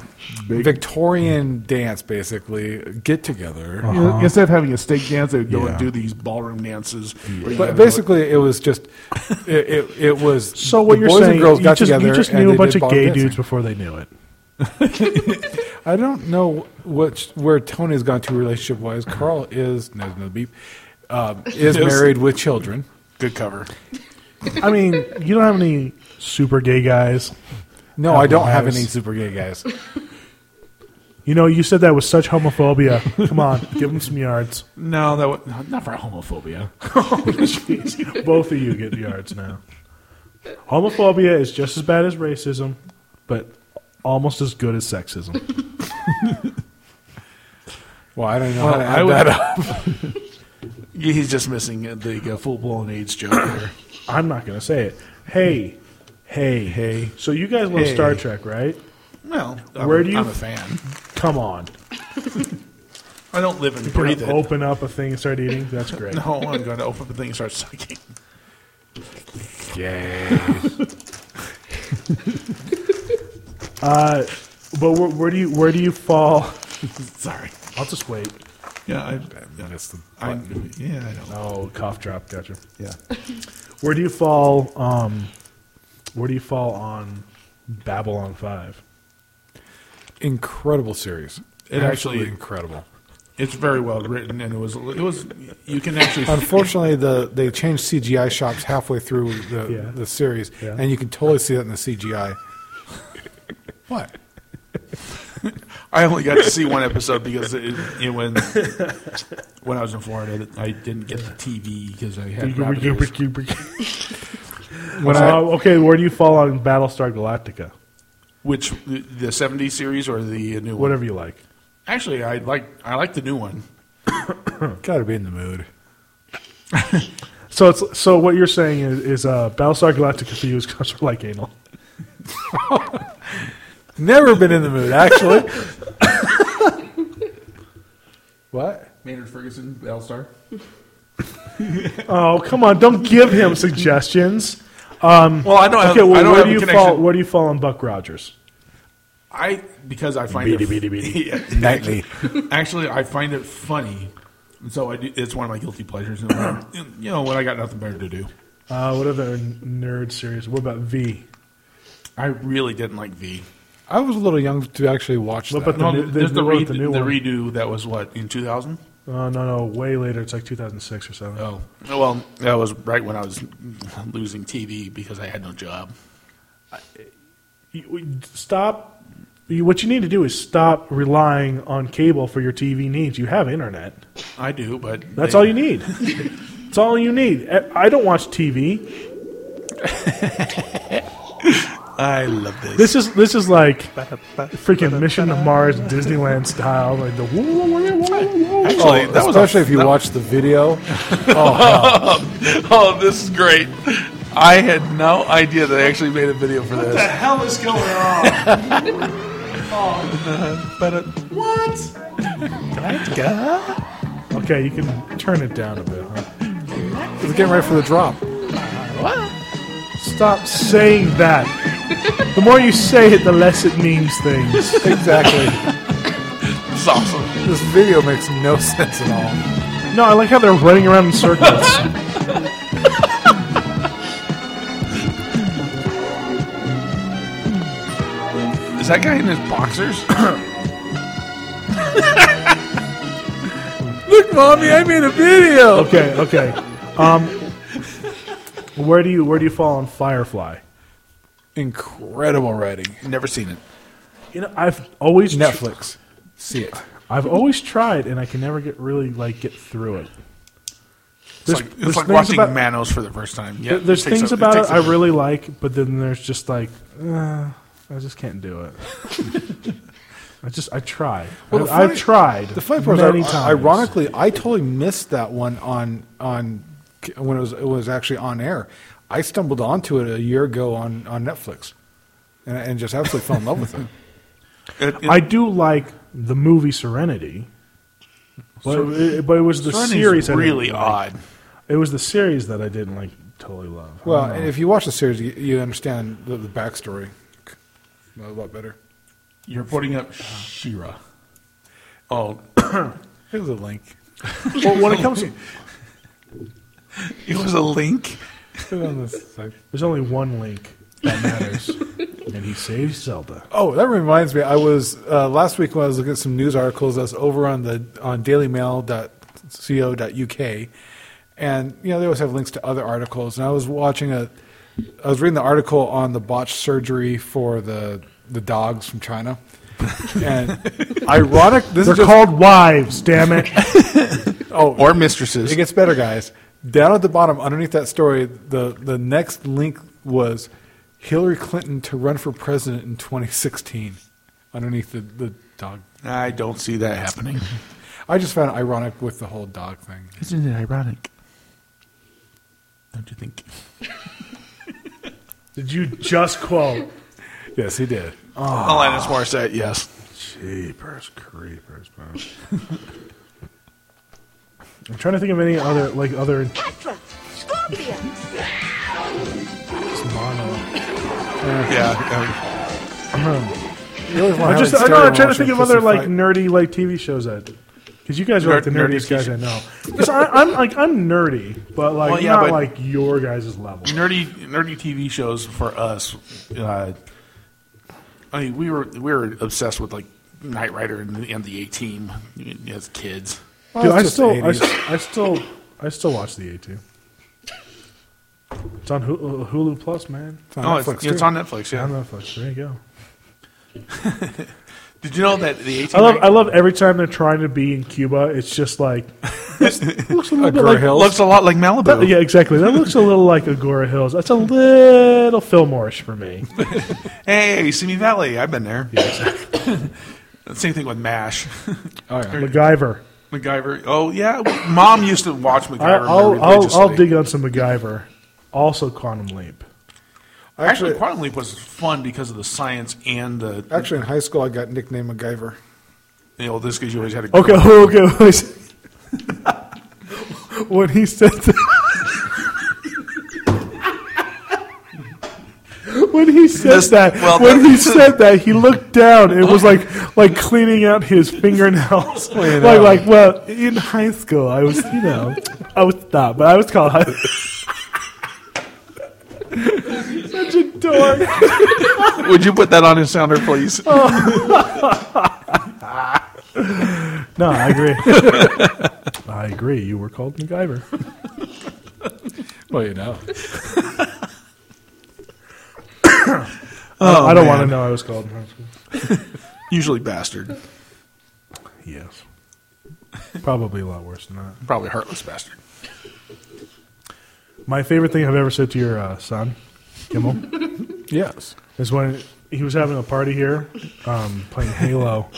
Speaker 2: Victorian dance, basically get together,
Speaker 1: Oh.
Speaker 4: instead of having a steak dance, they would go
Speaker 5: Go
Speaker 4: and
Speaker 5: and
Speaker 4: do
Speaker 5: do these ballroom dances. where you
Speaker 2: but
Speaker 5: gotta
Speaker 2: basically it was just it, it, it was
Speaker 1: so what
Speaker 2: the
Speaker 1: you're
Speaker 2: boys
Speaker 1: saying?
Speaker 2: and girls
Speaker 1: you,
Speaker 2: got
Speaker 1: just,
Speaker 2: together
Speaker 1: you just
Speaker 2: and
Speaker 1: knew
Speaker 2: they
Speaker 1: a bunch
Speaker 2: did
Speaker 1: of
Speaker 2: ballroom
Speaker 1: gay
Speaker 2: dancing.
Speaker 1: dudes before they knew it.
Speaker 2: I don't know which where Tony's gone to relationship wise. Carl is no, no beep um, is married with children.
Speaker 5: go- Good cover.
Speaker 1: I mean, you don't have any super gay guys.
Speaker 2: No, I don't have
Speaker 1: Nice.
Speaker 2: any super gay guys.
Speaker 1: You know, you said that with such homophobia. Come on, give them some yards.
Speaker 5: No, that was, not for homophobia.
Speaker 1: Both of you get yards now. Homophobia is just as bad as racism, but almost as good as sexism.
Speaker 2: Well, I don't know how
Speaker 5: Well,
Speaker 2: to
Speaker 5: I
Speaker 2: add
Speaker 5: would-
Speaker 2: that up.
Speaker 5: Yeah, He's just missing the uh, full blown AIDS joke there.
Speaker 1: I'm not going to say it. Hey, hey, hey. So you guys love
Speaker 5: Hey.
Speaker 1: Star Trek, right?
Speaker 5: Well, I'm,
Speaker 1: Where do you-
Speaker 5: I'm a fan.
Speaker 1: Come on.
Speaker 5: I don't live and
Speaker 1: You're
Speaker 5: breathe
Speaker 1: gonna
Speaker 5: it.
Speaker 1: open up a thing and start eating? That's great.
Speaker 5: No, I'm going to open the thing and start sucking.
Speaker 1: Uh, But where, where do you where do you fall?
Speaker 5: Sorry.
Speaker 1: I'll just wait.
Speaker 5: Yeah, I, I, yeah, I know.
Speaker 1: Oh, cough drop. Gotcha.
Speaker 4: yeah.
Speaker 1: Where do you fall? Um, where do you fall on Babylon Five?
Speaker 2: Incredible series.
Speaker 5: It
Speaker 2: Absolutely
Speaker 5: actually-
Speaker 2: incredible.
Speaker 5: It's very well written, and it was it was you can actually
Speaker 2: Unfortunately, the they changed CGI shops halfway through the
Speaker 1: Yeah.
Speaker 2: the series,
Speaker 1: Yeah.
Speaker 2: and you can totally see that in the CGI. what?
Speaker 5: I only got to see one episode because it, it, when when I was in Florida, I didn't get the TV because I had rabbit ears.
Speaker 1: When I- okay, where do you fall on Battlestar Galactica?
Speaker 5: Which the, the '70s series or the new one?
Speaker 1: Whatever you like.
Speaker 5: Actually, I like I like the new one.
Speaker 2: Gotta be in the mood.
Speaker 1: So it's so what you're saying is, is uh, Battlestar Galactica for you is kind of like anal.
Speaker 2: Never been in the mood, actually. what?
Speaker 5: Maynard Ferguson, Battlestar.
Speaker 1: Oh come on! Don't give him suggestions.
Speaker 5: Well, I don't.
Speaker 1: Okay,
Speaker 5: have, I
Speaker 1: well,
Speaker 5: don't
Speaker 1: where
Speaker 5: have
Speaker 1: do
Speaker 5: a
Speaker 1: you
Speaker 5: connection.
Speaker 1: fall? Where do you fall on Buck Rogers?
Speaker 5: I because I find it Yeah.
Speaker 2: Nightly.
Speaker 5: Actually, I find it funny, and so I do, it's one of my guilty pleasures. And when- you know, when I got nothing better to do,
Speaker 1: Uh, what other nerd series? What about V?
Speaker 5: I really didn't like V.
Speaker 2: I was a little young to actually watch
Speaker 1: What
Speaker 2: that.
Speaker 1: about the
Speaker 5: No,
Speaker 1: new-
Speaker 5: there's the,
Speaker 1: new one
Speaker 5: re-
Speaker 1: with
Speaker 5: the,
Speaker 1: the new one.
Speaker 5: redo that was what in 2000.
Speaker 1: Oh no, no, way later. It's like 2006 or something.
Speaker 5: Oh well, that was right when I was losing TV because I had no job.
Speaker 1: You- we- Stop. you- What you need to do is stop relying on cable for your TV needs. You have internet.
Speaker 5: I do, but
Speaker 1: That's
Speaker 5: they-
Speaker 1: all you need. That's all you need. E, I I don't watch TV.
Speaker 5: I love this.
Speaker 1: This is this is like freaking Mission to Mars Disneyland style. Like the woo, woo, woo, woo, woo, woo.
Speaker 5: Actually, that was a-
Speaker 2: Especially if you watch the video.
Speaker 5: oh, this is great. I had no idea that I actually made a video for this.
Speaker 6: hell is going on?
Speaker 5: But uh,
Speaker 1: Okay, you can turn it down a bit. Huh?
Speaker 2: It's getting ready for the drop.
Speaker 1: Stop saying that. The more you say it, the less it means things.
Speaker 2: Exactly.
Speaker 5: it's awesome.
Speaker 2: this video makes no sense at all.
Speaker 1: No, I like how they're running around in circles.
Speaker 5: Is that guy in his boxers?
Speaker 2: Look, mommy, I made a video.
Speaker 1: Okay, okay. Um, where do you where do you fall on Firefly?
Speaker 2: Incredible writing.
Speaker 5: Never seen it.
Speaker 1: You know, I've always tr-
Speaker 2: Netflix. See it.
Speaker 1: I've always tried, and I can never get really like get through it.
Speaker 5: It's
Speaker 1: There's,
Speaker 5: like,
Speaker 1: there's
Speaker 5: it's like
Speaker 1: things
Speaker 5: watching
Speaker 1: about,
Speaker 5: Manos for the first time. Yeah,
Speaker 1: there- there's
Speaker 5: it takes
Speaker 1: things
Speaker 5: a-
Speaker 1: about it
Speaker 5: takes a-
Speaker 1: I really like, but then there's just like uh, I just can't do it. I just I try.
Speaker 2: Well, the
Speaker 1: I, I've
Speaker 2: funny-
Speaker 1: tried.
Speaker 2: The funny part
Speaker 1: many
Speaker 2: is,
Speaker 1: times.
Speaker 2: I- ironically, I totally missed that one on on when it was it was actually on air. I stumbled onto it a year ago on on Netflix, and, and just absolutely fell in love with it.
Speaker 5: It, it,
Speaker 1: I do like the movie Serenity, but it, but it was the
Speaker 5: Serenity's
Speaker 1: series that I
Speaker 5: really
Speaker 1: didn't like.
Speaker 5: odd.
Speaker 1: It was the series that I didn't like totally love. I
Speaker 2: Well,
Speaker 1: don't know.
Speaker 2: and if you watch the series, you, you understand the, the backstory a lot better.
Speaker 5: You're putting up Shira. Oh,
Speaker 2: Here's a link.
Speaker 1: well, when it comes,
Speaker 5: it was a link.
Speaker 2: Put it on this side.
Speaker 1: there's only one link that matters, and he saves Zelda.
Speaker 2: Oh, that reminds me. I was uh, last week when I was looking at some news articles. I was over on the on DailyMail.co.uk, and you know they always have links to other articles. And I was watching a, I was reading the article on the botched surgery for the the dogs from China, and ironic. This
Speaker 1: They're
Speaker 2: is just,
Speaker 1: called wives, damn it!
Speaker 5: Or mistresses.
Speaker 2: It gets better, guys. Down at the bottom, underneath that story, the the next link was Hillary Clinton to run for president in 2016. Underneath the, the dog
Speaker 5: I don't see that happening.
Speaker 2: I just found it ironic with the whole dog thing.
Speaker 5: Isn't it ironic? Don't you think?
Speaker 1: Did you just quote?
Speaker 2: Yes, he did.
Speaker 5: Alanis Morissette, yes.
Speaker 1: Jeepers creepers, man. I'm trying to think of any other like other
Speaker 9: Petra, Scorpion,
Speaker 1: mono.
Speaker 5: Yeah.
Speaker 1: I just I know I'm trying to think of other like nerdy like TV shows that. Because you guys are like the
Speaker 5: Nerd- nerdy
Speaker 1: nerdiest guys I know. 'Cause I, I'm like I'm nerdy, but like
Speaker 5: Well, yeah,
Speaker 1: not
Speaker 5: but-
Speaker 1: like your guys' level.
Speaker 5: um, nerdy, nerdy TV shows for us. Uh, I mean, we were we were obsessed with like Knight Rider and, the- and the A Team as kids.
Speaker 1: Dude, I still, I, s- I still, I still watch the A two. It's on Hulu, Hulu Plus, man.
Speaker 5: oh, it's, it's on Netflix.
Speaker 1: I
Speaker 5: Yeah.
Speaker 1: don't know if I- There you go.
Speaker 5: Did you know that the
Speaker 1: I
Speaker 5: 18?
Speaker 1: love, I love every time they're trying to be in Cuba. It's just like
Speaker 2: looks a little bit like Hills.
Speaker 5: looks a lot like Malibu.
Speaker 1: yeah, exactly. That looks a little like Agora Hills. That's a little Fillmore-ish for me.
Speaker 5: Hey, Simi Valley, I've been there. Same thing with Mash,
Speaker 2: Oh, yeah.
Speaker 1: MacGyver.
Speaker 5: MacGyver. Oh yeah, Mom used to watch MacGyver.
Speaker 1: I, I'll, I'll,
Speaker 5: religiously.
Speaker 1: I'll dig on some MacGyver. Also, Quantum Leap.
Speaker 5: Actually, Quantum Leap was fun because of the science and the
Speaker 2: Actually, in high school, I got nicknamed MacGyver.
Speaker 5: you know this because you always had a
Speaker 1: Okay, okay. wait. when he said that. When he said
Speaker 5: This-
Speaker 1: that,
Speaker 5: well,
Speaker 1: when
Speaker 5: that-
Speaker 1: he said that, he looked down. It was like like cleaning out his fingernails. like like well, in high school, I was you know I was not, but I was called high. Such a dork.
Speaker 5: Would you put that on his sounder, please?
Speaker 1: No, I agree. I agree. You were called MacGyver.
Speaker 2: Well, you know.
Speaker 1: I don't want to know I was called in high school.
Speaker 5: Usually bastard,
Speaker 1: Yes. Probably a lot worse than that.
Speaker 5: probably heartless bastard.
Speaker 1: My favorite thing I've ever said to your uh, son, Kimmel,
Speaker 2: Yes.
Speaker 1: is when he was having a party here, um, playing Halo,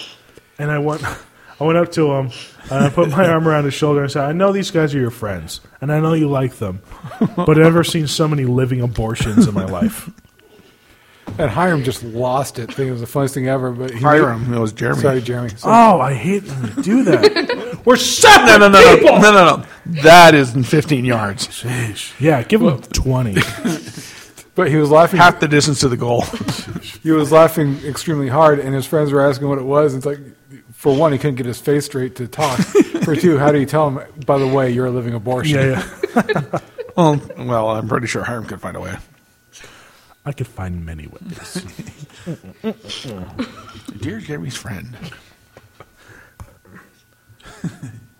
Speaker 1: and I went, I went up to him and I put my arm around his shoulder and said, "I know these guys are your friends, and I know you like them, but I've never seen so many living abortions in my life."
Speaker 2: And Hiram just lost it. Think it was the funniest thing ever. But he
Speaker 5: Hiram, it was Jeremy.
Speaker 2: Sorry, Jeremy. So-
Speaker 1: Oh, I hate when they do that.
Speaker 5: We're seven. No, no, no, no, no, no, no. That is in 15 yards,
Speaker 1: Yeah, give him twenty.
Speaker 2: but he was laughing.
Speaker 5: half the distance to the goal.
Speaker 2: He was laughing extremely hard, and his friends were asking what it was. It's like, for one, he couldn't get his face straight to talk. for two, how do you tell him? By the way, you're a living abortion.
Speaker 1: Yeah, yeah.
Speaker 5: well, well, I'm pretty sure Hiram could find a way.
Speaker 1: I could find many ways.
Speaker 5: Dear Jeremy's friend.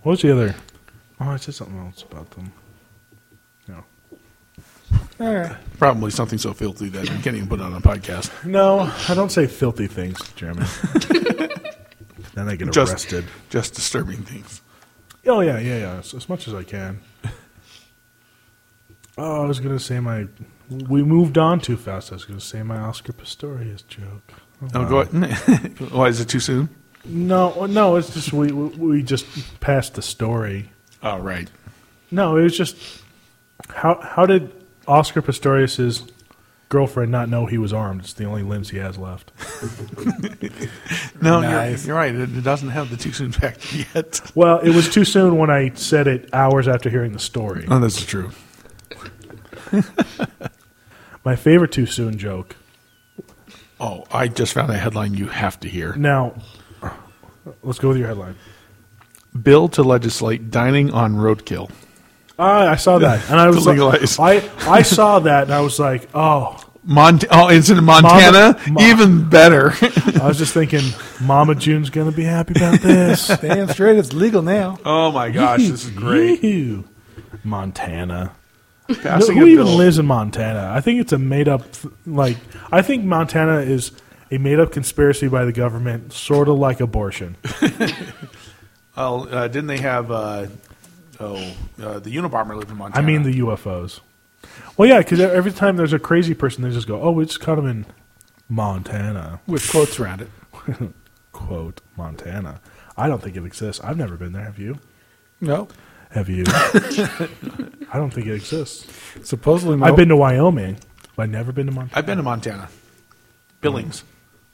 Speaker 1: What was the other? Oh, I said something else about them. No.
Speaker 5: Probably something so filthy that you can't even put it on a podcast.
Speaker 1: No, I don't say filthy things, Jeremy. then I get
Speaker 5: Just,
Speaker 1: arrested.
Speaker 5: just disturbing things.
Speaker 1: Oh yeah, yeah, yeah. As, as much as I can. Oh, I was gonna say my. We moved on too fast. I was gonna say my Oscar Pistorius joke. Oh,
Speaker 5: No,
Speaker 1: wow.
Speaker 5: go ahead. Why is it too soon?
Speaker 1: No, no. It's just we we we just passed the story.
Speaker 5: Oh, right.
Speaker 1: No, it was just how how did Oscar Pistorius's girlfriend not know he was armed? It's the only limbs he has left.
Speaker 5: No,
Speaker 2: Nice.
Speaker 5: you're, you're right. It, it doesn't have the too soon factor yet.
Speaker 1: Well, it was too soon when I said it hours after hearing the story.
Speaker 5: Oh, that's true.
Speaker 1: My favorite too soon joke.
Speaker 5: Oh, I just found a headline you have to hear.
Speaker 1: Now, let's go with your headline.
Speaker 5: Bill to legislate dining on roadkill.
Speaker 1: Ah, I saw that, and I was like,
Speaker 5: Legalize.
Speaker 1: I I saw that, and I was like, oh,
Speaker 5: Mont- oh, it's in Montana?
Speaker 1: Mon-
Speaker 5: Even better.
Speaker 1: I was just thinking, Mama June's gonna be happy about this.
Speaker 2: Damn straight, it's legal now.
Speaker 5: oh, my gosh. This is great.
Speaker 1: Ew. Montana. No,
Speaker 5: Passing
Speaker 1: who
Speaker 5: a
Speaker 1: even
Speaker 5: bill.
Speaker 1: lives in Montana? I think it's a made up. Like, I think Montana is a made up conspiracy by the government, sort of like abortion.
Speaker 5: Oh, uh, didn't they have uh, oh uh, the Unabomber lived in
Speaker 1: I
Speaker 5: Montana?
Speaker 1: mean the UFOs. Well, yeah, because every time there's a crazy person, they just go, "Oh, we just caught him in Montana."
Speaker 2: With quotes around it.
Speaker 1: Quote Montana. I don't think it exists. I've never been there. Have you?
Speaker 2: No.
Speaker 1: Have you? I don't think it exists.
Speaker 2: Supposedly, my
Speaker 1: I've been to Wyoming, but I've never been to Montana.
Speaker 5: I've been to Montana, Billings.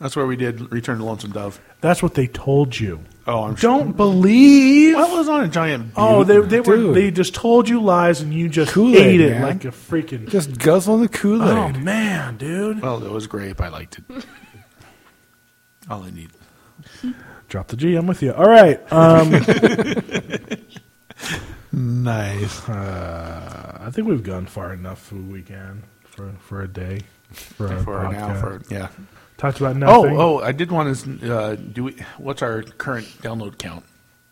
Speaker 5: That's where we did Return to Lonesome Dove.
Speaker 1: That's what they told you.
Speaker 5: Oh, I'm sure.
Speaker 1: Don't believe.
Speaker 5: Well, it was on a giant.
Speaker 1: Oh, they they were
Speaker 2: Dude.
Speaker 1: they just told you lies and you just
Speaker 2: Kool-Aid,
Speaker 1: ate it
Speaker 2: man.
Speaker 1: like a freaking.
Speaker 2: just guzzling the Kool Aid.
Speaker 1: oh man, dude!
Speaker 5: Well, it was grape. I liked it. All I need.
Speaker 1: Drop the G. I'm with you. All right. Um,
Speaker 5: Nice. Uh,
Speaker 1: I think we've gone far enough for a weekend, for for a day, for, a
Speaker 5: For an
Speaker 1: podcast.
Speaker 5: hour. For, yeah.
Speaker 1: Talked about nothing.
Speaker 5: Oh, oh! I did want to. Uh, do we? What's our current download count?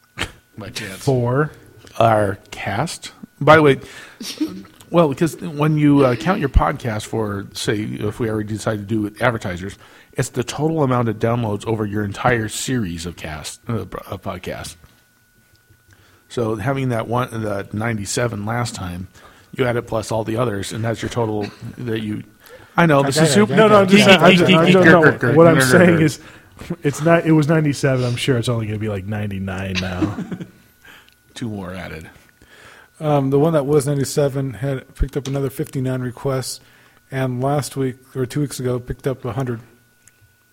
Speaker 5: By chance,
Speaker 1: Four.
Speaker 5: our cast. By the way, Well, because when you uh, count your podcast for, say, if we already decide to do with advertisers, it's the total amount of downloads over your entire series of cast uh, of podcasts. So having that one, the ninety-seven last time, you add it plus all the others, and that's your total that you. I know this is super.
Speaker 1: No, no, I'm just
Speaker 5: Geek,
Speaker 1: saying, I'm
Speaker 5: geek,
Speaker 1: just,
Speaker 5: geek,
Speaker 1: I'm
Speaker 5: geek,
Speaker 1: just-
Speaker 5: geek,
Speaker 1: no,
Speaker 5: geek, geek,
Speaker 1: what I'm
Speaker 5: geek, geek,
Speaker 1: saying
Speaker 5: geek.
Speaker 1: is it's not it was 97, I'm sure it's only going to be like 99 now.
Speaker 5: two more added. Oh.
Speaker 2: Um, the one that was 97 had picked up another 59 requests, and last week or two weeks ago picked up 100.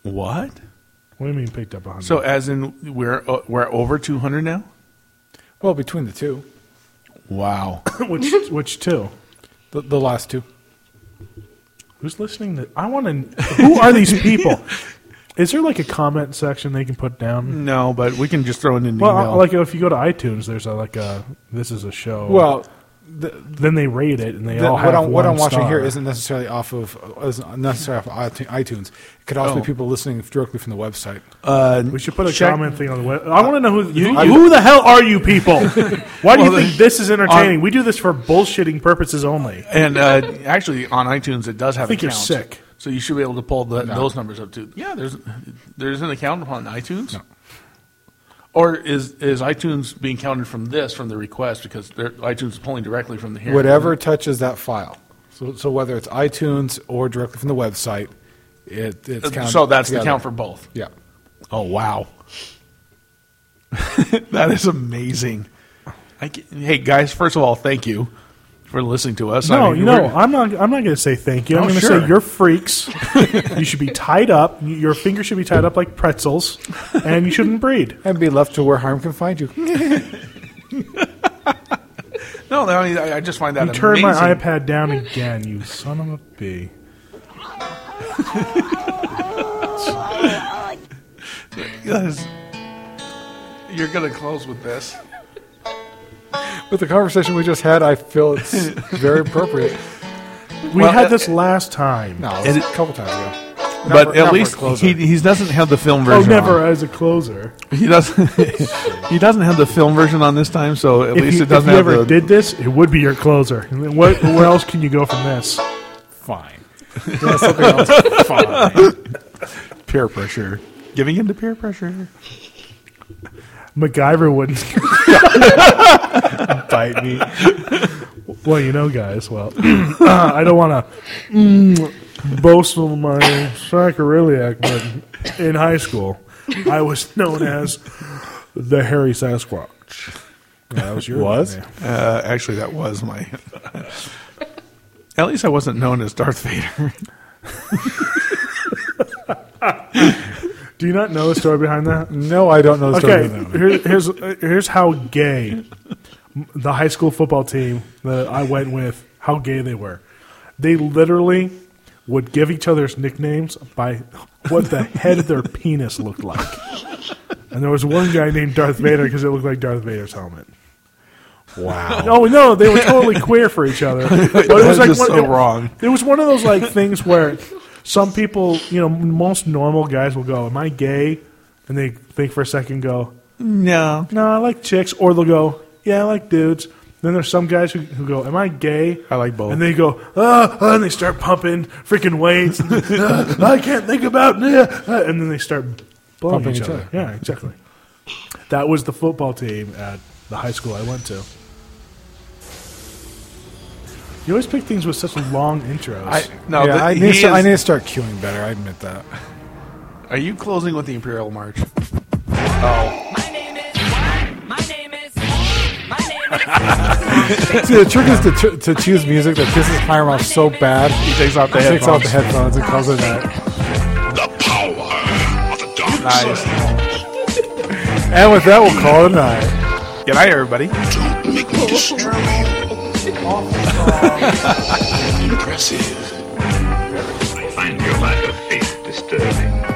Speaker 5: What?
Speaker 1: what do you mean picked up 100?
Speaker 5: So as in we're uh, we're over two hundred now.
Speaker 2: Well, between the two,
Speaker 5: Wow.
Speaker 1: which which two?
Speaker 2: the, the last two.
Speaker 1: Who's listening to I want to Who are these people? Is there like a comment section they can put down?
Speaker 5: no, but we can just throw in an
Speaker 1: Well,
Speaker 5: Mm, email.
Speaker 1: like if you go to iTunes, there's a, like a this is a show.
Speaker 5: Oh.
Speaker 2: Well, the,
Speaker 1: then they rate it and they
Speaker 2: the,
Speaker 1: all have
Speaker 2: what I'm, what
Speaker 1: one
Speaker 2: I'm watching
Speaker 1: star.
Speaker 2: here isn't necessarily off of isn't necessarily off of iTunes. It could also
Speaker 5: Oh.
Speaker 2: be people listening directly from the website.
Speaker 5: uh,
Speaker 1: We should put a
Speaker 5: check-
Speaker 1: comment thing on the web. I want to know who
Speaker 5: You-
Speaker 1: who,
Speaker 5: you-
Speaker 1: who the hell are you people? Why do
Speaker 5: Well,
Speaker 1: you think
Speaker 5: then-
Speaker 1: this is entertaining? we do this for bullshitting purposes only.
Speaker 5: And uh, actually, on iTunes, it does have.
Speaker 1: I think
Speaker 5: a
Speaker 1: you're
Speaker 5: count.
Speaker 1: sick.
Speaker 5: So you should be able to pull the, those numbers up too. Yeah, there's there's an account on iTunes. Or is is iTunes being counted from this from the request because they're, iTunes is pulling directly from the here?
Speaker 2: Whatever touches that file. So, so whether it's iTunes or directly from the website, it, it's
Speaker 5: Uh,
Speaker 2: counted.
Speaker 5: So that's the
Speaker 2: together.
Speaker 5: count for both.
Speaker 2: Yeah.
Speaker 5: Oh wow, that is amazing. I ca- hey guys, first of all, thank you for listening to us. I
Speaker 1: No,
Speaker 5: mean,
Speaker 1: you know,
Speaker 5: we're-
Speaker 1: I'm not. I'm not going to say thank you. I'm
Speaker 5: Oh,
Speaker 1: going to
Speaker 5: sure.
Speaker 1: say you're freaks. you should be tied up. You- Your fingers should be tied up like pretzels, and you shouldn't breed.
Speaker 2: And be left to where harm can find you.
Speaker 5: no, I, mean, I I just find that
Speaker 1: You turn my
Speaker 5: amazing.
Speaker 1: iPad down again, you son of a b.
Speaker 5: Yes. You're gonna close with this.
Speaker 2: With the conversation we just had, I feel it's very appropriate.
Speaker 1: We
Speaker 5: Well,
Speaker 1: had
Speaker 5: uh,
Speaker 1: this last time.
Speaker 2: No,
Speaker 5: And
Speaker 2: a
Speaker 5: it-
Speaker 2: couple times ago.
Speaker 5: but
Speaker 2: for- not
Speaker 5: at
Speaker 2: for a
Speaker 5: least
Speaker 2: closer.
Speaker 5: he, he doesn't have the film
Speaker 1: Oh,
Speaker 5: version.
Speaker 1: never
Speaker 5: on.
Speaker 1: as a closer.
Speaker 5: He doesn't. he doesn't have the film version on this time, so at
Speaker 1: If
Speaker 5: least
Speaker 1: you,
Speaker 5: it doesn't
Speaker 1: if you
Speaker 5: have
Speaker 1: ever
Speaker 5: the.
Speaker 1: did this, it would be your closer. And then What, where else can you go from this?
Speaker 2: Fine. Doing something else. Fine.
Speaker 5: peer pressure, giving in to peer pressure.
Speaker 1: MacGyver wouldn't.
Speaker 5: Bite me.
Speaker 1: Well, you know, guys. Well, I don't want to mm, boast of my sacroiliac, but in high school, I was known as the hairy Sasquatch. Yeah, that was your
Speaker 2: Was?
Speaker 1: name.
Speaker 5: Uh, actually, that was my. at least I wasn't known as Darth Vader.
Speaker 1: Do you not know the story behind that?
Speaker 2: No, I don't know the story.
Speaker 1: Okay,
Speaker 2: of that one.
Speaker 1: here, here's uh, here's how gay the high school football team that I went with, how gay they were. They literally would give each other's nicknames by what the head of their penis looked like. And there was one guy named Darth Vader because it looked like Darth Vader's helmet.
Speaker 2: Wow.
Speaker 1: Oh no, they were totally queer for each other. But it was
Speaker 5: That's
Speaker 1: like
Speaker 5: just
Speaker 1: one,
Speaker 5: so wrong.
Speaker 1: It Um, was one of those like things where some people, you know, most normal guys will go, "Am I gay?" And they think for a second, go,
Speaker 5: No.
Speaker 1: no, I like chicks. Or they'll go, yeah, I like dudes. Then there's some guys who, who go, am I gay?
Speaker 5: I like both.
Speaker 1: And they go, ah, ah, and they start pumping freaking weights. Ah, I can't think about ah, ah," And then they start blowing
Speaker 2: Pumping
Speaker 1: each,
Speaker 2: each
Speaker 1: other.
Speaker 2: other.
Speaker 1: Yeah, exactly. that was the football team at the high school I went to. You always pick things with such long intros.
Speaker 5: I, no.
Speaker 2: yeah,
Speaker 5: the-
Speaker 2: I,
Speaker 5: he
Speaker 2: need to, I
Speaker 5: is-
Speaker 2: need to start queuing better. I admit that.
Speaker 5: Are you closing with the Imperial March?
Speaker 6: My name is My name is My name
Speaker 2: See, the trick is to, tr- to choose music that pisses Hiram off so bad. He
Speaker 5: takes off the
Speaker 2: takes off the headphones
Speaker 5: headphones.
Speaker 2: and calls it that.
Speaker 10: The power of the dark
Speaker 5: Nice.
Speaker 2: And with that, we'll call it a night.
Speaker 5: Good night, everybody.
Speaker 10: Don't make me destroy you. Impressive.
Speaker 11: I find your lack of faith disturbing.